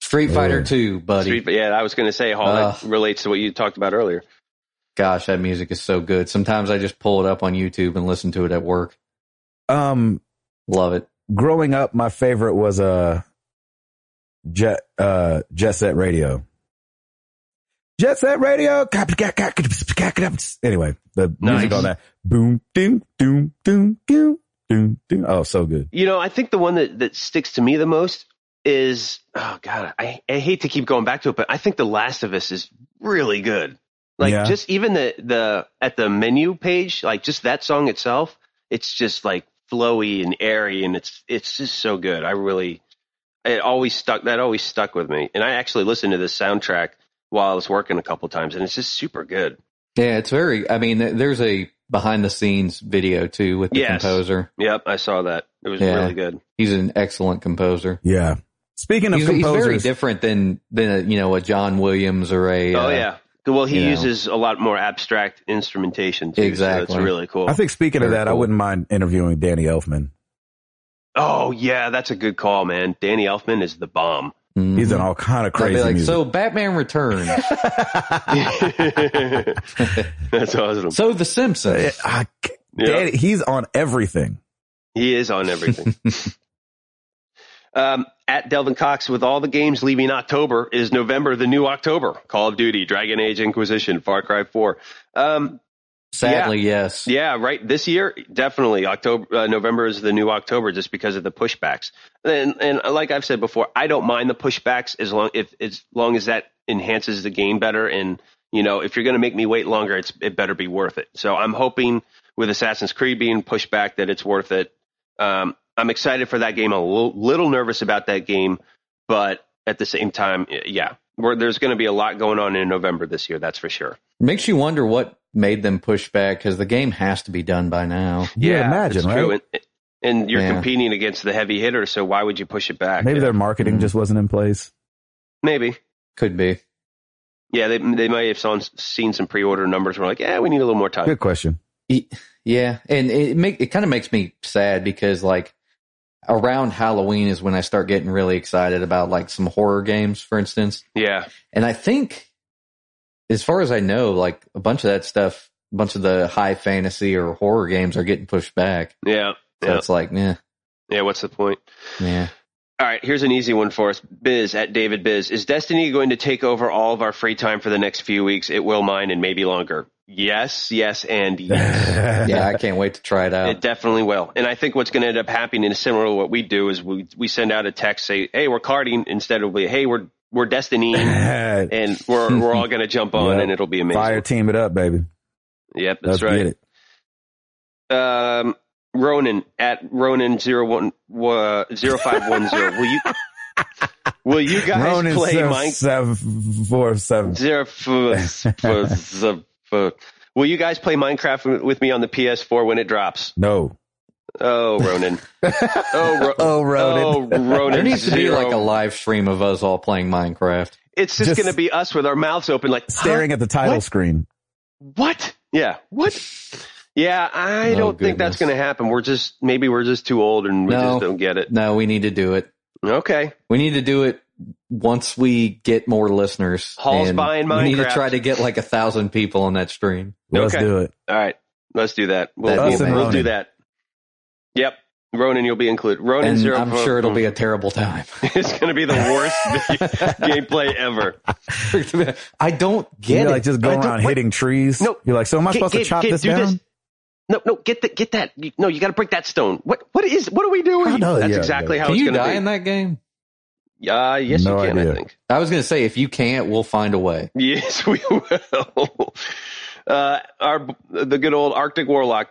Speaker 2: Street Fighter
Speaker 1: Ooh.
Speaker 2: 2, buddy.
Speaker 3: Street, yeah, I was going to say, Hall, that relates to what you talked about earlier.
Speaker 2: Gosh, that music is so good. Sometimes I just pull it up on YouTube and listen to it at work.
Speaker 1: Um,
Speaker 2: Love it.
Speaker 1: growing up, my favorite was uh, jet uh jet set radio. Jet set radio. Anyway, the music
Speaker 3: Nice.
Speaker 1: on that. Boom, doom, doom, doom, doom, doom, doom. Oh, so good.
Speaker 3: You know, I think the one that, that sticks to me the most is, oh God, I, I hate to keep going back to it, but I think The Last of Us is really good. Like
Speaker 1: Yeah.
Speaker 3: just even the, the, at the menu page, like just that song itself, it's just like flowy and airy and it's, it's just so good. I really, it always stuck, that always stuck with me. And I actually listened to this soundtrack while I was working a couple times and it's just super good.
Speaker 2: Yeah, it's very, I mean, th- there's a behind the scenes video too with the
Speaker 3: Yes.
Speaker 2: composer.
Speaker 3: Yep. I saw that. It was
Speaker 2: Yeah.
Speaker 3: really good.
Speaker 2: He's an excellent composer.
Speaker 1: Yeah. Speaking of
Speaker 2: He's, he's very
Speaker 1: composers,
Speaker 2: different than than a, you know a John Williams or a
Speaker 3: Oh
Speaker 2: uh,
Speaker 3: yeah. Well, he
Speaker 2: You know.
Speaker 3: uses a lot more abstract instrumentation too. So
Speaker 2: Exactly.
Speaker 3: it's really cool.
Speaker 1: I think speaking of
Speaker 2: Very
Speaker 1: that, I
Speaker 2: cool.
Speaker 1: wouldn't mind interviewing Danny Elfman.
Speaker 3: oh yeah, that's a good call, man. Danny Elfman is the bomb.
Speaker 2: mhm.
Speaker 1: He's in all kind of
Speaker 2: I'd be
Speaker 1: crazy
Speaker 2: like,
Speaker 1: music.
Speaker 2: so Batman Returns,
Speaker 3: that's awesome.
Speaker 2: so The Simpsons.
Speaker 1: Eh, I c-
Speaker 3: Yeah.
Speaker 1: Danny- he's on everything.
Speaker 3: He is on everything. um, at Delvin Cox, with all the games leaving October, is November the new October? Call of Duty, Dragon Age Inquisition, Far Cry 4. Um,
Speaker 2: Sadly, yes.
Speaker 3: Yeah, right. This year, definitely October, uh, November is the new October, just because of the pushbacks. And and like I've said before, I don't mind the pushbacks as long if as long as that enhances the game better. And you know, if you're going to make me wait longer, it's it better be worth it. So I'm hoping with Assassin's Creed being pushed back that it's worth it. Um, I'm excited for that game. A little, little nervous about that game, but at the same time, yeah, we're, there's going to be a lot going on in November this year. That's for sure.
Speaker 2: Makes you wonder what made them push back because the game has to be done by now.
Speaker 1: Yeah, imagine,
Speaker 3: it's
Speaker 1: right?
Speaker 3: true. And, and you're
Speaker 2: Yeah.
Speaker 3: competing against the heavy hitter, so why would you push it back?
Speaker 1: Maybe
Speaker 3: Yeah. Mm-hmm.
Speaker 1: their marketing
Speaker 2: Mhm.
Speaker 1: just wasn't in place.
Speaker 3: maybe.
Speaker 2: Could be.
Speaker 3: Yeah, they they might have saw, seen some pre-order numbers. and We're like, yeah, we need a little more time.
Speaker 1: Good question.
Speaker 2: Yeah, and it make it kind of makes me sad because like around Halloween is when I start getting really excited about like some horror games, for instance.
Speaker 3: Yeah,
Speaker 2: And I think, as far as I know, like a bunch of that stuff, a bunch of the high fantasy or horror games are getting pushed back.
Speaker 3: yeah,
Speaker 2: So
Speaker 3: Yeah.
Speaker 2: it's like, yeah,
Speaker 3: yeah. What's the point?
Speaker 2: yeah.
Speaker 3: All right, here's an easy one for us. Biz at David Biz is Destiny going to take over all of our free time for the next few weeks? It will mine and maybe longer. Yes, yes, and yes.
Speaker 2: Yeah, I can't wait to try
Speaker 3: It
Speaker 2: it out.
Speaker 3: definitely will. And I think what's going to end up happening is similar to what we do is we, we send out a text say, hey, we're carding instead of, hey, we're, we're Destiny. and we're we're all gonna jump on,
Speaker 1: Yep.
Speaker 3: and it'll be amazing.
Speaker 1: Fire team it up, baby.
Speaker 3: Yep,
Speaker 1: Let's
Speaker 3: that's
Speaker 1: get
Speaker 3: right.
Speaker 1: it.
Speaker 3: Um, Ronan at Ronan zero one uh, zero five one zero. Will you will you guys
Speaker 1: Ronan
Speaker 3: play
Speaker 1: seven,
Speaker 3: Mine
Speaker 1: seven, four, seven.
Speaker 3: zero? f- f- f- f- Will you guys play Minecraft with me on the PS4 when it drops?
Speaker 1: No.
Speaker 3: Oh, Ronan. Oh, Ro-
Speaker 1: Oh, Ronan.
Speaker 3: Oh, Ronan.
Speaker 2: There needs to be
Speaker 3: zero.
Speaker 2: like a live stream of us all playing Minecraft.
Speaker 3: It's just,
Speaker 1: just-
Speaker 3: gonna be us with our mouths open, like huh?
Speaker 1: Staring at the title
Speaker 3: What?
Speaker 1: screen.
Speaker 3: what? Yeah, what? Yeah, I
Speaker 2: Oh,
Speaker 3: don't think that's
Speaker 2: goodness.
Speaker 3: going to happen. We're just maybe we're just too old and we
Speaker 2: No.
Speaker 3: just don't get it.
Speaker 2: No, we need to do it.
Speaker 3: Okay,
Speaker 2: We need to do it once we get more listeners.
Speaker 3: Hall's
Speaker 2: and
Speaker 3: buying
Speaker 2: We need to
Speaker 3: Minecraft.
Speaker 2: try to get like a thousand people on that stream.
Speaker 1: Let's
Speaker 3: Okay.
Speaker 1: do it.
Speaker 3: all right, let's do that. We'll,
Speaker 2: That'd
Speaker 1: be
Speaker 3: we'll,
Speaker 1: amazing.
Speaker 3: we'll do that. Yep, Ronan, you'll be included. Ronan
Speaker 2: And
Speaker 3: zero.
Speaker 2: I'm sure it'll be a terrible time.
Speaker 3: it's going to be the worst video- gameplay ever.
Speaker 2: I don't
Speaker 1: You're
Speaker 2: get
Speaker 1: like
Speaker 2: it.
Speaker 1: just going
Speaker 3: I don't-
Speaker 1: around hitting trees.
Speaker 3: No.
Speaker 1: You're like, so am I supposed to chop this
Speaker 3: do
Speaker 1: down?
Speaker 3: No, no, get the, get that. You- No, you got to break that stone. What what is what are we doing?
Speaker 1: I know,
Speaker 3: That's
Speaker 1: yeah,
Speaker 3: exactly
Speaker 1: yeah.
Speaker 3: how
Speaker 2: Can
Speaker 3: it's
Speaker 2: you
Speaker 3: going to
Speaker 2: die
Speaker 3: be.
Speaker 2: in that game?
Speaker 3: Uh, yes,
Speaker 1: No
Speaker 3: you can,
Speaker 1: idea.
Speaker 3: I think.
Speaker 2: I was going to say, if you can't, we'll find a way.
Speaker 3: Yes, we will. Uh, our the good old Arctic Warlock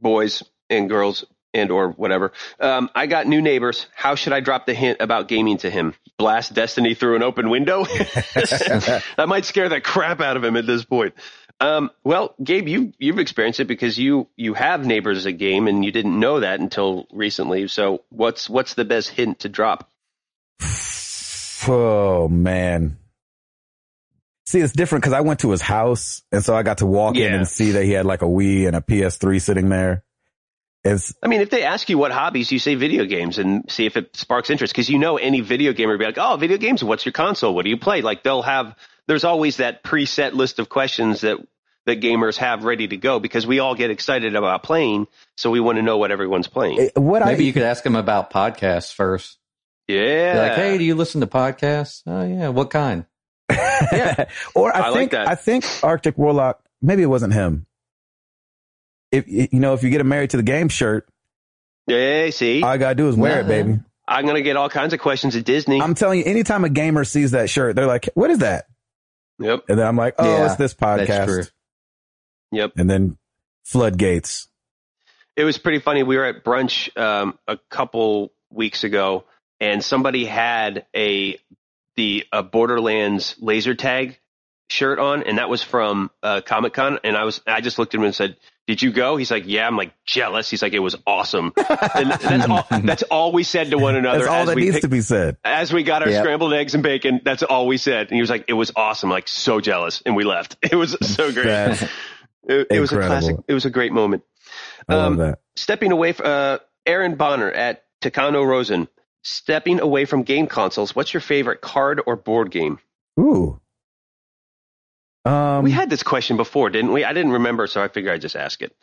Speaker 3: boys and girls and or whatever. Um, I got new neighbors. How should I drop the hint about gaming to him? Blast Destiny through an open window. that might scare the crap out of him at this point. Um, well, Gabe, you you've experienced it because you you have neighbors that game and you didn't know that until recently. So what's what's the best hint to drop?
Speaker 1: Oh man. See, it's different because I went to his house, and so I got to walk in
Speaker 3: Yeah.
Speaker 1: and see that he had like a Wii and a PS3 sitting there. It's
Speaker 3: I mean, if they ask you what hobbies, you say video games and see if it sparks interest. Because you know, any video gamer would be like, "Oh, video games. What's your console? What do you play?" Like they'll have. There's always that preset list of questions that that gamers have ready to go because we all get excited about playing, so we want to know what everyone's playing.
Speaker 1: it- what
Speaker 2: Maybe
Speaker 1: I
Speaker 2: you could ask him about podcasts first.
Speaker 3: yeah.
Speaker 2: Be like, hey, do you listen to podcasts? Oh, yeah. What kind?
Speaker 1: or I,
Speaker 3: I like
Speaker 1: think
Speaker 3: that.
Speaker 1: I think Arctic Warlock. Maybe it wasn't him. If you know, if you get a married to the game shirt,
Speaker 3: yeah. See,
Speaker 1: all
Speaker 3: I,
Speaker 1: I gotta do is wear it,
Speaker 2: Nah.
Speaker 1: baby.
Speaker 3: am gonna get all kinds of questions at Disney.
Speaker 1: I'm telling you, anytime a gamer sees that shirt, they're like, "What is that?"
Speaker 3: yep.
Speaker 1: And then I'm like, "Oh,
Speaker 2: Yeah,
Speaker 1: it's this
Speaker 2: That's true.
Speaker 1: podcast."
Speaker 3: Yep.
Speaker 1: And then floodgates.
Speaker 3: it was pretty funny. We were at brunch um, a couple weeks ago, and somebody had a the a Borderlands laser tag shirt on, and that was from uh, Comic Con. And I was I just looked at him and said, "Did you go?" He's like, "Yeah." I'm like jealous. He's like, "It was awesome." And that's all. That's all we said to one another.
Speaker 1: That's all
Speaker 3: as
Speaker 1: that
Speaker 3: we
Speaker 1: needs
Speaker 3: picked-
Speaker 1: to be said.
Speaker 3: as we got our
Speaker 2: Yep.
Speaker 3: scrambled eggs and bacon, that's all we said. And he was like, "It was awesome." Like so jealous, and we left. It was so great.
Speaker 1: That's,
Speaker 3: it, it was a
Speaker 1: incredible.
Speaker 3: classic. It was a great moment
Speaker 1: I love
Speaker 3: Um,
Speaker 1: that.
Speaker 3: stepping away from uh, Aaron Bonner at Takano Rosen. Stepping away from game consoles, what's your favorite card or board game?
Speaker 1: Ooh. Um,
Speaker 3: we had this question before, didn't we? I didn't remember, so I figured I'd just ask it.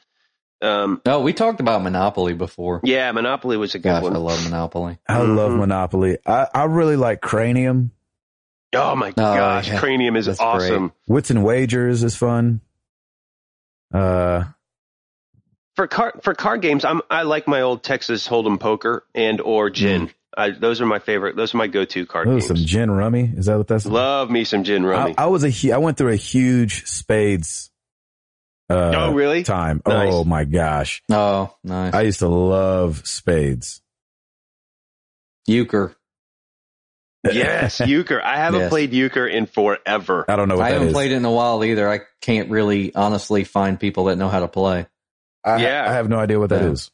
Speaker 3: Um,
Speaker 2: No, we talked about Monopoly before.
Speaker 3: yeah, Monopoly was a good
Speaker 2: Gosh, I
Speaker 3: one.
Speaker 2: love Monopoly.
Speaker 1: I love
Speaker 3: Mhm.
Speaker 1: Monopoly. I, I really like Cranium.
Speaker 3: oh my gosh,
Speaker 2: yeah.
Speaker 3: Cranium is
Speaker 2: That's
Speaker 3: awesome.
Speaker 1: Wits and Wagers is fun. Uh,
Speaker 3: For car for card games, I'm I like my old Texas Hold'em poker and or gin. I, those are my favorite. Those are my go-to card
Speaker 1: ooh,
Speaker 3: games.
Speaker 1: some gin rummy. Is that what that's?
Speaker 3: love me some gin rummy.
Speaker 1: I, I was a hu- I went through a huge spades. Uh,
Speaker 3: oh, really?
Speaker 1: Time.
Speaker 3: Nice.
Speaker 1: Oh my gosh!
Speaker 2: Oh, nice.
Speaker 1: I used to love spades.
Speaker 2: Euchre.
Speaker 3: Yes, euchre. I haven't
Speaker 2: Yes.
Speaker 3: played euchre in forever.
Speaker 1: I don't know what
Speaker 2: I
Speaker 1: that
Speaker 2: haven't
Speaker 1: is.
Speaker 2: played it in a while either. I can't really honestly find people that know how to play.
Speaker 1: I,
Speaker 3: Yeah.
Speaker 1: I have no idea what that
Speaker 2: Yeah.
Speaker 1: is.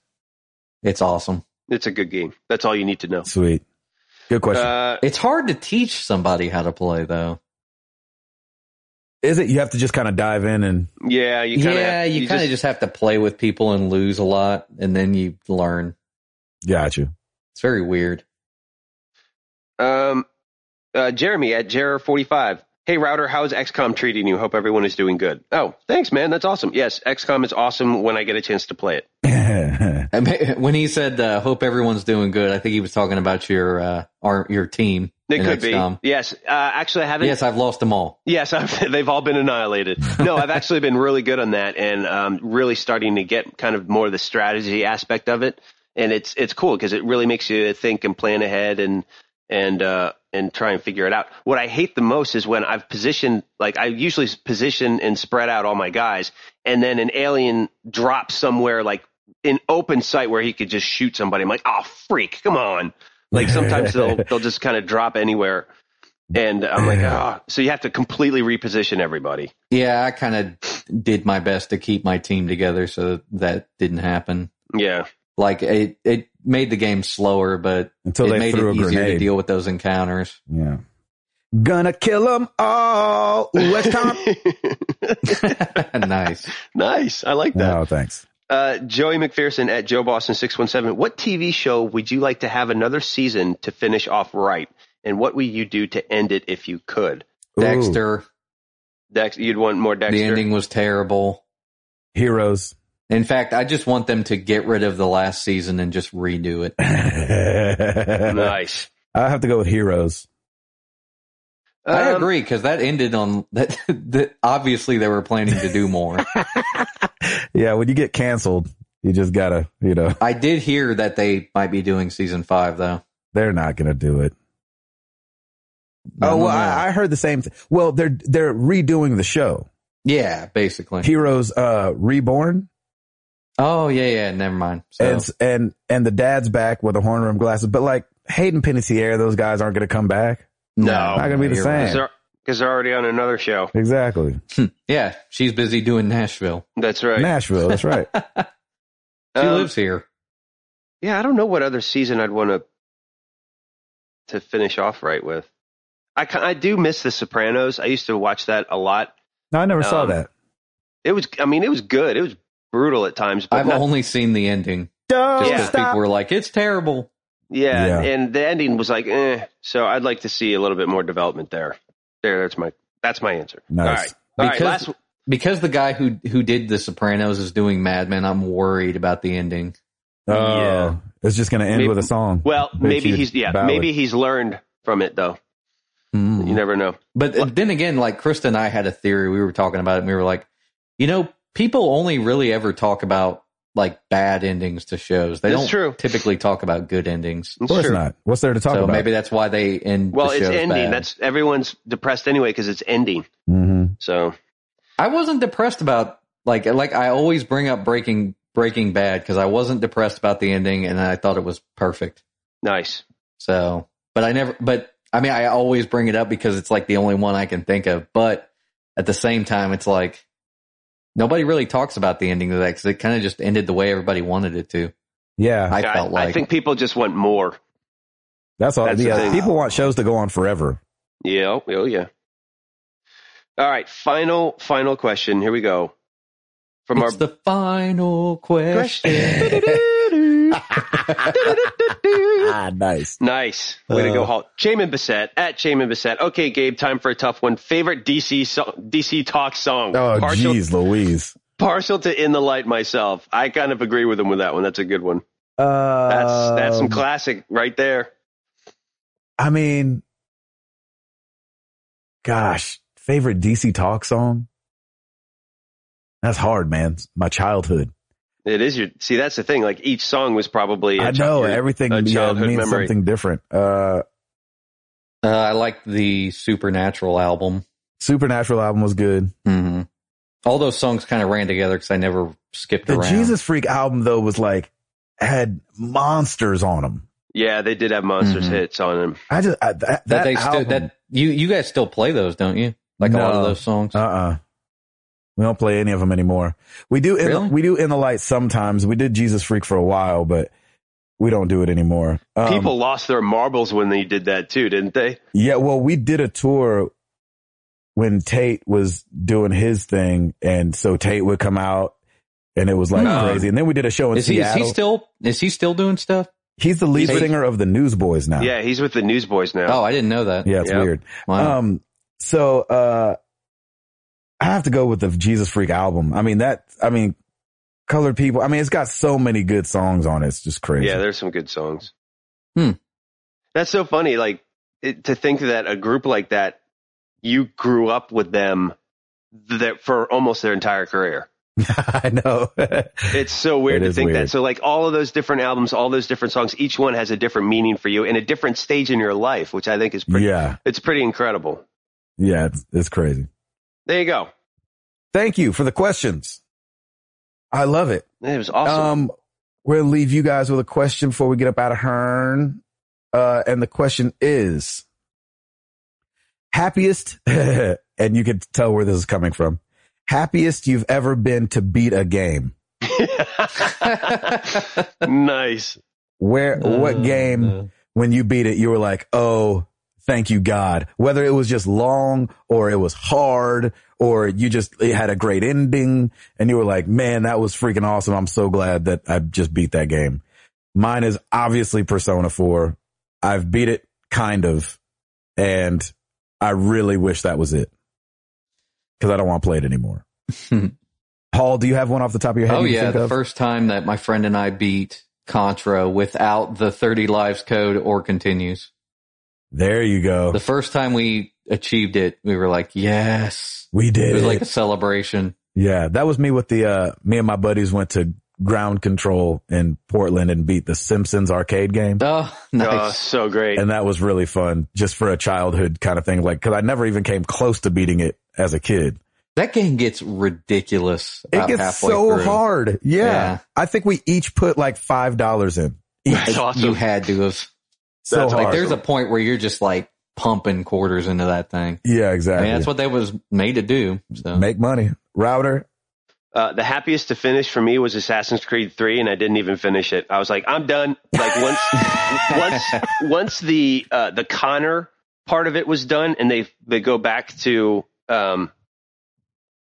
Speaker 2: It's awesome.
Speaker 3: It's a good game. That's all you need to know.
Speaker 1: Sweet. Good question.
Speaker 3: Uh,
Speaker 2: It's hard to teach somebody how to play though.
Speaker 1: is it? You have to just kind of dive in and
Speaker 3: yeah, you kind of
Speaker 2: yeah, you, kind of just, have to play with people and lose a lot and then you learn.
Speaker 1: got you.
Speaker 2: It's very weird.
Speaker 3: um, uh, Jeremy at Jer forty five. Hey router, how's XCOM treating you? Hope everyone is doing good. Oh, thanks, man. That's awesome. Yes, XCOM is awesome when I get a chance to play it.
Speaker 2: I mean, when he said, uh, hope everyone's doing good, I think he was talking about your, uh, our, your team.
Speaker 3: It
Speaker 2: in
Speaker 3: could be.
Speaker 2: XCOM.
Speaker 3: Yes, uh, actually, I haven't.
Speaker 2: Yes, I've lost them all.
Speaker 3: Yes, I've, they've all been annihilated. No, I've actually been really good on that, and um, really starting to get kind of more of the strategy aspect of it, and it's it's cool because it really makes you think and plan ahead and and uh, and try and figure it out. What I hate the most is when I've positioned like I usually position and spread out all my guys, and then an alien drops somewhere like in open sight where he could just shoot somebody. I'm like, oh freak, come on! Like sometimes they'll they'll just kind of drop anywhere. And I'm like, ah, so you have to completely reposition everybody.
Speaker 2: Yeah, I kind of did my best to keep my team together so that didn't happen.
Speaker 3: Yeah.
Speaker 2: Like it, it made the game slower, but
Speaker 1: until
Speaker 2: it
Speaker 1: they
Speaker 2: made it
Speaker 1: threw a
Speaker 2: easier to
Speaker 1: grenade.
Speaker 2: deal with those encounters.
Speaker 1: Yeah. Gonna kill them all. Ooh, let's talk.
Speaker 2: nice.
Speaker 3: nice. I like that.
Speaker 1: no, thanks.
Speaker 3: Uh, Joey McPherson at Joe Boston 617. What TV show would you like to have another season to finish off right? And what would you do to end it if you could?
Speaker 1: Ooh,
Speaker 2: Dexter,
Speaker 3: Dex, you'd want more Dexter.
Speaker 2: the ending was terrible.
Speaker 1: Heroes.
Speaker 2: In fact, I just want them to get rid of the last season and just redo it.
Speaker 1: I
Speaker 3: Nice.
Speaker 1: have to go with heroes.
Speaker 2: I
Speaker 3: Um,
Speaker 2: agree because that ended on that, that. Obviously, they were planning to do more.
Speaker 1: Yeah, when you get canceled, you just gotta, you know,
Speaker 2: I did hear that they might be doing season five though.
Speaker 1: they're not gonna do it.
Speaker 2: No,
Speaker 1: oh,
Speaker 2: no,
Speaker 1: well,
Speaker 2: no.
Speaker 1: I, I heard the same thing. Well, they're, they're redoing the show.
Speaker 2: yeah, basically.
Speaker 1: Heroes, uh, reborn.
Speaker 2: oh yeah, yeah. Never mind. So,
Speaker 1: and and and the dad's back with the horn rim glasses. But like Hayden Panettiere, those guys aren't going to come back.
Speaker 2: no,
Speaker 3: Not
Speaker 1: gonna be the
Speaker 2: you're
Speaker 1: same.
Speaker 3: Because they're, 'cause they're already on another show.
Speaker 1: Exactly,
Speaker 2: Yeah, she's busy doing Nashville.
Speaker 3: That's right.
Speaker 1: Nashville. That's right.
Speaker 2: She
Speaker 3: Um,
Speaker 2: lives here.
Speaker 3: Yeah, I don't know what other season I'd want to to finish off right with. I ki- I do miss The Sopranos. I used to watch that a lot.
Speaker 1: No, I never saw
Speaker 3: Um,
Speaker 1: that.
Speaker 3: It was, I mean, it was good. It was brutal at times, but
Speaker 2: I've
Speaker 3: not-
Speaker 2: only seen the ending
Speaker 1: Don't
Speaker 2: just
Speaker 3: Yeah.
Speaker 2: because people were like, "It's terrible."
Speaker 3: yeah,
Speaker 1: Yeah.
Speaker 3: And the ending was like, eh. So I'd like to see a little bit more development there. There, that's my that's my answer.
Speaker 1: Nice.
Speaker 3: All right, all right.
Speaker 2: Because-
Speaker 3: Last,
Speaker 2: Because the guy who who did The Sopranos is doing Mad Men, I'm worried about the ending.
Speaker 1: Oh,
Speaker 3: Yeah.
Speaker 1: it's just going to end
Speaker 3: Maybe-
Speaker 1: with a song.
Speaker 3: well,
Speaker 1: Bitch,
Speaker 3: maybe
Speaker 1: you
Speaker 3: he's yeah,
Speaker 1: ballad.
Speaker 3: maybe he's learned from it though.
Speaker 2: Mm.
Speaker 3: You never know.
Speaker 2: But
Speaker 3: What-
Speaker 2: then again, like Krista and I had a theory. We were talking about it and we were like, you know, people only really ever talk about like bad endings to shows. They
Speaker 3: That's
Speaker 2: don't
Speaker 3: true.
Speaker 2: typically talk about good endings.
Speaker 1: Of course
Speaker 3: Sure.
Speaker 1: not. What's there to talk
Speaker 2: so
Speaker 1: about?
Speaker 2: maybe that's why they end.
Speaker 3: Well,
Speaker 2: the
Speaker 3: it's
Speaker 2: shows
Speaker 3: ending.
Speaker 2: bad.
Speaker 3: That's everyone's depressed anyway because it's ending.
Speaker 1: hmm
Speaker 3: So
Speaker 2: I wasn't depressed about like like I always bring up Breaking Breaking Bad because I wasn't depressed about the ending and I thought it was perfect.
Speaker 3: nice.
Speaker 2: So, but I never, but I mean, I always bring it up because it's like the only one I can think of. But at the same time, it's like nobody really talks about the ending of that because it kind of just ended the way everybody wanted it to.
Speaker 1: Yeah,
Speaker 2: I
Speaker 3: Yeah,
Speaker 2: felt like
Speaker 3: I think people just want more.
Speaker 1: that's all.
Speaker 3: That's the
Speaker 1: yeah,
Speaker 3: thing.
Speaker 1: people want shows to go on forever.
Speaker 3: Yeah, oh, oh yeah. All right, final final question. Here we go. From
Speaker 2: it's
Speaker 3: our
Speaker 2: the final question.
Speaker 1: Ah, nice.
Speaker 3: nice way to go,
Speaker 1: Uh.
Speaker 3: Halt. Jamin Bissett at Jamin Bissett. Okay, Gabe, time for a tough one. Favorite DC song, DC talk song.
Speaker 1: Oh,
Speaker 3: partial,
Speaker 1: jeez, Louise.
Speaker 3: partial to In the Light myself. I kind of agree with him with that one. That's a good one.
Speaker 1: Uh,
Speaker 3: That's that's some classic right there.
Speaker 1: I mean, gosh, favorite DC talk song? That's hard, man. It's My childhood.
Speaker 3: It is your see. That's the thing. Like each song was probably. a
Speaker 1: I
Speaker 3: chi-
Speaker 1: know
Speaker 3: your-
Speaker 1: everything
Speaker 3: a
Speaker 1: yeah,
Speaker 3: childhood
Speaker 1: means
Speaker 3: memory.
Speaker 1: something different. Uh,
Speaker 2: uh, I like the Supernatural album.
Speaker 1: Supernatural album was good.
Speaker 2: hmm All those songs kind of ran together because I never skipped
Speaker 1: The
Speaker 2: around.
Speaker 1: Jesus Freak album though was like had monsters on them.
Speaker 3: Yeah, they did have monsters
Speaker 1: Mm-hmm.
Speaker 2: Mhm.
Speaker 3: hits on them.
Speaker 1: I just I, that, that,
Speaker 2: that, they still
Speaker 1: album.
Speaker 2: that you you guys still play those, don't you? Like a lot
Speaker 1: No.
Speaker 2: of those songs.
Speaker 1: Uh-uh. We don't play any of them anymore. We do in
Speaker 2: Really?
Speaker 1: we do in the light sometimes. We did Jesus Freak for a while, but we don't do it anymore. Um,
Speaker 3: People lost their marbles when they did that too, didn't they?
Speaker 1: Yeah, well, we did a tour when Tate was doing his thing, and so Tate would come out, and it was like
Speaker 2: Hmm.
Speaker 1: crazy. And then we did a show in
Speaker 2: is he is
Speaker 1: Seattle.
Speaker 2: he still is he still doing stuff?
Speaker 1: He's the lead
Speaker 2: Tate?
Speaker 1: singer of the Newsboys now.
Speaker 3: Yeah, he's with the Newsboys now.
Speaker 2: Oh, I didn't know that.
Speaker 1: yeah, it's
Speaker 3: Yeah.
Speaker 1: weird.
Speaker 2: Wow.
Speaker 1: Um, so uh, I have to go with the Jesus Freak album. I mean that. I mean, Colored People. I mean, it's got so many good songs on it. It's just crazy.
Speaker 3: yeah, there's some good songs.
Speaker 2: Hmm.
Speaker 3: That's so funny. Like it, to think that a group like that, you grew up with them that for almost their entire career.
Speaker 1: I know.
Speaker 3: It's so weird
Speaker 1: It
Speaker 3: to
Speaker 1: is
Speaker 3: think
Speaker 1: weird.
Speaker 3: that. So like all of those different albums, all those different songs, each one has a different meaning for you and a different stage in your life, which I think is pretty.
Speaker 1: yeah,
Speaker 3: It's pretty incredible.
Speaker 1: yeah, it's, it's crazy.
Speaker 3: There you go.
Speaker 1: Thank you for the questions. I love it.
Speaker 3: It was awesome.
Speaker 1: Um, we'll leave you guys with a question before we get up out of Hearn. Uh, and the question is happiest, and you can tell where this is coming from. Happiest you've ever been to beat a game.
Speaker 3: nice.
Speaker 1: Where, Um,
Speaker 3: Uh,
Speaker 2: Uh,
Speaker 1: what game when you beat it, you were like, Oh, thank you, God. Whether it was just long or it was hard or you just, it had a great ending and you were like, man, that was freaking awesome. I'm so glad that I just beat that game. Mine is obviously Persona 4. I've beat it kind of and I really wish that was it because I don't want to play it anymore. Paul, do you have one off the top of your head?
Speaker 2: oh
Speaker 1: you can
Speaker 2: yeah,
Speaker 1: think
Speaker 2: the
Speaker 1: of?
Speaker 2: first time that my friend and I beat Contra without the thirty lives code or continues.
Speaker 1: there you go.
Speaker 2: The first time we achieved it, we were like, yes.
Speaker 1: we did
Speaker 2: It was
Speaker 1: it.
Speaker 2: like a celebration.
Speaker 1: Yeah, that was me with the uh me and my buddies went to ground control in Portland and beat the Simpsons arcade game.
Speaker 2: Oh,
Speaker 3: Oh,
Speaker 2: nice.
Speaker 3: so great.
Speaker 1: And that was really fun just for a childhood kind of thing. Like, cause I never even came close to beating it as a kid.
Speaker 2: that game gets ridiculous.
Speaker 1: It
Speaker 2: about
Speaker 1: gets
Speaker 2: halfway
Speaker 1: so
Speaker 2: through.
Speaker 1: hard. Yeah.
Speaker 2: Yeah.
Speaker 1: I think we each put like $5 in.
Speaker 3: That's
Speaker 2: You
Speaker 3: awesome.
Speaker 2: had to have.
Speaker 1: So
Speaker 3: That's
Speaker 1: hard.
Speaker 2: Like, there's a
Speaker 3: Awesome.
Speaker 2: point where you're just like pumping quarters into that thing.
Speaker 1: yeah,
Speaker 2: I
Speaker 1: exactly.
Speaker 2: mean, that's what they was made to do. So
Speaker 1: Make money. Router.
Speaker 3: Uh, the happiest to finish for me was Assassin's Creed 3, and I didn't even finish it. I was like, I'm done. Like once, once, once the uh, the Connor part of it was done, and they they go back to um,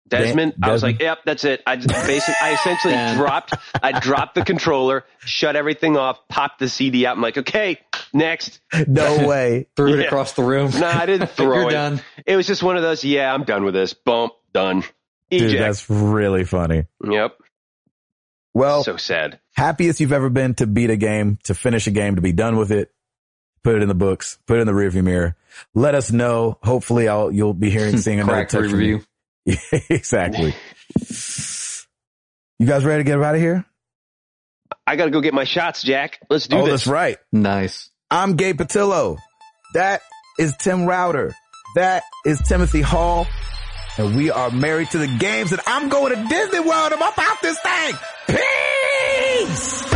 Speaker 3: Desmond, I was
Speaker 1: Desmond.
Speaker 3: like, Yep, that's it. I basically, I essentially
Speaker 2: Done.
Speaker 3: dropped, I dropped the controller, shut everything off, popped the CD out. I'm like, okay, next.
Speaker 1: No way.
Speaker 2: threw it
Speaker 3: Yeah.
Speaker 2: across the room.
Speaker 3: No, I didn't throw
Speaker 2: You're
Speaker 3: it.
Speaker 2: done.
Speaker 3: It was just one of those. Yeah, I'm done with this. Bump, done.
Speaker 1: Dude,
Speaker 3: Eject.
Speaker 1: that's really funny.
Speaker 3: yep.
Speaker 1: Well,
Speaker 3: so sad.
Speaker 1: happiest you've ever been to beat a game, to finish a game, to be done with it, put it in the books, put it in the rearview mirror. Let us know. Hopefully, I'll you'll be hearing seeing another
Speaker 2: Crack
Speaker 1: text from you.
Speaker 2: review.
Speaker 1: exactly. You guys ready to get out of here?
Speaker 3: I got to go get my shots, Jack. Let's do
Speaker 1: oh,
Speaker 3: this.
Speaker 1: that's right.
Speaker 2: Nice.
Speaker 1: I'm Gabe Patillo. That is Tim Router. That is Timothy Hall. And we are married to the games and I'm going to Disney World. I'm up out this thing. Peace!